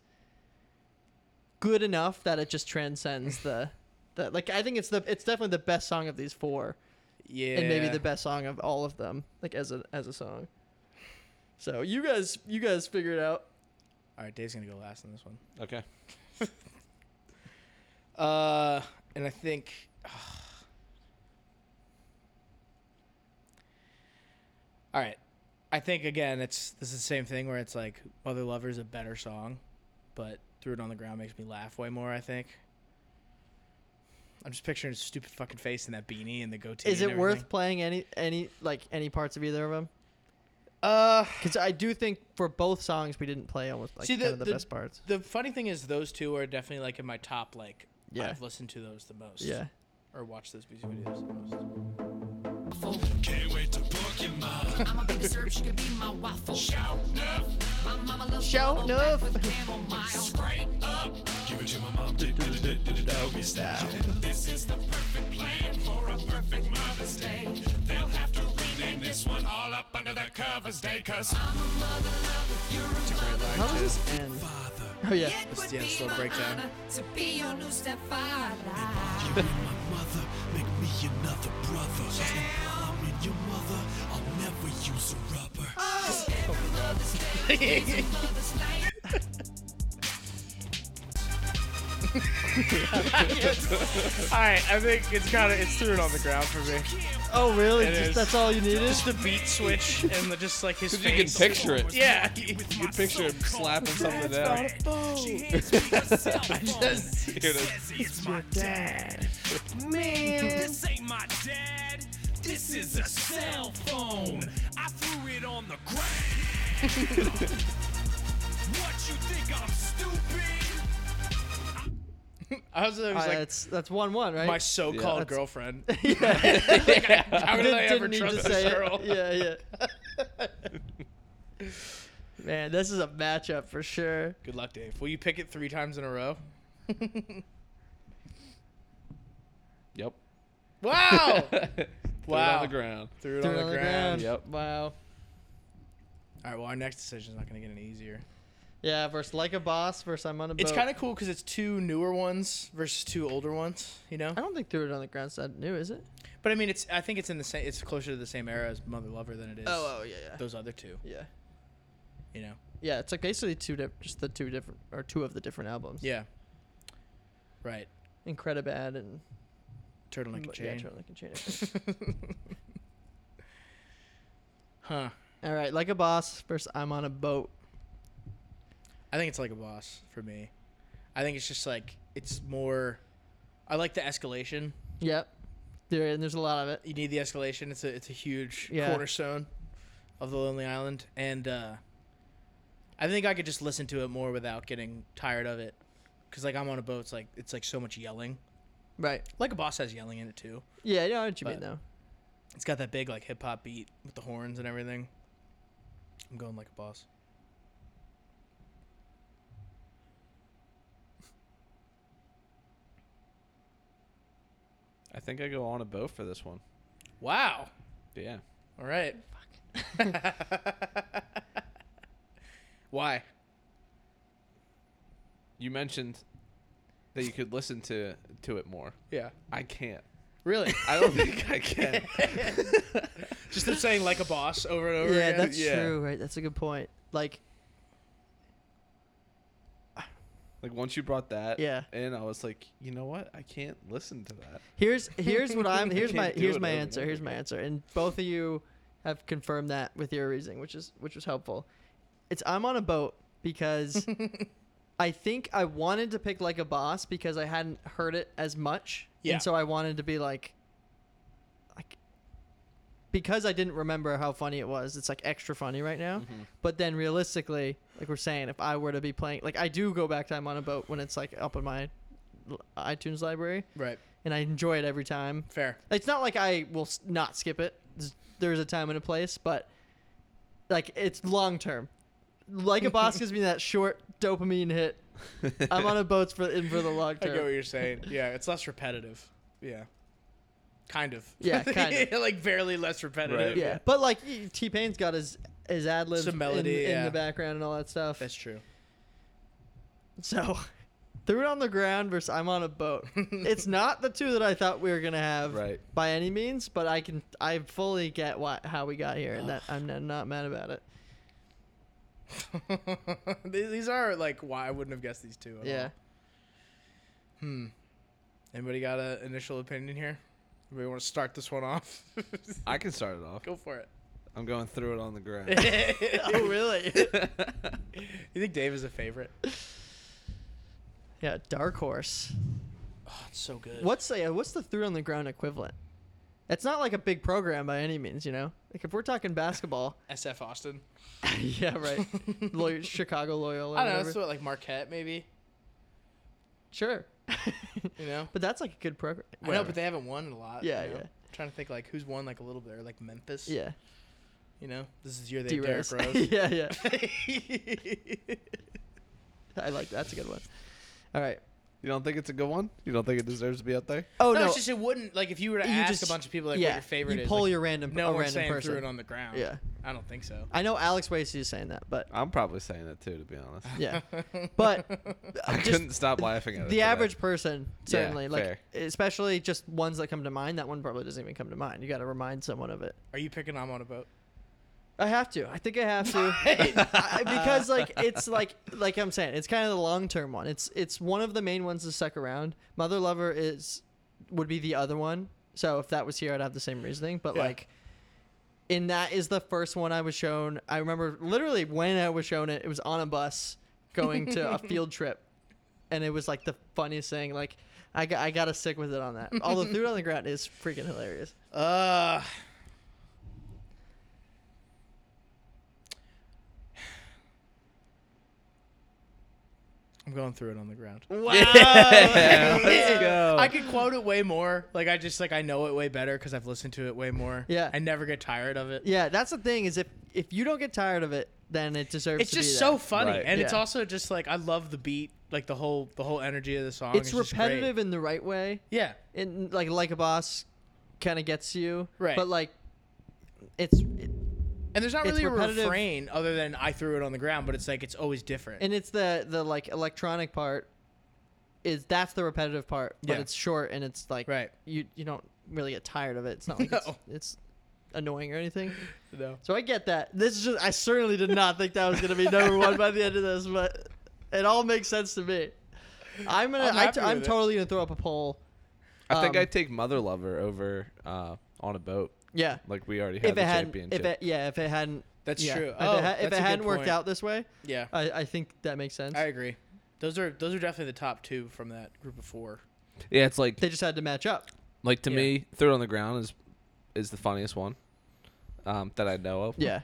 [SPEAKER 1] good enough that it just transcends the, the like I think it's the it's definitely the best song of these four. And maybe
[SPEAKER 2] Yeah.
[SPEAKER 1] the best song of all of them, like as a as a song. So you guys you guys figure it out.
[SPEAKER 2] All right, Dave's gonna go last on this one.
[SPEAKER 3] Okay.
[SPEAKER 2] uh, and I think. All right, I think again it's this is the same thing where it's like Mother Lover's a better song, but Threw It on the Ground makes me laugh way more. I think. I'm just picturing his stupid fucking face and that beanie and the goatee.
[SPEAKER 1] Is
[SPEAKER 2] and
[SPEAKER 1] it worth
[SPEAKER 2] everything.
[SPEAKER 1] playing any any like any parts of either of them? Uh, because I do think for both songs we didn't play almost like kind of the, best parts.
[SPEAKER 2] The funny thing is, those two are definitely like in my top. Like,
[SPEAKER 1] Yeah.
[SPEAKER 2] I've listened to those the most.
[SPEAKER 1] Yeah.
[SPEAKER 2] Or watched those music videos the most.
[SPEAKER 7] Can't wait to book your mom.
[SPEAKER 17] I'm a baby syrup, she could be my waffle. Shout enough. My mama loves
[SPEAKER 1] Shout
[SPEAKER 17] bubble
[SPEAKER 1] enough.
[SPEAKER 17] wrap with chamomile. Straight up.
[SPEAKER 7] Give it to my mom. Doggy style. This is the perfect plan for a perfect Mother's Day. They'll have to rename this one all up under their covers day. Cause I'm a mother lover. You're a mother
[SPEAKER 1] How does this end? Oh yeah.
[SPEAKER 2] It's the end, slow breakdown.
[SPEAKER 17] To be your new stepfather.
[SPEAKER 7] mother. Make me another brother. I'm in your mother. I'll never use a rubber. Cause every Mother's Day is a Mother's Night.
[SPEAKER 2] all right, I think it's kind of it's threw it on the ground for me.
[SPEAKER 1] Oh really?
[SPEAKER 2] It
[SPEAKER 1] Just-
[SPEAKER 2] is.
[SPEAKER 1] that's all you needed?
[SPEAKER 2] Just the beat switch and the, just like his
[SPEAKER 3] 'Cause
[SPEAKER 2] face.
[SPEAKER 3] you can picture it.
[SPEAKER 2] Yeah.
[SPEAKER 3] You can picture him slapping something down.
[SPEAKER 7] I just
[SPEAKER 3] Dude, that's-
[SPEAKER 7] says it's my dad. Man, this ain't my dad. This is a cell phone. I threw it on the ground. what you think I'm stupid?
[SPEAKER 2] I was, I was
[SPEAKER 1] Alright,
[SPEAKER 2] like,
[SPEAKER 1] that's that's one one, right?
[SPEAKER 2] my so-called
[SPEAKER 1] That's-
[SPEAKER 2] girlfriend.
[SPEAKER 1] yeah.
[SPEAKER 2] Like, how did I ever
[SPEAKER 1] Didn't need
[SPEAKER 2] trust
[SPEAKER 1] to
[SPEAKER 2] this
[SPEAKER 1] say it.
[SPEAKER 2] girl?
[SPEAKER 1] Yeah, yeah. Man, this is a matchup for sure.
[SPEAKER 2] Good luck, Dave. Will you pick it three times in a row?
[SPEAKER 3] Yep.
[SPEAKER 2] Wow.
[SPEAKER 3] Threw it
[SPEAKER 2] wow.
[SPEAKER 3] on the ground.
[SPEAKER 2] Threw it on the ground.
[SPEAKER 3] Yep.
[SPEAKER 1] Wow.
[SPEAKER 2] All right. Well, our next decision's not going to get any easier.
[SPEAKER 1] Yeah, versus like a boss versus I'm on a boat.
[SPEAKER 2] It's kind of cool because it's two newer ones versus two older ones. You know.
[SPEAKER 1] I don't think threw it on the ground. That new, is it?
[SPEAKER 2] But I mean, it's. I think it's in the same. It's closer to the same era as Mother Lover than it is.
[SPEAKER 1] Oh, oh, yeah, yeah.
[SPEAKER 2] Those other two.
[SPEAKER 1] Yeah.
[SPEAKER 2] You know.
[SPEAKER 1] Yeah, it's like basically two di- just the two different or two of the different albums.
[SPEAKER 2] Yeah. Right.
[SPEAKER 1] Incredibad and
[SPEAKER 2] Turtleneck and
[SPEAKER 1] Yeah,
[SPEAKER 2] Chain.
[SPEAKER 1] Turtleneck and Chain, I think.
[SPEAKER 2] Huh.
[SPEAKER 1] All right, like a boss versus I'm on a boat.
[SPEAKER 2] I think it's like a boss for me. I think it's just like it's more. I like the escalation.
[SPEAKER 1] Yep. There and there's a lot of it.
[SPEAKER 2] You need the escalation. It's a it's a huge
[SPEAKER 1] Yeah.
[SPEAKER 2] cornerstone of the Lonely Island, and uh, I think I could just listen to it more without getting tired of it. Cause like I'm on a boat, it's like it's like so much yelling.
[SPEAKER 1] Right.
[SPEAKER 2] Like a boss has yelling in it too.
[SPEAKER 1] Yeah, I know what you mean
[SPEAKER 2] But-
[SPEAKER 1] though.
[SPEAKER 2] It's got that big like hip hop beat with the horns and everything. I'm going like a boss.
[SPEAKER 3] I think I go on a boat for this one.
[SPEAKER 2] Wow.
[SPEAKER 3] Yeah.
[SPEAKER 2] All right. Why?
[SPEAKER 3] You mentioned that you could listen to to it more.
[SPEAKER 2] Yeah.
[SPEAKER 3] I can't.
[SPEAKER 2] Really?
[SPEAKER 3] I don't think I can.
[SPEAKER 2] Just them saying like a boss over and over
[SPEAKER 1] Yeah,
[SPEAKER 2] again.
[SPEAKER 1] that's true, right? That's a good point. Like
[SPEAKER 3] Like once you brought that
[SPEAKER 1] Yeah.
[SPEAKER 3] in, I was like, you know what? I can't listen to that.
[SPEAKER 1] Here's here's what I'm here's
[SPEAKER 3] Can't
[SPEAKER 1] my
[SPEAKER 3] do
[SPEAKER 1] here's
[SPEAKER 3] it
[SPEAKER 1] my
[SPEAKER 3] over and
[SPEAKER 1] answer.
[SPEAKER 3] over
[SPEAKER 1] Here's my
[SPEAKER 3] again.
[SPEAKER 1] answer. And both of you have confirmed that with your reasoning, which is which was helpful. It's I'm on a boat because I think I wanted to pick like a boss because I hadn't heard it as much.
[SPEAKER 2] Yeah.
[SPEAKER 1] And so I wanted to be like, like, because I didn't remember how funny it was, it's like extra funny right now.
[SPEAKER 3] Mm-hmm.
[SPEAKER 1] But then realistically, like we're saying, if I were to be playing, like I do go back time on a boat when it's like up in my l- iTunes library.
[SPEAKER 2] Right.
[SPEAKER 1] And I enjoy it every time.
[SPEAKER 2] Fair.
[SPEAKER 1] It's not like I will s- not skip it. There's- There's a time and a place, but like it's long term. Like a boss gives me that short dopamine hit. I'm on a boats for in for the long
[SPEAKER 2] I
[SPEAKER 1] term.
[SPEAKER 2] get what you're saying. Yeah, it's less repetitive. Yeah. Kind of.
[SPEAKER 1] Yeah, kind
[SPEAKER 2] like barely less repetitive.
[SPEAKER 1] Yeah. but like T Pain's got his his ad libs
[SPEAKER 2] Some
[SPEAKER 1] in,
[SPEAKER 2] melody,
[SPEAKER 1] in
[SPEAKER 2] yeah.
[SPEAKER 1] the background and all that stuff.
[SPEAKER 2] That's true.
[SPEAKER 1] So, threw it on the ground versus I'm on a boat. it's not the two that I thought we were gonna have
[SPEAKER 3] Right.
[SPEAKER 1] by any means, but I can I fully get why, how we got here, and that I'm not- not mad about it.
[SPEAKER 2] These these are like why I wouldn't have guessed these two. at all.
[SPEAKER 1] Yeah.
[SPEAKER 2] Hmm. Anybody got an initial opinion here? Anybody want to start this one off?
[SPEAKER 3] I can start it off.
[SPEAKER 2] Go for it.
[SPEAKER 3] I'm going through it on the ground.
[SPEAKER 1] oh really?
[SPEAKER 2] you think Dave is a favorite?
[SPEAKER 1] Yeah, Dark Horse.
[SPEAKER 2] Oh, it's so good.
[SPEAKER 1] What's the what's the through on the ground equivalent? It's not like a big program by any means, you know. Like if we're talking basketball,
[SPEAKER 2] SF Austin?
[SPEAKER 1] yeah, right. Loy- Chicago Loyola.
[SPEAKER 2] I don't know.
[SPEAKER 1] whatever.
[SPEAKER 2] That's what like Marquette maybe.
[SPEAKER 1] Sure.
[SPEAKER 2] You know.
[SPEAKER 1] But that's like a good program.
[SPEAKER 2] I know,
[SPEAKER 1] Whatever.
[SPEAKER 2] but they haven't won a lot.
[SPEAKER 1] Yeah,
[SPEAKER 2] you know?
[SPEAKER 1] yeah.
[SPEAKER 2] I'm trying to think like who's won like a little bit or like Memphis.
[SPEAKER 1] Yeah.
[SPEAKER 2] You know, this is your day, Derrick
[SPEAKER 1] D-Rose.
[SPEAKER 2] Rose.
[SPEAKER 1] yeah, yeah. I like that's a good one. All right.
[SPEAKER 3] You don't think it's a good one? You don't think it deserves to be up there?
[SPEAKER 1] Oh,
[SPEAKER 2] it's
[SPEAKER 1] no.
[SPEAKER 2] just it wouldn't like if you were to
[SPEAKER 1] You
[SPEAKER 2] ask a
[SPEAKER 1] just-
[SPEAKER 2] bunch of people like
[SPEAKER 1] yeah,
[SPEAKER 2] what your favorite
[SPEAKER 1] you
[SPEAKER 2] is.
[SPEAKER 1] poll
[SPEAKER 2] like,
[SPEAKER 1] your random-
[SPEAKER 2] No
[SPEAKER 1] a
[SPEAKER 2] one's
[SPEAKER 1] random
[SPEAKER 2] saying
[SPEAKER 1] person.
[SPEAKER 2] threw it on the ground.
[SPEAKER 1] Yeah.
[SPEAKER 2] I don't think so.
[SPEAKER 1] I know Alex Wasey is saying that, but
[SPEAKER 3] I'm probably saying that too, to be honest.
[SPEAKER 1] yeah. But
[SPEAKER 3] I
[SPEAKER 1] just
[SPEAKER 3] couldn't stop laughing at it.
[SPEAKER 1] the
[SPEAKER 3] today.
[SPEAKER 1] average person
[SPEAKER 3] Yeah,
[SPEAKER 1] certainly like
[SPEAKER 3] fair.
[SPEAKER 1] especially just ones that come to mind. That one probably doesn't even come to mind. You got to remind someone of it.
[SPEAKER 2] Are you picking I'm on a boat?
[SPEAKER 1] I have to. I think I have to I- because like it's like like I'm saying it's kind of the long term one. It's it's one of the main ones to suck around. Mother Lover is would be the other one. So if that was here, I'd have the same reasoning. But
[SPEAKER 2] Yeah.
[SPEAKER 1] like, in that is the first one I was shown. I remember literally when I was shown it. It was on a bus going to a field trip, and it was like the funniest thing. Like I got, I gotta stick with it on that. Although Through It on the Ground is freaking hilarious.
[SPEAKER 2] Uh I'm going through it on the ground. Wow.
[SPEAKER 1] Let's go.
[SPEAKER 2] I could quote it way more. Like I just like I know it way better cuz I've listened to it way more.
[SPEAKER 1] Yeah.
[SPEAKER 2] I never get tired of it.
[SPEAKER 1] Yeah, that's the thing is if if you don't get tired of it, then it deserves.
[SPEAKER 2] It's
[SPEAKER 1] to be
[SPEAKER 2] just
[SPEAKER 1] there.
[SPEAKER 2] so funny and it's
[SPEAKER 1] Yeah.
[SPEAKER 2] also just like I love the beat, like the whole the whole energy of the song.
[SPEAKER 1] it's
[SPEAKER 2] is just great.
[SPEAKER 1] repetitive in the right way.
[SPEAKER 2] Yeah.
[SPEAKER 1] and like like a boss, kind of gets you.
[SPEAKER 2] Right.
[SPEAKER 1] But like, it's it-
[SPEAKER 2] And there's not
[SPEAKER 1] It's
[SPEAKER 2] really a
[SPEAKER 1] repetitive.
[SPEAKER 2] refrain other than I threw it on the ground, but it's like it's always different.
[SPEAKER 1] and it's the the like electronic part. Is that's the repetitive part, but
[SPEAKER 2] Yeah.
[SPEAKER 1] it's short and it's like
[SPEAKER 2] Right.
[SPEAKER 1] You you don't really get tired of it. It's not like it's,
[SPEAKER 2] No.
[SPEAKER 1] it's annoying or anything.
[SPEAKER 2] No.
[SPEAKER 1] So I get that. This is just I certainly did not think that was gonna be number one by the end of this, but it all makes sense to me. I'm gonna
[SPEAKER 2] I'm
[SPEAKER 1] I'm, I
[SPEAKER 2] happy
[SPEAKER 1] t- I'm
[SPEAKER 2] with it.
[SPEAKER 1] totally gonna throw up a poll.
[SPEAKER 3] I think
[SPEAKER 1] Um,
[SPEAKER 3] I'd take Mother Lover over uh, on a boat.
[SPEAKER 1] Yeah.
[SPEAKER 3] Like we already had
[SPEAKER 1] if
[SPEAKER 3] the
[SPEAKER 1] it hadn't,
[SPEAKER 3] championship.
[SPEAKER 1] if it, yeah, if it hadn't,
[SPEAKER 2] That's
[SPEAKER 1] yeah.
[SPEAKER 2] true.
[SPEAKER 1] If
[SPEAKER 2] Oh,
[SPEAKER 1] it, ha-
[SPEAKER 2] that's a
[SPEAKER 1] if
[SPEAKER 2] good
[SPEAKER 1] it hadn't worked
[SPEAKER 2] point.
[SPEAKER 1] out this way,
[SPEAKER 2] Yeah.
[SPEAKER 1] I, I think that makes sense.
[SPEAKER 2] I agree. Those are those are definitely the top two from that group of four.
[SPEAKER 3] yeah, it's like
[SPEAKER 1] they just had to match up.
[SPEAKER 3] like to
[SPEAKER 2] Yeah.
[SPEAKER 3] me, throw it on the ground is is the funniest one um, that I know of.
[SPEAKER 1] Yeah.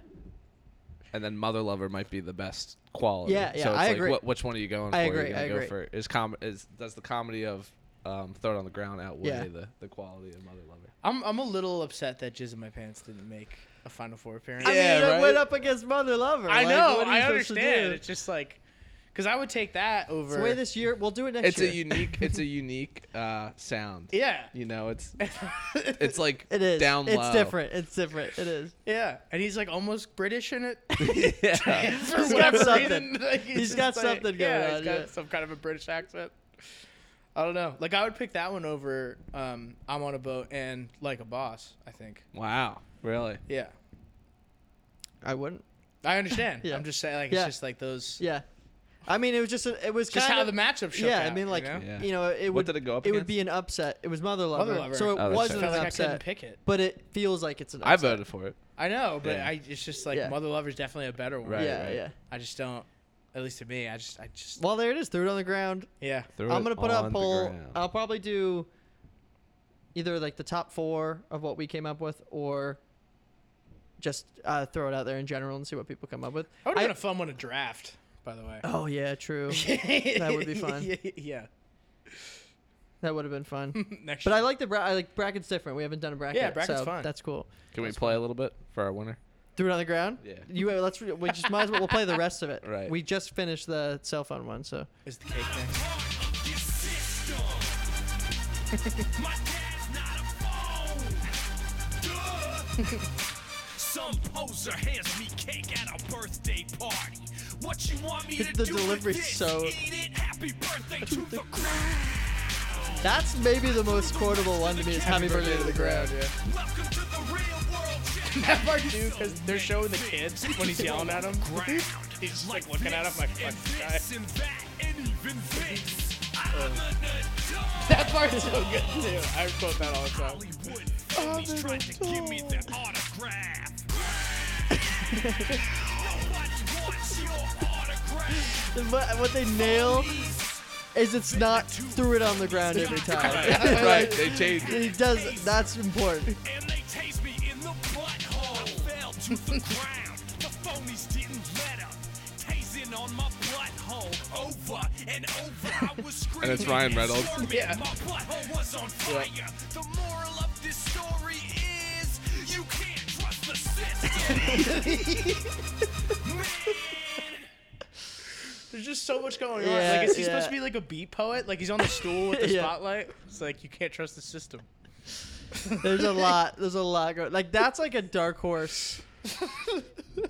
[SPEAKER 3] And then Mother Lover might be the best quality.
[SPEAKER 1] Yeah, yeah,
[SPEAKER 3] So it's
[SPEAKER 1] I
[SPEAKER 3] like,
[SPEAKER 1] agree.
[SPEAKER 3] What, which one are you going
[SPEAKER 1] I
[SPEAKER 3] for? Are
[SPEAKER 1] agree,
[SPEAKER 3] you gonna
[SPEAKER 1] I
[SPEAKER 3] go
[SPEAKER 1] agree.
[SPEAKER 3] for is com is does the comedy of um, throw it on the ground outweigh
[SPEAKER 1] Yeah.
[SPEAKER 3] the, the quality of Mother Lover?
[SPEAKER 2] I'm I'm a little upset that Jizz in My Pants didn't make a Final Four appearance.
[SPEAKER 1] I mean, it went up against Mother Lover.
[SPEAKER 2] I
[SPEAKER 1] Like,
[SPEAKER 2] know.
[SPEAKER 1] what are you
[SPEAKER 2] I
[SPEAKER 1] supposed to
[SPEAKER 2] understand.
[SPEAKER 1] do?
[SPEAKER 2] It's just like, because I would take that over.
[SPEAKER 1] It's the way this year. We'll do it next
[SPEAKER 3] It's
[SPEAKER 1] year.
[SPEAKER 3] a unique it's a unique uh, sound.
[SPEAKER 2] Yeah.
[SPEAKER 3] You know, it's it's like
[SPEAKER 1] It is.
[SPEAKER 3] down
[SPEAKER 1] it's
[SPEAKER 3] low.
[SPEAKER 1] different. It's different. It is.
[SPEAKER 2] yeah, and he's like almost British in it.
[SPEAKER 3] Yeah.
[SPEAKER 2] For
[SPEAKER 1] He's got
[SPEAKER 2] whatever
[SPEAKER 1] something.
[SPEAKER 2] reason, like,
[SPEAKER 1] He's got
[SPEAKER 2] just like-
[SPEAKER 1] something
[SPEAKER 2] yeah,
[SPEAKER 1] going
[SPEAKER 2] He's
[SPEAKER 1] on,
[SPEAKER 2] got
[SPEAKER 1] yeah.
[SPEAKER 2] some kind of a British accent. I don't know. Like I would pick that one over um, I'm on a boat and like a boss. I think.
[SPEAKER 3] Wow. Really?
[SPEAKER 2] Yeah.
[SPEAKER 1] I wouldn't.
[SPEAKER 2] I understand.
[SPEAKER 1] Yeah.
[SPEAKER 2] I'm just saying, like,
[SPEAKER 1] Yeah.
[SPEAKER 2] it's just like those.
[SPEAKER 1] Yeah. I mean, it was just a, it was
[SPEAKER 2] Just
[SPEAKER 1] kind
[SPEAKER 2] how
[SPEAKER 1] of,
[SPEAKER 2] the matchup shook
[SPEAKER 1] Yeah, I
[SPEAKER 2] out,
[SPEAKER 1] mean,
[SPEAKER 2] you
[SPEAKER 1] like
[SPEAKER 2] know? Yeah.
[SPEAKER 1] you know, it
[SPEAKER 3] What
[SPEAKER 1] would
[SPEAKER 3] did it go up
[SPEAKER 1] It would be an upset. It was Mother Lover,
[SPEAKER 2] Mother Lover.
[SPEAKER 1] so it
[SPEAKER 3] Oh, that's
[SPEAKER 1] wasn't
[SPEAKER 2] fair.
[SPEAKER 1] an
[SPEAKER 2] Felt like I
[SPEAKER 1] upset.
[SPEAKER 2] couldn't pick it.
[SPEAKER 1] but it feels like it's an.
[SPEAKER 3] I
[SPEAKER 1] upset.
[SPEAKER 3] voted for it.
[SPEAKER 2] I know, but
[SPEAKER 3] Yeah.
[SPEAKER 2] I it's just like
[SPEAKER 1] Yeah.
[SPEAKER 2] Mother Lover's definitely a better one.
[SPEAKER 3] Right,
[SPEAKER 1] yeah,
[SPEAKER 3] right.
[SPEAKER 1] yeah.
[SPEAKER 2] I just don't. At least to me, I just, I just.
[SPEAKER 1] Well, there it is. Threw it on the ground.
[SPEAKER 2] Yeah. Threw
[SPEAKER 1] I'm
[SPEAKER 2] it
[SPEAKER 1] gonna put
[SPEAKER 2] on
[SPEAKER 1] up
[SPEAKER 2] the
[SPEAKER 1] poll.
[SPEAKER 2] ground.
[SPEAKER 1] I'll probably do either like the top four of what we came up with, or just uh, throw it out there in general and see what people come up with.
[SPEAKER 2] That would have been a fun one to draft, by the way.
[SPEAKER 1] Oh yeah, true. that would be fun.
[SPEAKER 2] yeah.
[SPEAKER 1] That would have been fun.
[SPEAKER 2] Next
[SPEAKER 1] but I like the bra- I like brackets different. We haven't done a bracket.
[SPEAKER 2] bracket's
[SPEAKER 1] so
[SPEAKER 2] fun.
[SPEAKER 1] That's cool.
[SPEAKER 3] Can we play a little bit for our winner?
[SPEAKER 1] Threw it on the ground.
[SPEAKER 3] Yeah.
[SPEAKER 1] You uh, let's re- we just might as well we'll play the rest of it.
[SPEAKER 3] Right.
[SPEAKER 1] We just finished the cell phone one, so.
[SPEAKER 2] Is the cake thing.
[SPEAKER 7] My dad's not a phone. Duh. Some poser hands me cake at a birthday party. What you want me to
[SPEAKER 1] The
[SPEAKER 7] do with
[SPEAKER 1] delivery's
[SPEAKER 7] this?
[SPEAKER 1] so-
[SPEAKER 7] Eat it. Happy birthday to the
[SPEAKER 1] That's maybe the most quotable one to me is Happy Birthday to the Ground. Yeah.
[SPEAKER 2] That part too, because they're showing the kids when he's yelling at them.
[SPEAKER 7] Ground
[SPEAKER 2] He's just like looking at him like
[SPEAKER 7] and
[SPEAKER 2] fucking guy.
[SPEAKER 7] this and that and even this. I'm an adult.
[SPEAKER 2] That part's so good too. I quote that all the time.
[SPEAKER 7] He's trying to give me that autograph. Nobody wants your autograph.
[SPEAKER 1] And What, what they nail is it's not threw it on the ground every time.
[SPEAKER 3] Right, right, they change it.
[SPEAKER 1] It does. That's important.
[SPEAKER 7] And they taste me in the butthole. I fell to the ground. The phonies didn't let up. Tasing on my butthole. Over and over. I was screaming.
[SPEAKER 3] And it's Ryan Reynolds.
[SPEAKER 7] squirming.
[SPEAKER 3] Yeah.
[SPEAKER 7] My butthole was on fire. The moral of this story is you can't trust the system.
[SPEAKER 2] There's just so much going on.
[SPEAKER 1] Yeah,
[SPEAKER 2] like, is he supposed
[SPEAKER 1] yeah.
[SPEAKER 2] to be like a beat poet? Like, he's on the stool with the
[SPEAKER 1] Yeah.
[SPEAKER 2] spotlight. It's like you can't trust the system.
[SPEAKER 1] There's a lot. There's a lot going. Like that's like a dark horse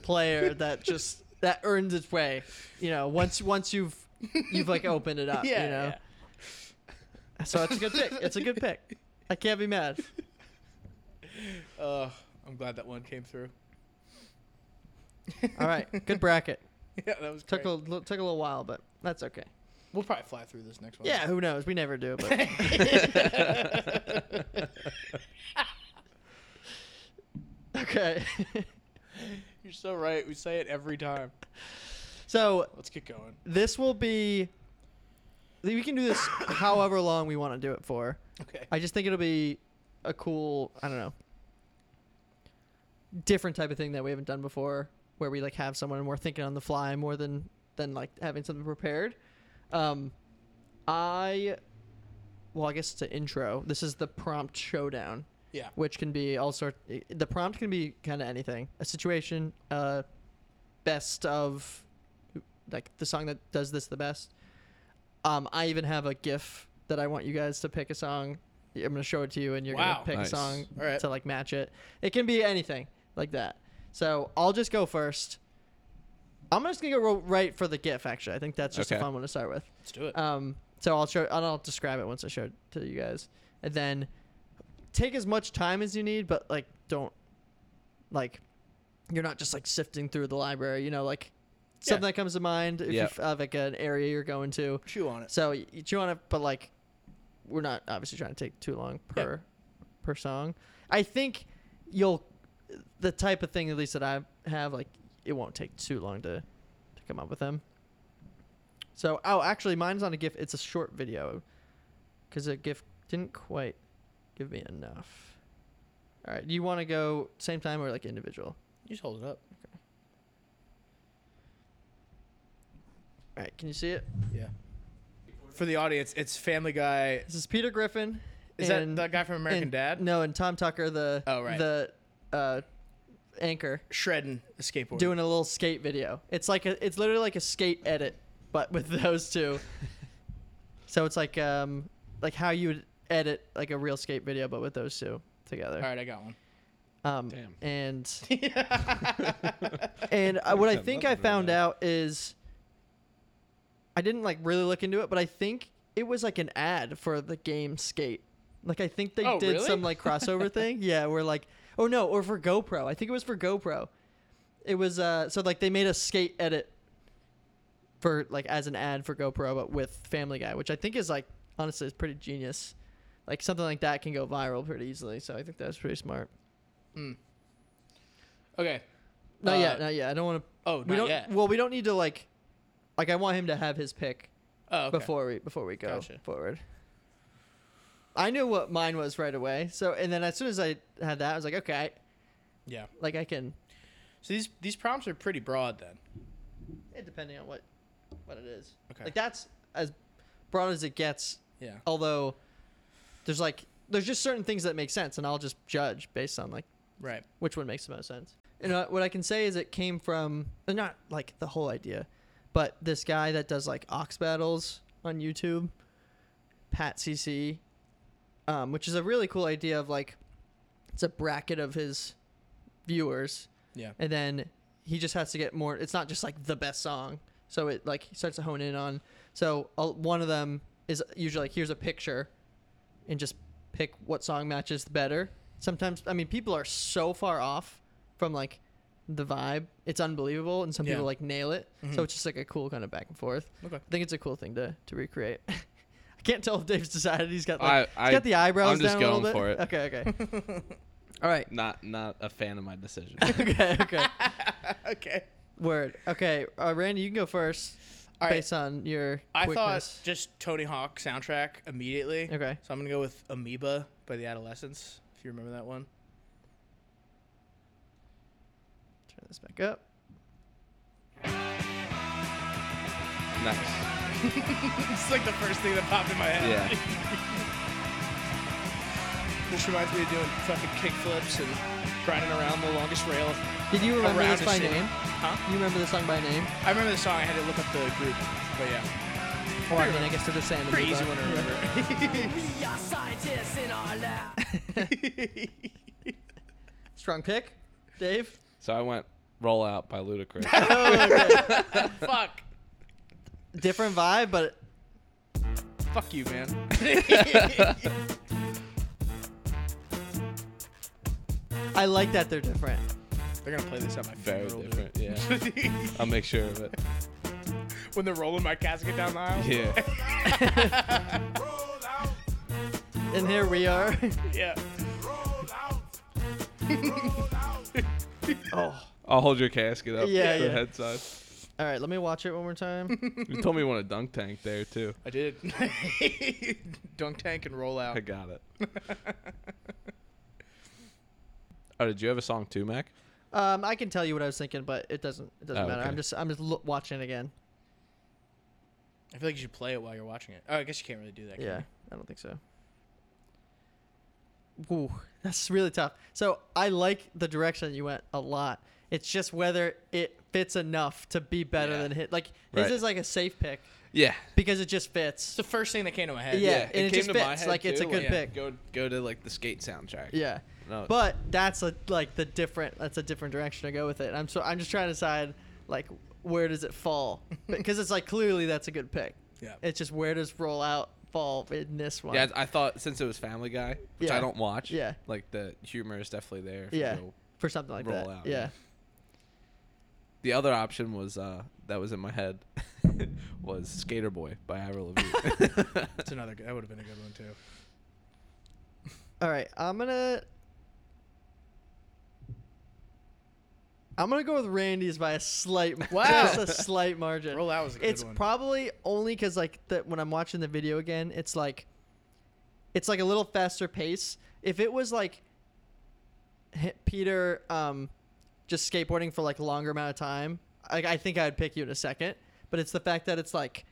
[SPEAKER 1] player that just that earns its way. You know, once once you've you've like opened it up.
[SPEAKER 2] Yeah,
[SPEAKER 1] you know. So it's a good pick. It's a good pick. I can't be mad.
[SPEAKER 2] Uh, I'm glad that one came through.
[SPEAKER 1] All right, good bracket.
[SPEAKER 2] Yeah, that was
[SPEAKER 1] took
[SPEAKER 2] great.
[SPEAKER 1] a li- took a little while, but that's okay.
[SPEAKER 2] We'll probably fly through this next one.
[SPEAKER 1] Yeah, who knows? We never do, but okay.
[SPEAKER 2] You're so right. We say it every time.
[SPEAKER 1] So
[SPEAKER 2] Let's get going.
[SPEAKER 1] this will be. We can do this however long we want to do it for.
[SPEAKER 2] Okay.
[SPEAKER 1] I just think it'll be a cool. I don't know. Different type of thing that we haven't done before, where we like have someone and we're thinking on the fly more than than like having something prepared. Um, I. Well, I guess it's an intro. This is the prompt showdown.
[SPEAKER 2] Yeah.
[SPEAKER 1] Which can be all sort. The prompt can be kind of anything. A situation. Uh, best of like the song that does this the best. Um, I even have a GIF that I want you guys to pick a song. I'm gonna show it to you, and you're
[SPEAKER 2] Wow.
[SPEAKER 1] gonna pick
[SPEAKER 2] Nice.
[SPEAKER 1] a song
[SPEAKER 2] All right.
[SPEAKER 1] to like match it. It can be anything like that. So I'll just go first. I'm just gonna go ro- right for the GIF. Actually, I think that's just a
[SPEAKER 2] Okay.
[SPEAKER 1] fun one to start with.
[SPEAKER 2] Let's do it.
[SPEAKER 1] Um, so I'll show and I'll describe it once I show it to you guys, and then take as much time as you need, but like don't like you're not just like sifting through the library. You know, like something
[SPEAKER 2] Yeah.
[SPEAKER 1] that comes to mind if
[SPEAKER 2] Yeah.
[SPEAKER 1] you have like an area you're going to.
[SPEAKER 2] Chew on it.
[SPEAKER 1] So you chew on it, but like we're not obviously trying to take too long
[SPEAKER 2] Yeah.
[SPEAKER 1] per per song. I think you'll the type of thing at least that I have like it won't take too long to to come up with them. So oh, actually, mine's not a GIF. It's a short video because a GIF didn't quite give me enough. All right, do you want to go same time or like individual?
[SPEAKER 2] You just hold it up.
[SPEAKER 1] All right, can you see it?
[SPEAKER 2] Yeah. For the audience, it's Family Guy.
[SPEAKER 1] This is Peter Griffin.
[SPEAKER 2] Is that
[SPEAKER 1] and-
[SPEAKER 2] that guy from American
[SPEAKER 1] and-
[SPEAKER 2] Dad?
[SPEAKER 1] No, and Tom Tucker, the
[SPEAKER 2] Oh, right.
[SPEAKER 1] the uh, anchor,
[SPEAKER 2] Shredding a skateboard.
[SPEAKER 1] doing a little skate video. It's like a, it's literally like a skate edit, but with those two. so it's like um like how you would edit like a real skate video, but with those two together.
[SPEAKER 2] All right, I got one.
[SPEAKER 1] Um, And and uh, what I
[SPEAKER 2] That
[SPEAKER 1] think
[SPEAKER 2] must
[SPEAKER 1] I
[SPEAKER 2] have been
[SPEAKER 1] found out is I didn't like really look into it, but I think it was like an ad for the game Skate. Like I think they
[SPEAKER 2] Oh,
[SPEAKER 1] did
[SPEAKER 2] really?
[SPEAKER 1] some like crossover thing. Yeah, where like oh no, or for GoPro. I think it was for GoPro. It was uh so like they made a skate edit for like as an ad for GoPro, but with Family Guy, which I think is like honestly is pretty genius. Like something like that can go viral pretty easily, so I think that's pretty smart.
[SPEAKER 2] Okay.
[SPEAKER 1] Not
[SPEAKER 2] Uh,
[SPEAKER 1] yet, not yet. I don't want to.
[SPEAKER 2] Oh,
[SPEAKER 1] we
[SPEAKER 2] not
[SPEAKER 1] don't,
[SPEAKER 2] yet.
[SPEAKER 1] Well, we don't need to like. Like I want him to have his pick
[SPEAKER 2] Oh, okay.
[SPEAKER 1] before we before we go
[SPEAKER 2] Gotcha.
[SPEAKER 1] forward. I knew what mine was right away. So and then as soon as I had that, I was like, okay, I,
[SPEAKER 2] Yeah.
[SPEAKER 1] like I can.
[SPEAKER 2] So these these prompts are pretty broad then.
[SPEAKER 1] It depending on what what it is.
[SPEAKER 2] Okay.
[SPEAKER 1] Like that's as broad as it gets.
[SPEAKER 2] Yeah.
[SPEAKER 1] Although there's like there's just certain things that make sense, and I'll just judge based on like
[SPEAKER 2] Right.
[SPEAKER 1] which one makes the most sense. And uh, what I can say is it came from uh, not like the whole idea, but this guy that does like ox battles on YouTube, Pat CC, um, which is a really cool idea of like it's a bracket of his viewers.
[SPEAKER 2] Yeah.
[SPEAKER 1] And then he just has to get more. It's not just like the best song. So it like he starts to hone in on. So uh, one of them is usually like here's a picture, and just pick what song matches better. Sometimes I mean people are so far off from like the vibe. It's unbelievable, and some
[SPEAKER 2] Yeah.
[SPEAKER 1] people like nail it.
[SPEAKER 2] Mhm.
[SPEAKER 1] So it's just like a cool kind of back and forth.
[SPEAKER 2] Okay.
[SPEAKER 1] I think it's a cool thing to to recreate. I can't tell if Dave's decided he's got
[SPEAKER 3] I-
[SPEAKER 1] like
[SPEAKER 3] I-
[SPEAKER 1] he's got the eyebrows
[SPEAKER 3] I'm just
[SPEAKER 1] down a little
[SPEAKER 3] going
[SPEAKER 1] bit.
[SPEAKER 3] for it.
[SPEAKER 1] Okay, okay. All right.
[SPEAKER 3] Not not a fan of my decision.
[SPEAKER 1] okay, okay.
[SPEAKER 2] okay.
[SPEAKER 1] Word. Okay, uh, Randy, you can go first
[SPEAKER 2] All right.
[SPEAKER 1] based on your
[SPEAKER 2] I
[SPEAKER 1] quickness.
[SPEAKER 2] thought just Tony Hawk soundtrack immediately.
[SPEAKER 1] Okay.
[SPEAKER 2] So I'm gonna go with Amoeba by the Adolescents. If you remember that one.
[SPEAKER 1] Turn this back up.
[SPEAKER 3] nice.
[SPEAKER 2] it's like the first thing that popped in my head. this reminds me of doing fucking kickflips and grinding around the longest rail.
[SPEAKER 1] Did you remember
[SPEAKER 2] around
[SPEAKER 1] this by
[SPEAKER 2] the city.
[SPEAKER 1] name?
[SPEAKER 2] Huh?
[SPEAKER 1] You remember the song by name?
[SPEAKER 2] I remember the song. I had to look up the group, but yeah.
[SPEAKER 1] Or I mean, I guess they're the same.
[SPEAKER 2] Pretty easy one to remember.
[SPEAKER 18] we are scientists in our lab.
[SPEAKER 1] Strong pick, Dave.
[SPEAKER 3] So I went roll out by Ludacris.
[SPEAKER 2] Fuck.
[SPEAKER 1] Different vibe, but
[SPEAKER 2] Fuck you, man.
[SPEAKER 1] I like that they're different.
[SPEAKER 2] They're gonna play this at my
[SPEAKER 3] Very
[SPEAKER 2] funeral.
[SPEAKER 3] different.
[SPEAKER 2] dude.
[SPEAKER 3] Yeah. I'll make sure of it.
[SPEAKER 2] when they're rolling my casket down the aisle.
[SPEAKER 3] Yeah.
[SPEAKER 1] And here we are.
[SPEAKER 2] yeah.
[SPEAKER 1] oh.
[SPEAKER 3] I'll hold your casket up.
[SPEAKER 1] Yeah,
[SPEAKER 3] the
[SPEAKER 1] yeah.
[SPEAKER 3] head side.
[SPEAKER 1] All right, let me watch it one more time.
[SPEAKER 3] You told me you want a dunk tank there too.
[SPEAKER 2] I did. Dunk tank and roll out.
[SPEAKER 3] I got it. Oh, did you have a song too, Mac?
[SPEAKER 1] um, I can tell you what I was thinking, but it doesn't. It doesn't
[SPEAKER 3] Oh,
[SPEAKER 1] matter.
[SPEAKER 3] okay.
[SPEAKER 1] I'm just. I'm just lo- watching it again.
[SPEAKER 2] I feel like you should play it while you're watching it. Oh, I guess you can't really do that. can
[SPEAKER 1] yeah,
[SPEAKER 2] you?
[SPEAKER 1] I don't think so. Ooh, that's really tough. So I like the direction you went a lot. It's just whether it fits enough to be better than hit. Like
[SPEAKER 3] Right.
[SPEAKER 1] this is like a safe pick
[SPEAKER 3] Yeah.
[SPEAKER 1] because it just fits.
[SPEAKER 2] It's the first thing that came to my head.
[SPEAKER 1] Yeah, and it just fits, like, it's a good pick.
[SPEAKER 3] Go go to like the skate soundtrack.
[SPEAKER 1] Yeah.
[SPEAKER 3] No.
[SPEAKER 1] But that's a, like the different. That's a different direction to go with it. I'm so I'm just trying to decide like where does it fall because it's like clearly that's a good pick.
[SPEAKER 2] Yeah.
[SPEAKER 1] It's just where does roll out fall in this one?
[SPEAKER 3] yeah, I thought since it was Family Guy, which I
[SPEAKER 1] Yeah.
[SPEAKER 3] don't watch.
[SPEAKER 1] Yeah.
[SPEAKER 3] Like the humor is definitely there. if you
[SPEAKER 1] yeah.
[SPEAKER 3] go
[SPEAKER 1] For something like
[SPEAKER 3] roll
[SPEAKER 1] that.
[SPEAKER 3] out,
[SPEAKER 1] yeah.
[SPEAKER 3] The other option was uh that was in my head was Skater Boy by Avril Lavigne.
[SPEAKER 2] That's another. Good, that would have been a good one too.
[SPEAKER 1] All right, I'm gonna. I'm gonna go with Randy's by a slight,
[SPEAKER 2] Wow.
[SPEAKER 1] just a slight margin.
[SPEAKER 2] Roll out was a good
[SPEAKER 1] it's
[SPEAKER 2] one.
[SPEAKER 1] probably only because like that when I'm watching the video again, it's like, it's like a little faster pace. If it was like, H- Peter, um, just skateboarding for like a longer amount of time, like I think I'd pick you in a second. But it's the fact that it's like,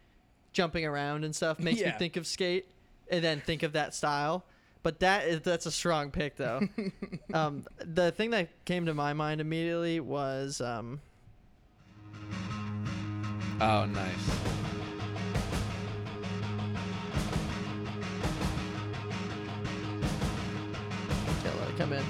[SPEAKER 1] jumping around and stuff makes me
[SPEAKER 2] Yeah.
[SPEAKER 1] think of skate, and then think of that style. But that is that's a strong pick though. um, the thing that came to my mind immediately was um,
[SPEAKER 3] oh, nice.
[SPEAKER 1] okay, let it come in.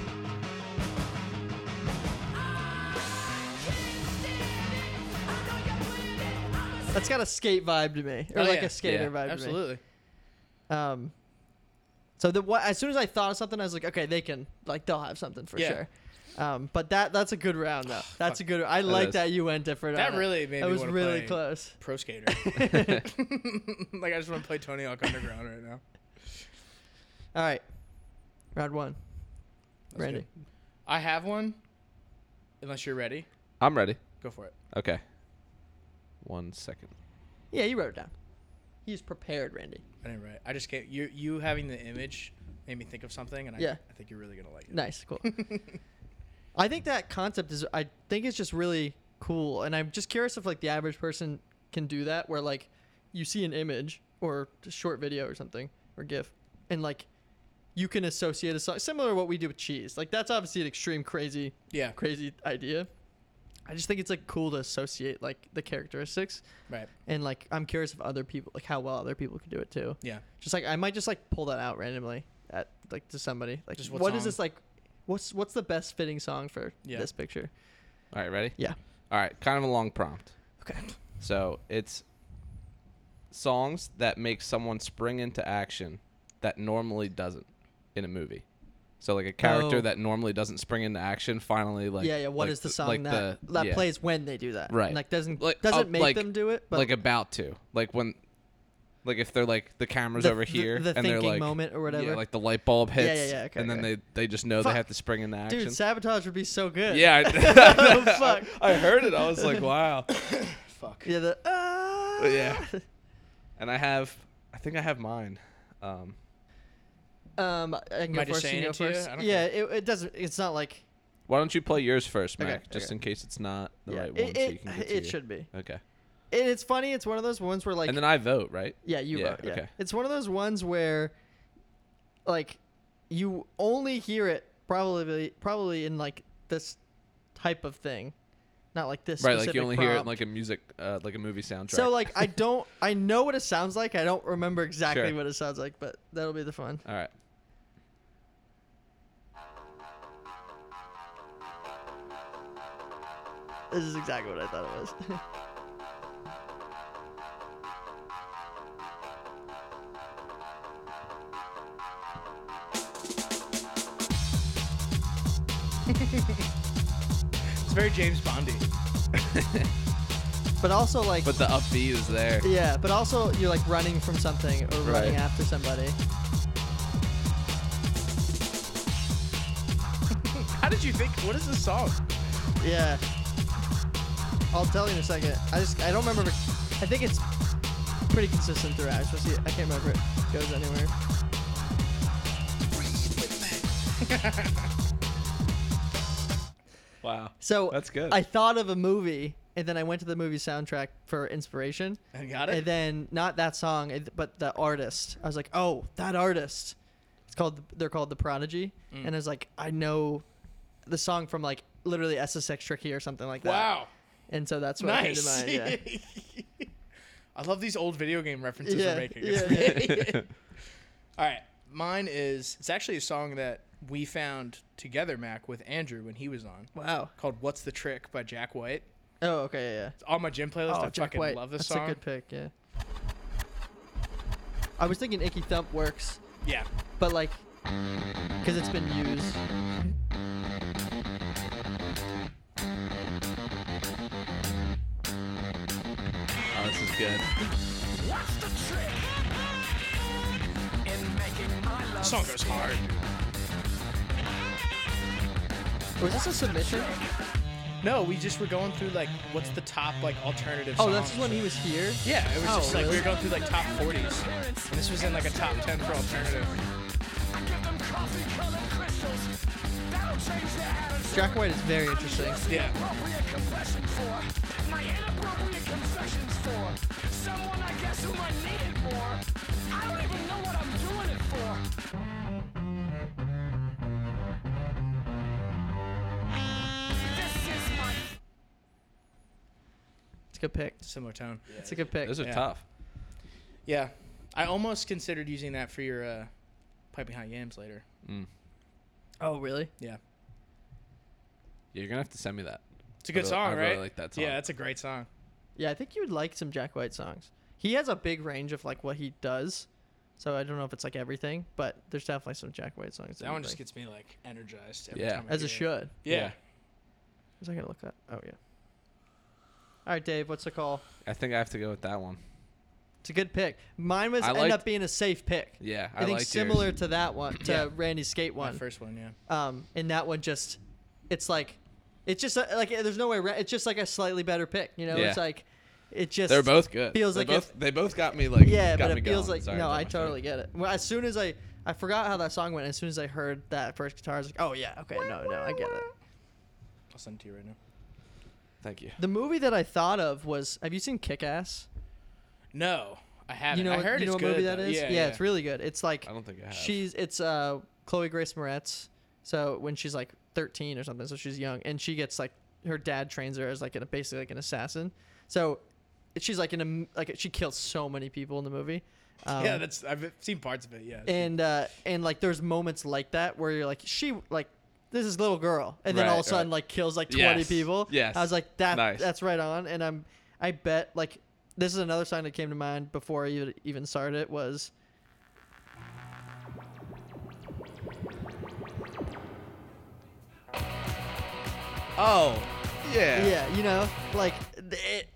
[SPEAKER 1] That's got a skate vibe to me, or
[SPEAKER 2] Oh,
[SPEAKER 1] like
[SPEAKER 2] yeah.
[SPEAKER 1] a skater
[SPEAKER 3] Yeah.
[SPEAKER 1] vibe.
[SPEAKER 2] Absolutely.
[SPEAKER 1] To me. Um. So the what? As soon as I thought of something, I was like, okay, they can like they'll have something for
[SPEAKER 2] Yeah.
[SPEAKER 1] sure. Um, but that that's a good round though. That's a good. I
[SPEAKER 3] That
[SPEAKER 1] like
[SPEAKER 3] is.
[SPEAKER 1] that you went different.
[SPEAKER 2] That
[SPEAKER 1] on
[SPEAKER 2] really
[SPEAKER 1] it.
[SPEAKER 2] made
[SPEAKER 1] That
[SPEAKER 2] me
[SPEAKER 1] was
[SPEAKER 2] wanna
[SPEAKER 1] really
[SPEAKER 2] play
[SPEAKER 1] close.
[SPEAKER 2] Pro skater. like I just want to play Tony Hawk Underground right now.
[SPEAKER 1] All right, round one. Randy,
[SPEAKER 2] I have one. Unless you're ready,
[SPEAKER 3] I'm ready.
[SPEAKER 2] go for it.
[SPEAKER 3] Okay. One second.
[SPEAKER 1] Yeah, you wrote it down. He's prepared, Randy.
[SPEAKER 2] I didn't write. I just can't. You you having the image made me think of something, and I,
[SPEAKER 1] Yeah.
[SPEAKER 2] I think you're really gonna like it.
[SPEAKER 1] Nice, cool. I think that concept is I think it's just really cool and I'm just curious if like the average person can do that where like you see an image or a short video or something or gif and like you can associate a song similar to what we do with cheese. Like that's obviously an extreme crazy
[SPEAKER 2] Yeah.
[SPEAKER 1] crazy idea. I just think it's like cool to associate like the characteristics.
[SPEAKER 2] Right.
[SPEAKER 1] And like I'm curious if other people like how well other people could do it too.
[SPEAKER 2] Yeah.
[SPEAKER 1] Just like I might just like pull that out randomly at like to somebody. Like
[SPEAKER 2] Just
[SPEAKER 1] just
[SPEAKER 2] what
[SPEAKER 1] what is
[SPEAKER 2] song?
[SPEAKER 1] this like what's what's the best fitting song for
[SPEAKER 3] Yeah.
[SPEAKER 1] this picture?
[SPEAKER 3] All right, ready?
[SPEAKER 1] Yeah.
[SPEAKER 3] All right, kind of a long prompt.
[SPEAKER 1] Okay.
[SPEAKER 3] So it's songs that make someone spring into action that normally doesn't in a movie. So like a character
[SPEAKER 1] Oh.
[SPEAKER 3] that normally doesn't spring into action finally like
[SPEAKER 1] yeah, yeah. What
[SPEAKER 3] like
[SPEAKER 1] is the song
[SPEAKER 3] like
[SPEAKER 1] that
[SPEAKER 3] the-
[SPEAKER 1] that
[SPEAKER 3] yeah.
[SPEAKER 1] plays when they do that?
[SPEAKER 3] right
[SPEAKER 1] Like doesn't
[SPEAKER 3] Like,
[SPEAKER 1] doesn't
[SPEAKER 3] up-
[SPEAKER 1] make
[SPEAKER 3] like-
[SPEAKER 1] them do it, but
[SPEAKER 3] like about to like when like if they're like the cameras
[SPEAKER 1] The-
[SPEAKER 3] over
[SPEAKER 1] the-
[SPEAKER 3] here
[SPEAKER 1] the
[SPEAKER 3] and they're
[SPEAKER 1] thinking
[SPEAKER 3] like
[SPEAKER 1] moment or whatever.
[SPEAKER 3] yeah like the light bulb
[SPEAKER 1] Yeah,
[SPEAKER 3] hits
[SPEAKER 1] yeah, yeah, okay,
[SPEAKER 3] and then
[SPEAKER 1] okay.
[SPEAKER 3] they they just know
[SPEAKER 1] Fuck.
[SPEAKER 3] they have to spring into action
[SPEAKER 1] dude, sabotage would be so good.
[SPEAKER 3] Yeah, I-
[SPEAKER 1] The Oh, fuck.
[SPEAKER 3] I heard it. I was like, wow. Fuck.
[SPEAKER 1] Yeah, the ah.
[SPEAKER 3] yeah and I have I think I have mine um
[SPEAKER 1] Um, I can
[SPEAKER 2] Am
[SPEAKER 1] go
[SPEAKER 2] I just
[SPEAKER 1] first. You can
[SPEAKER 2] saying
[SPEAKER 1] go
[SPEAKER 2] it to you?
[SPEAKER 1] first.
[SPEAKER 2] I don't
[SPEAKER 1] Yeah, it, it doesn't. It's not like
[SPEAKER 3] Why don't you play yours first,
[SPEAKER 1] Okay,
[SPEAKER 3] Mac? just
[SPEAKER 1] okay.
[SPEAKER 3] in case it's not the
[SPEAKER 1] Yeah,
[SPEAKER 3] right
[SPEAKER 1] it-
[SPEAKER 3] one, so you
[SPEAKER 1] it-
[SPEAKER 3] can get to
[SPEAKER 1] it
[SPEAKER 3] you.
[SPEAKER 1] should be.
[SPEAKER 3] Okay.
[SPEAKER 1] and it's funny. It's one of those ones where like
[SPEAKER 3] and then I vote, right?
[SPEAKER 1] Yeah, you wrote. Yeah.
[SPEAKER 3] Okay.
[SPEAKER 1] It's one of those ones where, like, you only hear it probably probably in like this type of thing, not like this.
[SPEAKER 3] Right, like you
[SPEAKER 1] specific
[SPEAKER 3] only hear it in,
[SPEAKER 1] prompt.
[SPEAKER 3] like a music, uh, like a movie soundtrack.
[SPEAKER 1] So like I don't I know what it sounds like. I don't remember exactly
[SPEAKER 3] Sure. Ah.
[SPEAKER 1] what it sounds like, but that'll be the fun.
[SPEAKER 3] All right.
[SPEAKER 1] This is exactly what I thought it was.
[SPEAKER 2] It's very James Bondy.
[SPEAKER 1] but also like
[SPEAKER 3] But the upbeat is there.
[SPEAKER 1] Yeah, but also you're like running from something or running
[SPEAKER 3] Right.
[SPEAKER 1] after somebody.
[SPEAKER 2] How did you think? What is this song?
[SPEAKER 1] Yeah. I'll tell you in a second. I just I don't remember. I think it's pretty consistent throughout. It's just- I can't remember if it goes anywhere.
[SPEAKER 3] Wow.
[SPEAKER 1] So
[SPEAKER 3] that's good.
[SPEAKER 1] I thought of a movie, and then I went to the movie soundtrack for inspiration.
[SPEAKER 2] And got it?
[SPEAKER 1] And then not that song, it- but the artist. I was like, oh, that artist. It's called. They're called the Prodigy,
[SPEAKER 2] Mm.
[SPEAKER 1] and I was like, I know the song from like literally SSX Tricky or something like that.
[SPEAKER 2] Wow.
[SPEAKER 1] And so that's what
[SPEAKER 2] nice.
[SPEAKER 1] I came to mind. Yeah.
[SPEAKER 2] I love these old video game references
[SPEAKER 1] Yeah,
[SPEAKER 2] we're making.
[SPEAKER 1] yeah, yeah.
[SPEAKER 2] All right, mine is it's actually a song that we found together, Mac, with Andrew when he was on.
[SPEAKER 1] Wow.
[SPEAKER 2] Called "What's the Trick" by Jack White.
[SPEAKER 1] oh, okay, yeah, yeah.
[SPEAKER 2] It's on my gym playlist.
[SPEAKER 1] Oh,
[SPEAKER 2] I
[SPEAKER 1] Jack
[SPEAKER 2] fucking
[SPEAKER 1] White.
[SPEAKER 2] love this
[SPEAKER 1] That's
[SPEAKER 2] song.
[SPEAKER 1] a good pick. Yeah. I was thinking Icky Thump works.
[SPEAKER 2] Yeah.
[SPEAKER 1] But like, because it's been used.
[SPEAKER 3] Oh, this is good.
[SPEAKER 7] What's the trick in making my love
[SPEAKER 2] Song goes hard.
[SPEAKER 1] Was this a submission?
[SPEAKER 2] No, we just were going through like what's the top like alternative.
[SPEAKER 1] Oh, that's
[SPEAKER 2] songs.
[SPEAKER 1] when he was here.
[SPEAKER 2] Yeah, it was
[SPEAKER 1] Oh,
[SPEAKER 2] just like we
[SPEAKER 1] really?
[SPEAKER 2] were going through like top 40s. And this was in like a top 10 for alternative.
[SPEAKER 1] Jack White is very interesting.
[SPEAKER 2] Yeah.
[SPEAKER 1] It's a good pick.
[SPEAKER 2] Similar tone.
[SPEAKER 1] It's a good pick.
[SPEAKER 3] Those are
[SPEAKER 2] Yeah.
[SPEAKER 3] tough.
[SPEAKER 2] Yeah, I almost considered using that for your uh, piping hot yams later.
[SPEAKER 3] Mm.
[SPEAKER 1] Oh, really?
[SPEAKER 2] Yeah,
[SPEAKER 3] You're gonna have to send me that.
[SPEAKER 2] it's a good
[SPEAKER 3] I really-
[SPEAKER 2] song,
[SPEAKER 3] I
[SPEAKER 2] right?
[SPEAKER 3] really like that song.
[SPEAKER 2] Yeah, it's a great song.
[SPEAKER 1] Yeah, I think you would like some Jack White songs. He has a big range of like what he does. So I don't know if it's like everything, but there's definitely some Jack White songs.
[SPEAKER 2] That
[SPEAKER 1] you'd
[SPEAKER 2] one just
[SPEAKER 1] like.
[SPEAKER 2] gets me like energized every
[SPEAKER 3] Yeah.
[SPEAKER 2] time. I
[SPEAKER 1] As it
[SPEAKER 2] hear
[SPEAKER 1] should.
[SPEAKER 2] Yeah.
[SPEAKER 1] Was I gonna look up? Oh yeah. All right, Dave. What's the call?
[SPEAKER 3] I think I have to go with that one.
[SPEAKER 1] It's a good pick. Mine was
[SPEAKER 3] I
[SPEAKER 1] end
[SPEAKER 3] liked-
[SPEAKER 1] up being a safe pick.
[SPEAKER 3] Yeah, I
[SPEAKER 1] I, think
[SPEAKER 3] liked yours.
[SPEAKER 1] similar to that one, to
[SPEAKER 2] Yeah.
[SPEAKER 1] Randy's skate
[SPEAKER 2] My
[SPEAKER 1] one.
[SPEAKER 2] first one, yeah.
[SPEAKER 1] Um, and that one just, it's like, it's just uh, like there's no way. ra- It's just like a slightly better pick. You know,
[SPEAKER 3] Yeah.
[SPEAKER 1] it's like It just
[SPEAKER 3] They're both good.
[SPEAKER 1] Feels
[SPEAKER 3] They
[SPEAKER 1] like
[SPEAKER 3] both-
[SPEAKER 1] it-
[SPEAKER 3] they both got me, like,
[SPEAKER 1] yeah,
[SPEAKER 3] got
[SPEAKER 1] but
[SPEAKER 3] me
[SPEAKER 1] it feels
[SPEAKER 3] going.
[SPEAKER 1] like
[SPEAKER 3] Sorry,
[SPEAKER 1] no,
[SPEAKER 3] got
[SPEAKER 1] I
[SPEAKER 3] my
[SPEAKER 1] totally get it. Well, as soon as I I forgot how that song went. As soon as I heard that first guitar, I was like, oh yeah, okay, no, no, I get it.
[SPEAKER 2] I'll send it to you right now.
[SPEAKER 3] Thank you.
[SPEAKER 1] The movie that I thought of was Have you seen Kick Ass?
[SPEAKER 2] No, I haven't.
[SPEAKER 1] You know,
[SPEAKER 2] I heard
[SPEAKER 1] you know
[SPEAKER 2] it's
[SPEAKER 1] what movie
[SPEAKER 2] good,
[SPEAKER 1] that
[SPEAKER 2] though.
[SPEAKER 1] is?
[SPEAKER 2] Yeah,
[SPEAKER 1] it's really good. It's like I
[SPEAKER 3] don't think I have.
[SPEAKER 1] She's it's uh Chloe Grace Moretz. So when she's like 13 or something, so she's young, and she gets like her dad trains her as like an, basically like an assassin. So she's like in a like she kills so many people in the movie. Um,
[SPEAKER 2] yeah, that's I've seen parts of it. Yeah,
[SPEAKER 1] and uh, and like there's moments like that where you're like she like this is little girl and then
[SPEAKER 3] Right,
[SPEAKER 1] all of a sudden
[SPEAKER 3] right.
[SPEAKER 1] like kills like 20
[SPEAKER 3] Yes,
[SPEAKER 1] people
[SPEAKER 3] yes.
[SPEAKER 1] i was like that
[SPEAKER 3] Nice.
[SPEAKER 1] that's right on and i'm i bet like this is another sign that came to mind before you even started it was
[SPEAKER 3] Oh, yeah.
[SPEAKER 1] yeah you know like th- it,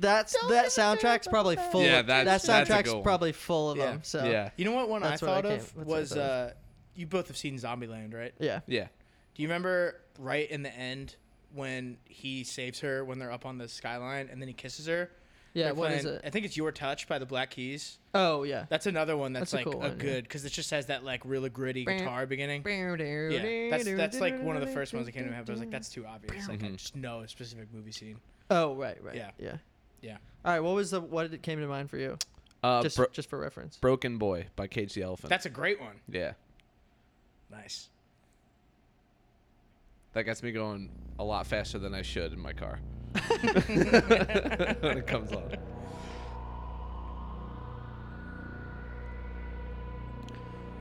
[SPEAKER 1] that's that soundtrack's probably full
[SPEAKER 3] Yeah,
[SPEAKER 1] of,
[SPEAKER 3] that's-
[SPEAKER 1] that
[SPEAKER 3] that's a
[SPEAKER 1] soundtrack's
[SPEAKER 3] good one.
[SPEAKER 1] probably full of them so
[SPEAKER 2] you know what one
[SPEAKER 1] that's
[SPEAKER 2] I
[SPEAKER 1] what
[SPEAKER 2] thought
[SPEAKER 1] came-
[SPEAKER 2] of
[SPEAKER 1] that's what I
[SPEAKER 2] was
[SPEAKER 1] thought of.
[SPEAKER 2] uh, you both have seen Zombieland, right?
[SPEAKER 1] Yeah.
[SPEAKER 3] Yeah.
[SPEAKER 2] Do you remember right in the end when he saves her when they're up on the skyline and then he kisses her?
[SPEAKER 1] Yeah,
[SPEAKER 2] They're
[SPEAKER 1] what is
[SPEAKER 2] playing-
[SPEAKER 1] it?
[SPEAKER 2] I think it's Your Touch by the Black Keys.
[SPEAKER 1] Oh, yeah.
[SPEAKER 2] That's another one that's,
[SPEAKER 1] That's a
[SPEAKER 2] like
[SPEAKER 1] cool
[SPEAKER 2] a
[SPEAKER 1] one, yeah.
[SPEAKER 2] good because it just has that like really gritty
[SPEAKER 1] Bow,
[SPEAKER 2] guitar beginning.
[SPEAKER 1] bow, dow,
[SPEAKER 2] Yeah, that's
[SPEAKER 1] dow,
[SPEAKER 2] that's
[SPEAKER 1] dow,
[SPEAKER 2] like
[SPEAKER 1] dow,
[SPEAKER 2] one of the
[SPEAKER 1] dow,
[SPEAKER 2] first
[SPEAKER 1] dow,
[SPEAKER 2] ones that came to
[SPEAKER 1] dow,
[SPEAKER 2] my head. but I was like,
[SPEAKER 1] dow.
[SPEAKER 2] that's too obvious.
[SPEAKER 3] Mm-hmm.
[SPEAKER 2] Like I just know a specific movie scene.
[SPEAKER 1] oh right right
[SPEAKER 2] Yeah.
[SPEAKER 1] yeah
[SPEAKER 2] Yeah.
[SPEAKER 1] all right what was the what did- came to mind for you
[SPEAKER 3] Uh,
[SPEAKER 1] just,
[SPEAKER 3] bro-
[SPEAKER 1] just for reference
[SPEAKER 3] Broken Boy by Cage the Elephant.
[SPEAKER 2] That's a great one.
[SPEAKER 3] Yeah.
[SPEAKER 2] Nice.
[SPEAKER 3] That gets me going a lot faster than I should in my car. when it comes on.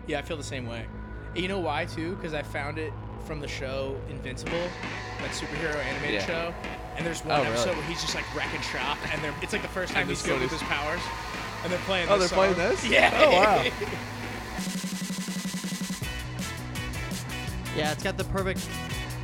[SPEAKER 2] Yeah, I feel the same way. And You know why too? Because I found it from the show Invincible, that superhero animated
[SPEAKER 3] Yeah.
[SPEAKER 2] show. And there's one
[SPEAKER 3] Oh, really?
[SPEAKER 2] episode where he's just like wrecking shop, and they're, it's like the first time
[SPEAKER 3] And
[SPEAKER 2] he's
[SPEAKER 3] the
[SPEAKER 2] good with his
[SPEAKER 3] Sony's-
[SPEAKER 2] powers. And they're playing.
[SPEAKER 3] Oh,
[SPEAKER 2] this
[SPEAKER 3] they're playing
[SPEAKER 2] song.
[SPEAKER 3] this?
[SPEAKER 2] Yeah.
[SPEAKER 3] Oh, wow.
[SPEAKER 1] Yeah, it's got the perfect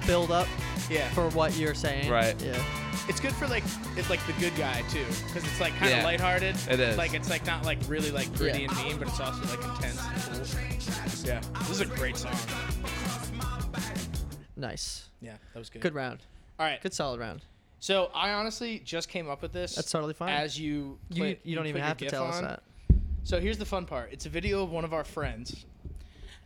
[SPEAKER 1] build up
[SPEAKER 2] Yeah.
[SPEAKER 1] for what you're saying.
[SPEAKER 3] Right.
[SPEAKER 1] Yeah.
[SPEAKER 2] It's good for like it's like the good guy too, because it's like kind of
[SPEAKER 3] Yeah.
[SPEAKER 2] lighthearted.
[SPEAKER 3] It is.
[SPEAKER 2] Like it's like not like really like gritty
[SPEAKER 3] Yeah.
[SPEAKER 2] and mean, but it's also like intense. And cool. Yeah. This is a great song.
[SPEAKER 1] Nice.
[SPEAKER 2] Yeah, that was good.
[SPEAKER 1] Good round.
[SPEAKER 2] All right.
[SPEAKER 1] Good solid round.
[SPEAKER 2] So I honestly just came up with this.
[SPEAKER 1] That's totally fine.
[SPEAKER 2] As you,
[SPEAKER 1] You-
[SPEAKER 2] play-
[SPEAKER 1] you don't even
[SPEAKER 2] put your
[SPEAKER 1] have to
[SPEAKER 2] GIF
[SPEAKER 1] tell us
[SPEAKER 2] on.
[SPEAKER 1] that.
[SPEAKER 2] So here's the fun part. It's a video of one of our friends.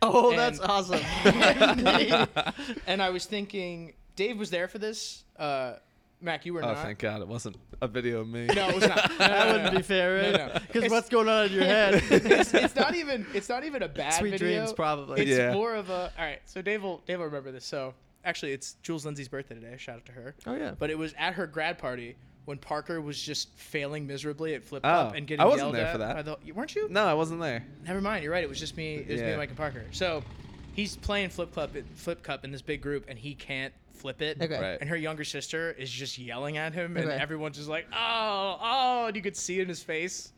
[SPEAKER 1] Oh, that's awesome.
[SPEAKER 2] and I was thinking, Dave was there for this. Uh, Mac, you were
[SPEAKER 3] Oh,
[SPEAKER 2] not.
[SPEAKER 3] thank God. It wasn't a video of me.
[SPEAKER 2] No, it was not. No,
[SPEAKER 1] That
[SPEAKER 2] no,
[SPEAKER 1] wouldn't
[SPEAKER 2] no.
[SPEAKER 1] be fair,
[SPEAKER 2] No,
[SPEAKER 1] right?
[SPEAKER 2] no.
[SPEAKER 1] 'Cause
[SPEAKER 2] It's-
[SPEAKER 1] what's going on in your head?
[SPEAKER 2] it's, it's not even. It's not even a bad
[SPEAKER 1] Sweet
[SPEAKER 2] video.
[SPEAKER 1] dreams, probably.
[SPEAKER 2] It's
[SPEAKER 1] Yeah.
[SPEAKER 2] more of a. All right, so Dave will. Dave will remember this. So actually, it's Jules Lindsay's birthday today. Shout out to her.
[SPEAKER 1] Oh, yeah.
[SPEAKER 2] But it was at her grad party when Parker was just failing miserably at flip
[SPEAKER 3] Oh,
[SPEAKER 2] flop and getting
[SPEAKER 3] I wasn't
[SPEAKER 2] yelled
[SPEAKER 3] there
[SPEAKER 2] at
[SPEAKER 3] for that.
[SPEAKER 2] by the- you- weren't you?
[SPEAKER 3] No, I wasn't there.
[SPEAKER 2] Never mind. You're right. It was just me. It was me,
[SPEAKER 3] Yeah.
[SPEAKER 2] Mike, and Parker. So he's playing flip cup, flip cup in this big group, and he can't flip it.
[SPEAKER 3] Okay. Right.
[SPEAKER 2] And her younger sister is just yelling at him, and
[SPEAKER 3] Okay.
[SPEAKER 2] everyone's just like, "Oh, oh!" And you could see in his face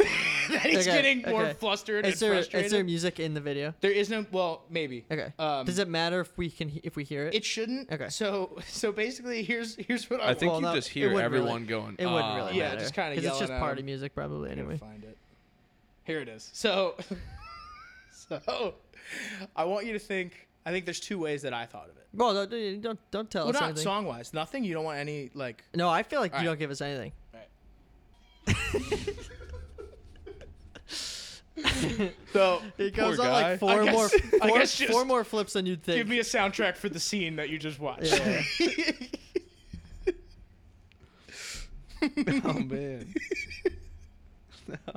[SPEAKER 2] that he's
[SPEAKER 1] Okay,
[SPEAKER 2] getting more
[SPEAKER 1] okay.
[SPEAKER 2] flustered
[SPEAKER 1] is
[SPEAKER 2] and
[SPEAKER 1] there,
[SPEAKER 2] frustrated.
[SPEAKER 1] Is there music in the video?
[SPEAKER 2] there is no. Well, maybe. Okay. Um,
[SPEAKER 1] Does it matter if we can he- if we hear it?
[SPEAKER 2] It shouldn't.
[SPEAKER 1] Okay.
[SPEAKER 2] So so basically, here's here's what I.
[SPEAKER 3] I think
[SPEAKER 2] want.
[SPEAKER 3] you just hear
[SPEAKER 1] wouldn't really-
[SPEAKER 3] everyone going.
[SPEAKER 1] It wouldn't really
[SPEAKER 2] Yeah,
[SPEAKER 1] matter.
[SPEAKER 2] just kinda
[SPEAKER 1] 'cause it's
[SPEAKER 2] yelling
[SPEAKER 1] "Ah, just
[SPEAKER 2] at
[SPEAKER 1] party
[SPEAKER 2] him.
[SPEAKER 1] music probably
[SPEAKER 2] I'm gonna
[SPEAKER 1] anyway.
[SPEAKER 2] Find it. Here it is. So, so I want you to think. I think there's two ways that I thought of it.
[SPEAKER 1] Well, don't- don't don't, don't tell
[SPEAKER 2] well,
[SPEAKER 1] us
[SPEAKER 2] Oh, not
[SPEAKER 1] anything.
[SPEAKER 2] song wise. Nothing. You don't want any like.
[SPEAKER 1] No, I feel like you
[SPEAKER 2] Alright.
[SPEAKER 1] don't give us anything.
[SPEAKER 2] So
[SPEAKER 1] It goes on like four
[SPEAKER 2] I
[SPEAKER 1] more
[SPEAKER 2] guess- I
[SPEAKER 1] four,
[SPEAKER 2] guess just
[SPEAKER 1] four more flips than you'd think.
[SPEAKER 2] Give me a soundtrack for the scene that you just watched.
[SPEAKER 1] Yeah.
[SPEAKER 3] oh man. no.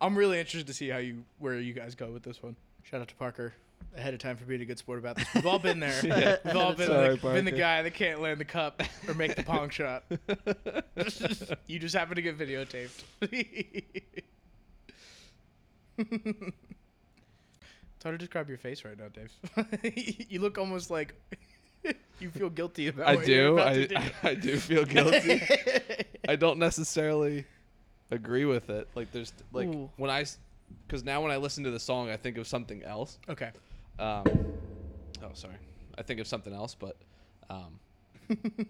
[SPEAKER 2] I'm really interested to see how you where you guys go with this one. Shout out to Parker ahead of time for being a good sport about this. We've all been there.
[SPEAKER 3] Yeah.
[SPEAKER 2] We've all been,
[SPEAKER 3] Sorry,
[SPEAKER 2] the, been the
[SPEAKER 3] Parker.
[SPEAKER 2] guy that can't land the cup or make the pong shot. you just happen to get videotaped. it's hard to describe your face right now, Dave. you look almost like you feel guilty about.
[SPEAKER 3] I
[SPEAKER 2] what you're
[SPEAKER 3] do.
[SPEAKER 2] about
[SPEAKER 3] I,
[SPEAKER 2] to do.
[SPEAKER 3] I I do feel guilty. I don't necessarily agree with it. Like there's like
[SPEAKER 2] Ooh.
[SPEAKER 3] when I because now when I listen to the song, I think of something else.
[SPEAKER 2] Okay.
[SPEAKER 3] Um, oh, sorry. I think of something else, but um,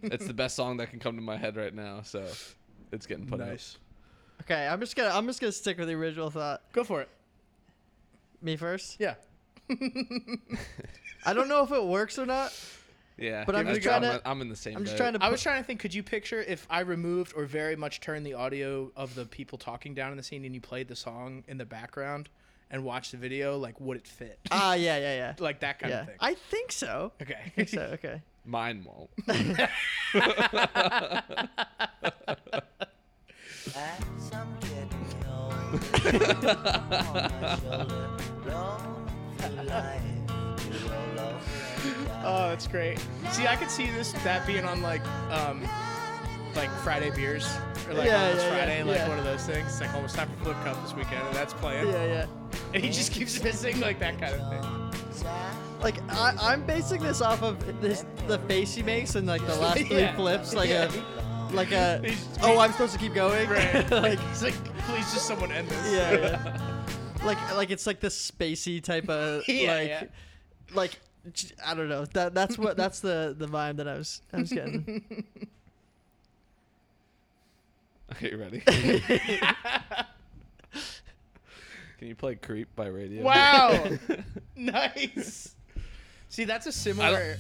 [SPEAKER 3] it's the best song that can come to my head right now. So it's getting put
[SPEAKER 2] Nice.
[SPEAKER 1] Okay, I'm just gonna I'm just gonna stick with the original thought.
[SPEAKER 2] Go for it.
[SPEAKER 1] Me first.
[SPEAKER 2] Yeah.
[SPEAKER 1] I don't know if it works or not.
[SPEAKER 3] out. Yeah,
[SPEAKER 1] But I'm
[SPEAKER 3] give
[SPEAKER 1] just
[SPEAKER 3] it a
[SPEAKER 1] trying
[SPEAKER 3] go.
[SPEAKER 1] to.
[SPEAKER 3] I'm in the same.
[SPEAKER 1] I'm just
[SPEAKER 3] boat.
[SPEAKER 1] trying to.
[SPEAKER 2] I was trying to think. Could you picture if I removed or very much turned the audio of the people talking down in the scene, and you played the song in the background and watched the video? Like, would it fit?
[SPEAKER 1] Ah, yeah, yeah, yeah.
[SPEAKER 2] like that kind
[SPEAKER 1] Yeah.
[SPEAKER 2] of thing.
[SPEAKER 1] I think so.
[SPEAKER 2] Okay.
[SPEAKER 1] I think so. Okay.
[SPEAKER 3] Mine won't.
[SPEAKER 19] As I'm getting older, on my shoulder, blown through life, you roll over.
[SPEAKER 2] Oh, that's great. See, I could see this that being on like um like Friday beers or like
[SPEAKER 1] Yeah,
[SPEAKER 2] on this
[SPEAKER 1] yeah, yeah,
[SPEAKER 2] Friday, like
[SPEAKER 1] yeah.
[SPEAKER 2] one of those things. It's like almost time for Flip Cup this weekend, and that's playing.
[SPEAKER 1] Yeah, yeah.
[SPEAKER 2] And he just keeps missing like that kind of thing.
[SPEAKER 1] Like I, I'm basing this off of this, the face he makes in like the last three
[SPEAKER 2] Yeah.
[SPEAKER 1] flips, like a,
[SPEAKER 2] Yeah.
[SPEAKER 1] like a.
[SPEAKER 2] He's-
[SPEAKER 1] oh, I'm supposed to keep going.
[SPEAKER 2] Right.
[SPEAKER 1] like
[SPEAKER 2] It's like, please just someone end this.
[SPEAKER 1] yeah, yeah. like like it's like this spacey type of
[SPEAKER 2] Yeah,
[SPEAKER 1] like,
[SPEAKER 2] yeah.
[SPEAKER 1] like j- I don't know. That that's what that's the the vibe that I was I was getting.
[SPEAKER 3] Okay, you ready? Can you play "Creep" by Radio?
[SPEAKER 2] Wow. nice. See, that's a similar.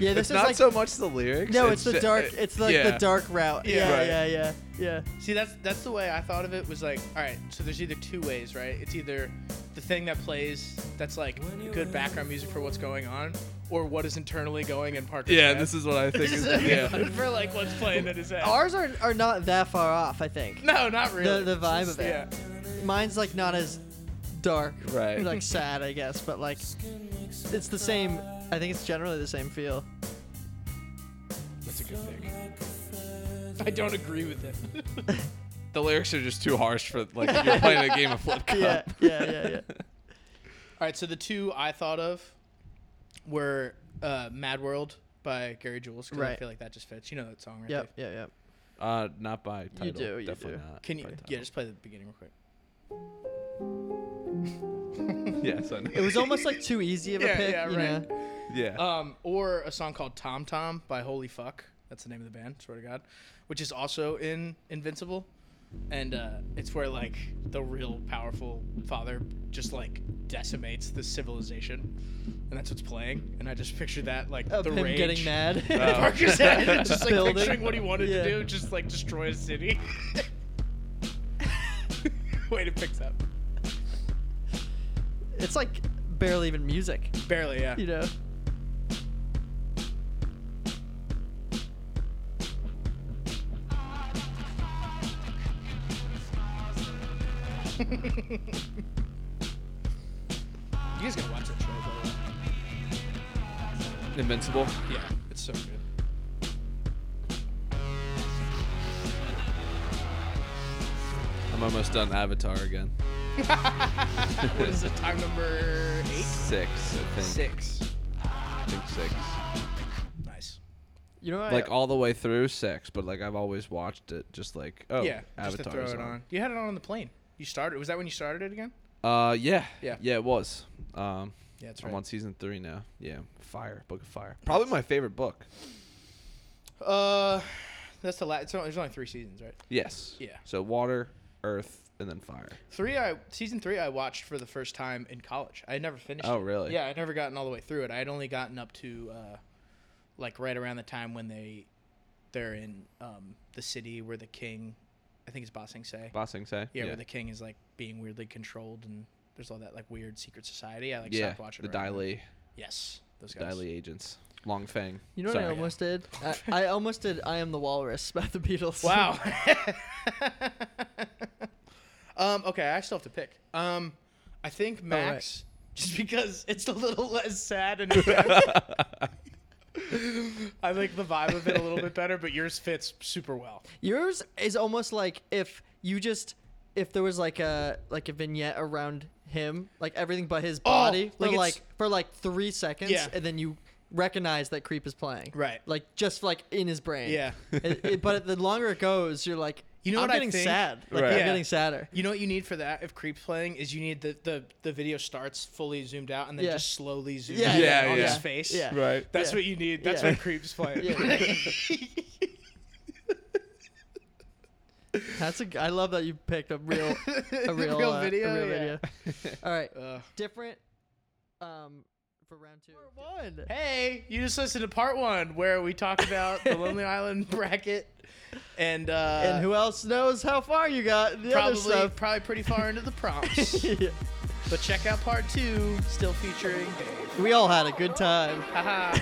[SPEAKER 1] Yeah,
[SPEAKER 3] It's
[SPEAKER 1] this is
[SPEAKER 3] not
[SPEAKER 1] like-
[SPEAKER 3] so much the lyrics.
[SPEAKER 1] No, it's, the
[SPEAKER 3] ju-
[SPEAKER 1] dark.
[SPEAKER 3] it-
[SPEAKER 1] It's like
[SPEAKER 3] yeah.
[SPEAKER 1] the dark route. Yeah,
[SPEAKER 2] uh, Right.
[SPEAKER 1] yeah, yeah, yeah.
[SPEAKER 2] See, that's that's the way I thought of it. Was like, all right, so there's either two ways, right? It's either the thing that plays that's like good background music for what's going on, or what is internally going in Parker's
[SPEAKER 3] Yeah,
[SPEAKER 2] head.
[SPEAKER 3] this is what I think is-
[SPEAKER 2] So,
[SPEAKER 3] yeah.
[SPEAKER 2] for like what's playing in his head.
[SPEAKER 1] Ours are, are not that far off, I think.
[SPEAKER 2] No, not really.
[SPEAKER 1] The, the vibe
[SPEAKER 2] Just-
[SPEAKER 1] of it.
[SPEAKER 2] yeah.
[SPEAKER 1] Mine's like not as dark,
[SPEAKER 3] Right.
[SPEAKER 1] Like sad, I guess, but like it's the same. I think it's generally the same feel.
[SPEAKER 2] That's a good thing. I don't agree with it.
[SPEAKER 3] The lyrics are just too harsh for like if you're playing a game of flip cup.
[SPEAKER 2] Yeah, yeah,
[SPEAKER 1] yeah, yeah.
[SPEAKER 2] All right, so the two I thought of were uh, "Mad World" by Gary Jules. 'cause I
[SPEAKER 3] Right.
[SPEAKER 2] feel like that just fits. You know that song, right?
[SPEAKER 1] Yep, yeah, yeah.
[SPEAKER 3] Uh, not by title.
[SPEAKER 1] You do, you
[SPEAKER 3] Definitely
[SPEAKER 1] do.
[SPEAKER 3] Not
[SPEAKER 2] Can you?
[SPEAKER 3] by title.
[SPEAKER 2] Yeah, just play the beginning real quick.
[SPEAKER 3] yes, I know.
[SPEAKER 1] It was almost like too easy of a
[SPEAKER 2] yeah,
[SPEAKER 1] pick,
[SPEAKER 2] Yeah,
[SPEAKER 1] you
[SPEAKER 2] right.
[SPEAKER 1] know?
[SPEAKER 3] Yeah.
[SPEAKER 2] Um, or a song called Tom Tom by Holy Fuck. That's the name of the band, swear to God. Which is also in Invincible. And uh, it's where like the real powerful father just like decimates the civilization, and that's what's playing. And I just picture that like
[SPEAKER 1] Of
[SPEAKER 2] the
[SPEAKER 1] him
[SPEAKER 2] rage
[SPEAKER 1] getting mad.
[SPEAKER 2] in
[SPEAKER 1] Oh.
[SPEAKER 2] Parker's head, and just like
[SPEAKER 1] Building.
[SPEAKER 2] picturing what he wanted
[SPEAKER 1] Yeah.
[SPEAKER 2] to do, just like destroy a city. Way to pick up.
[SPEAKER 1] It's like barely even music.
[SPEAKER 2] Barely, yeah.
[SPEAKER 1] You know.
[SPEAKER 2] You guys gotta watch that show. by the way.
[SPEAKER 3] Invincible.
[SPEAKER 2] Yeah, it's so good.
[SPEAKER 3] I'm almost done Avatar again.
[SPEAKER 2] what is it? Time number eight?
[SPEAKER 3] Six, I think.
[SPEAKER 2] Six. Oh,
[SPEAKER 3] I think six.
[SPEAKER 2] Nice.
[SPEAKER 1] You know,
[SPEAKER 3] Like all the way through six, but like I've always watched it just like oh
[SPEAKER 2] yeah, just to
[SPEAKER 3] Avatar
[SPEAKER 2] throw
[SPEAKER 3] is
[SPEAKER 2] it on. You had it on on the plane. You started. Was that when you started it again?
[SPEAKER 3] on. Uh yeah.
[SPEAKER 2] Yeah.
[SPEAKER 3] Yeah, it was. Um
[SPEAKER 2] Yeah, that's
[SPEAKER 3] I'm
[SPEAKER 2] right.
[SPEAKER 3] on season three now. Yeah. Fire, Book of Fire. Probably my favorite book.
[SPEAKER 2] Uh, that's the last. There's only three seasons, right?
[SPEAKER 3] Yes.
[SPEAKER 2] Yeah.
[SPEAKER 3] So water, earth, and then fire.
[SPEAKER 2] Three. I season three. I watched for the first time in college. I had never finished.
[SPEAKER 3] Oh,
[SPEAKER 2] it.
[SPEAKER 3] really?
[SPEAKER 2] Yeah, I would never gotten all the way through it. I had only gotten up to, uh, like right around the time when they, they're in um the city where the king, I think it's Ba Sing Se.
[SPEAKER 3] Ba Sing Se,
[SPEAKER 2] Yeah,
[SPEAKER 3] yeah.
[SPEAKER 2] where the king is like being weirdly controlled and there's all that like weird secret society. I like
[SPEAKER 3] yeah.
[SPEAKER 2] stopped watching.
[SPEAKER 3] The
[SPEAKER 2] right
[SPEAKER 3] Dai
[SPEAKER 2] then.
[SPEAKER 3] Li.
[SPEAKER 2] Yes, those
[SPEAKER 3] The
[SPEAKER 2] guys.
[SPEAKER 3] Dai Li agents. Long Fang.
[SPEAKER 1] You know what I
[SPEAKER 3] Sorry.
[SPEAKER 1] almost did? I, I almost did I Am the Walrus by the Beatles.
[SPEAKER 2] Wow. Um, okay, I still have to pick. Um, I think Max, just because it's a little less sad and intense. I like the vibe of it a little bit better, but yours fits super well.
[SPEAKER 1] Yours is almost like if you just if there was like a like a vignette around him, like everything but his body
[SPEAKER 2] Oh, like
[SPEAKER 1] for
[SPEAKER 2] it's-
[SPEAKER 1] like for like three seconds,
[SPEAKER 2] Yeah.
[SPEAKER 1] and then you recognize that creep is playing.
[SPEAKER 2] Right.
[SPEAKER 1] Like just like in his brain.
[SPEAKER 2] Yeah.
[SPEAKER 1] It- it- but the longer it goes, you're like,
[SPEAKER 2] You know
[SPEAKER 1] I'm
[SPEAKER 2] what
[SPEAKER 1] getting
[SPEAKER 2] I think?
[SPEAKER 1] sad. Like I'm getting sadder.
[SPEAKER 2] You know what you need for that if creep's playing is you need the the, the video starts fully zoomed out and then
[SPEAKER 1] Yeah.
[SPEAKER 2] just slowly zooms
[SPEAKER 1] Yeah,
[SPEAKER 2] in
[SPEAKER 1] yeah,
[SPEAKER 2] on his
[SPEAKER 1] yeah.
[SPEAKER 2] face.
[SPEAKER 1] Yeah. Right.
[SPEAKER 2] That's
[SPEAKER 1] Yeah.
[SPEAKER 2] what you need. That's
[SPEAKER 1] Yeah.
[SPEAKER 2] what creep's playing.
[SPEAKER 1] Yeah. That's a. g- I love that you picked a real, a real,
[SPEAKER 2] Real
[SPEAKER 1] uh,
[SPEAKER 2] video,
[SPEAKER 1] A real
[SPEAKER 2] yeah.
[SPEAKER 1] video. All right, different. Um, for round two. one.
[SPEAKER 2] Hey, you just listened to part one where we talked about the Lonely Island bracket and uh,
[SPEAKER 1] and who else knows how far you got? in The
[SPEAKER 2] probably
[SPEAKER 1] other stuff.
[SPEAKER 2] probably pretty far into the prompts. But check out part two, still featuring.
[SPEAKER 1] We all had a good time.
[SPEAKER 2] Haha.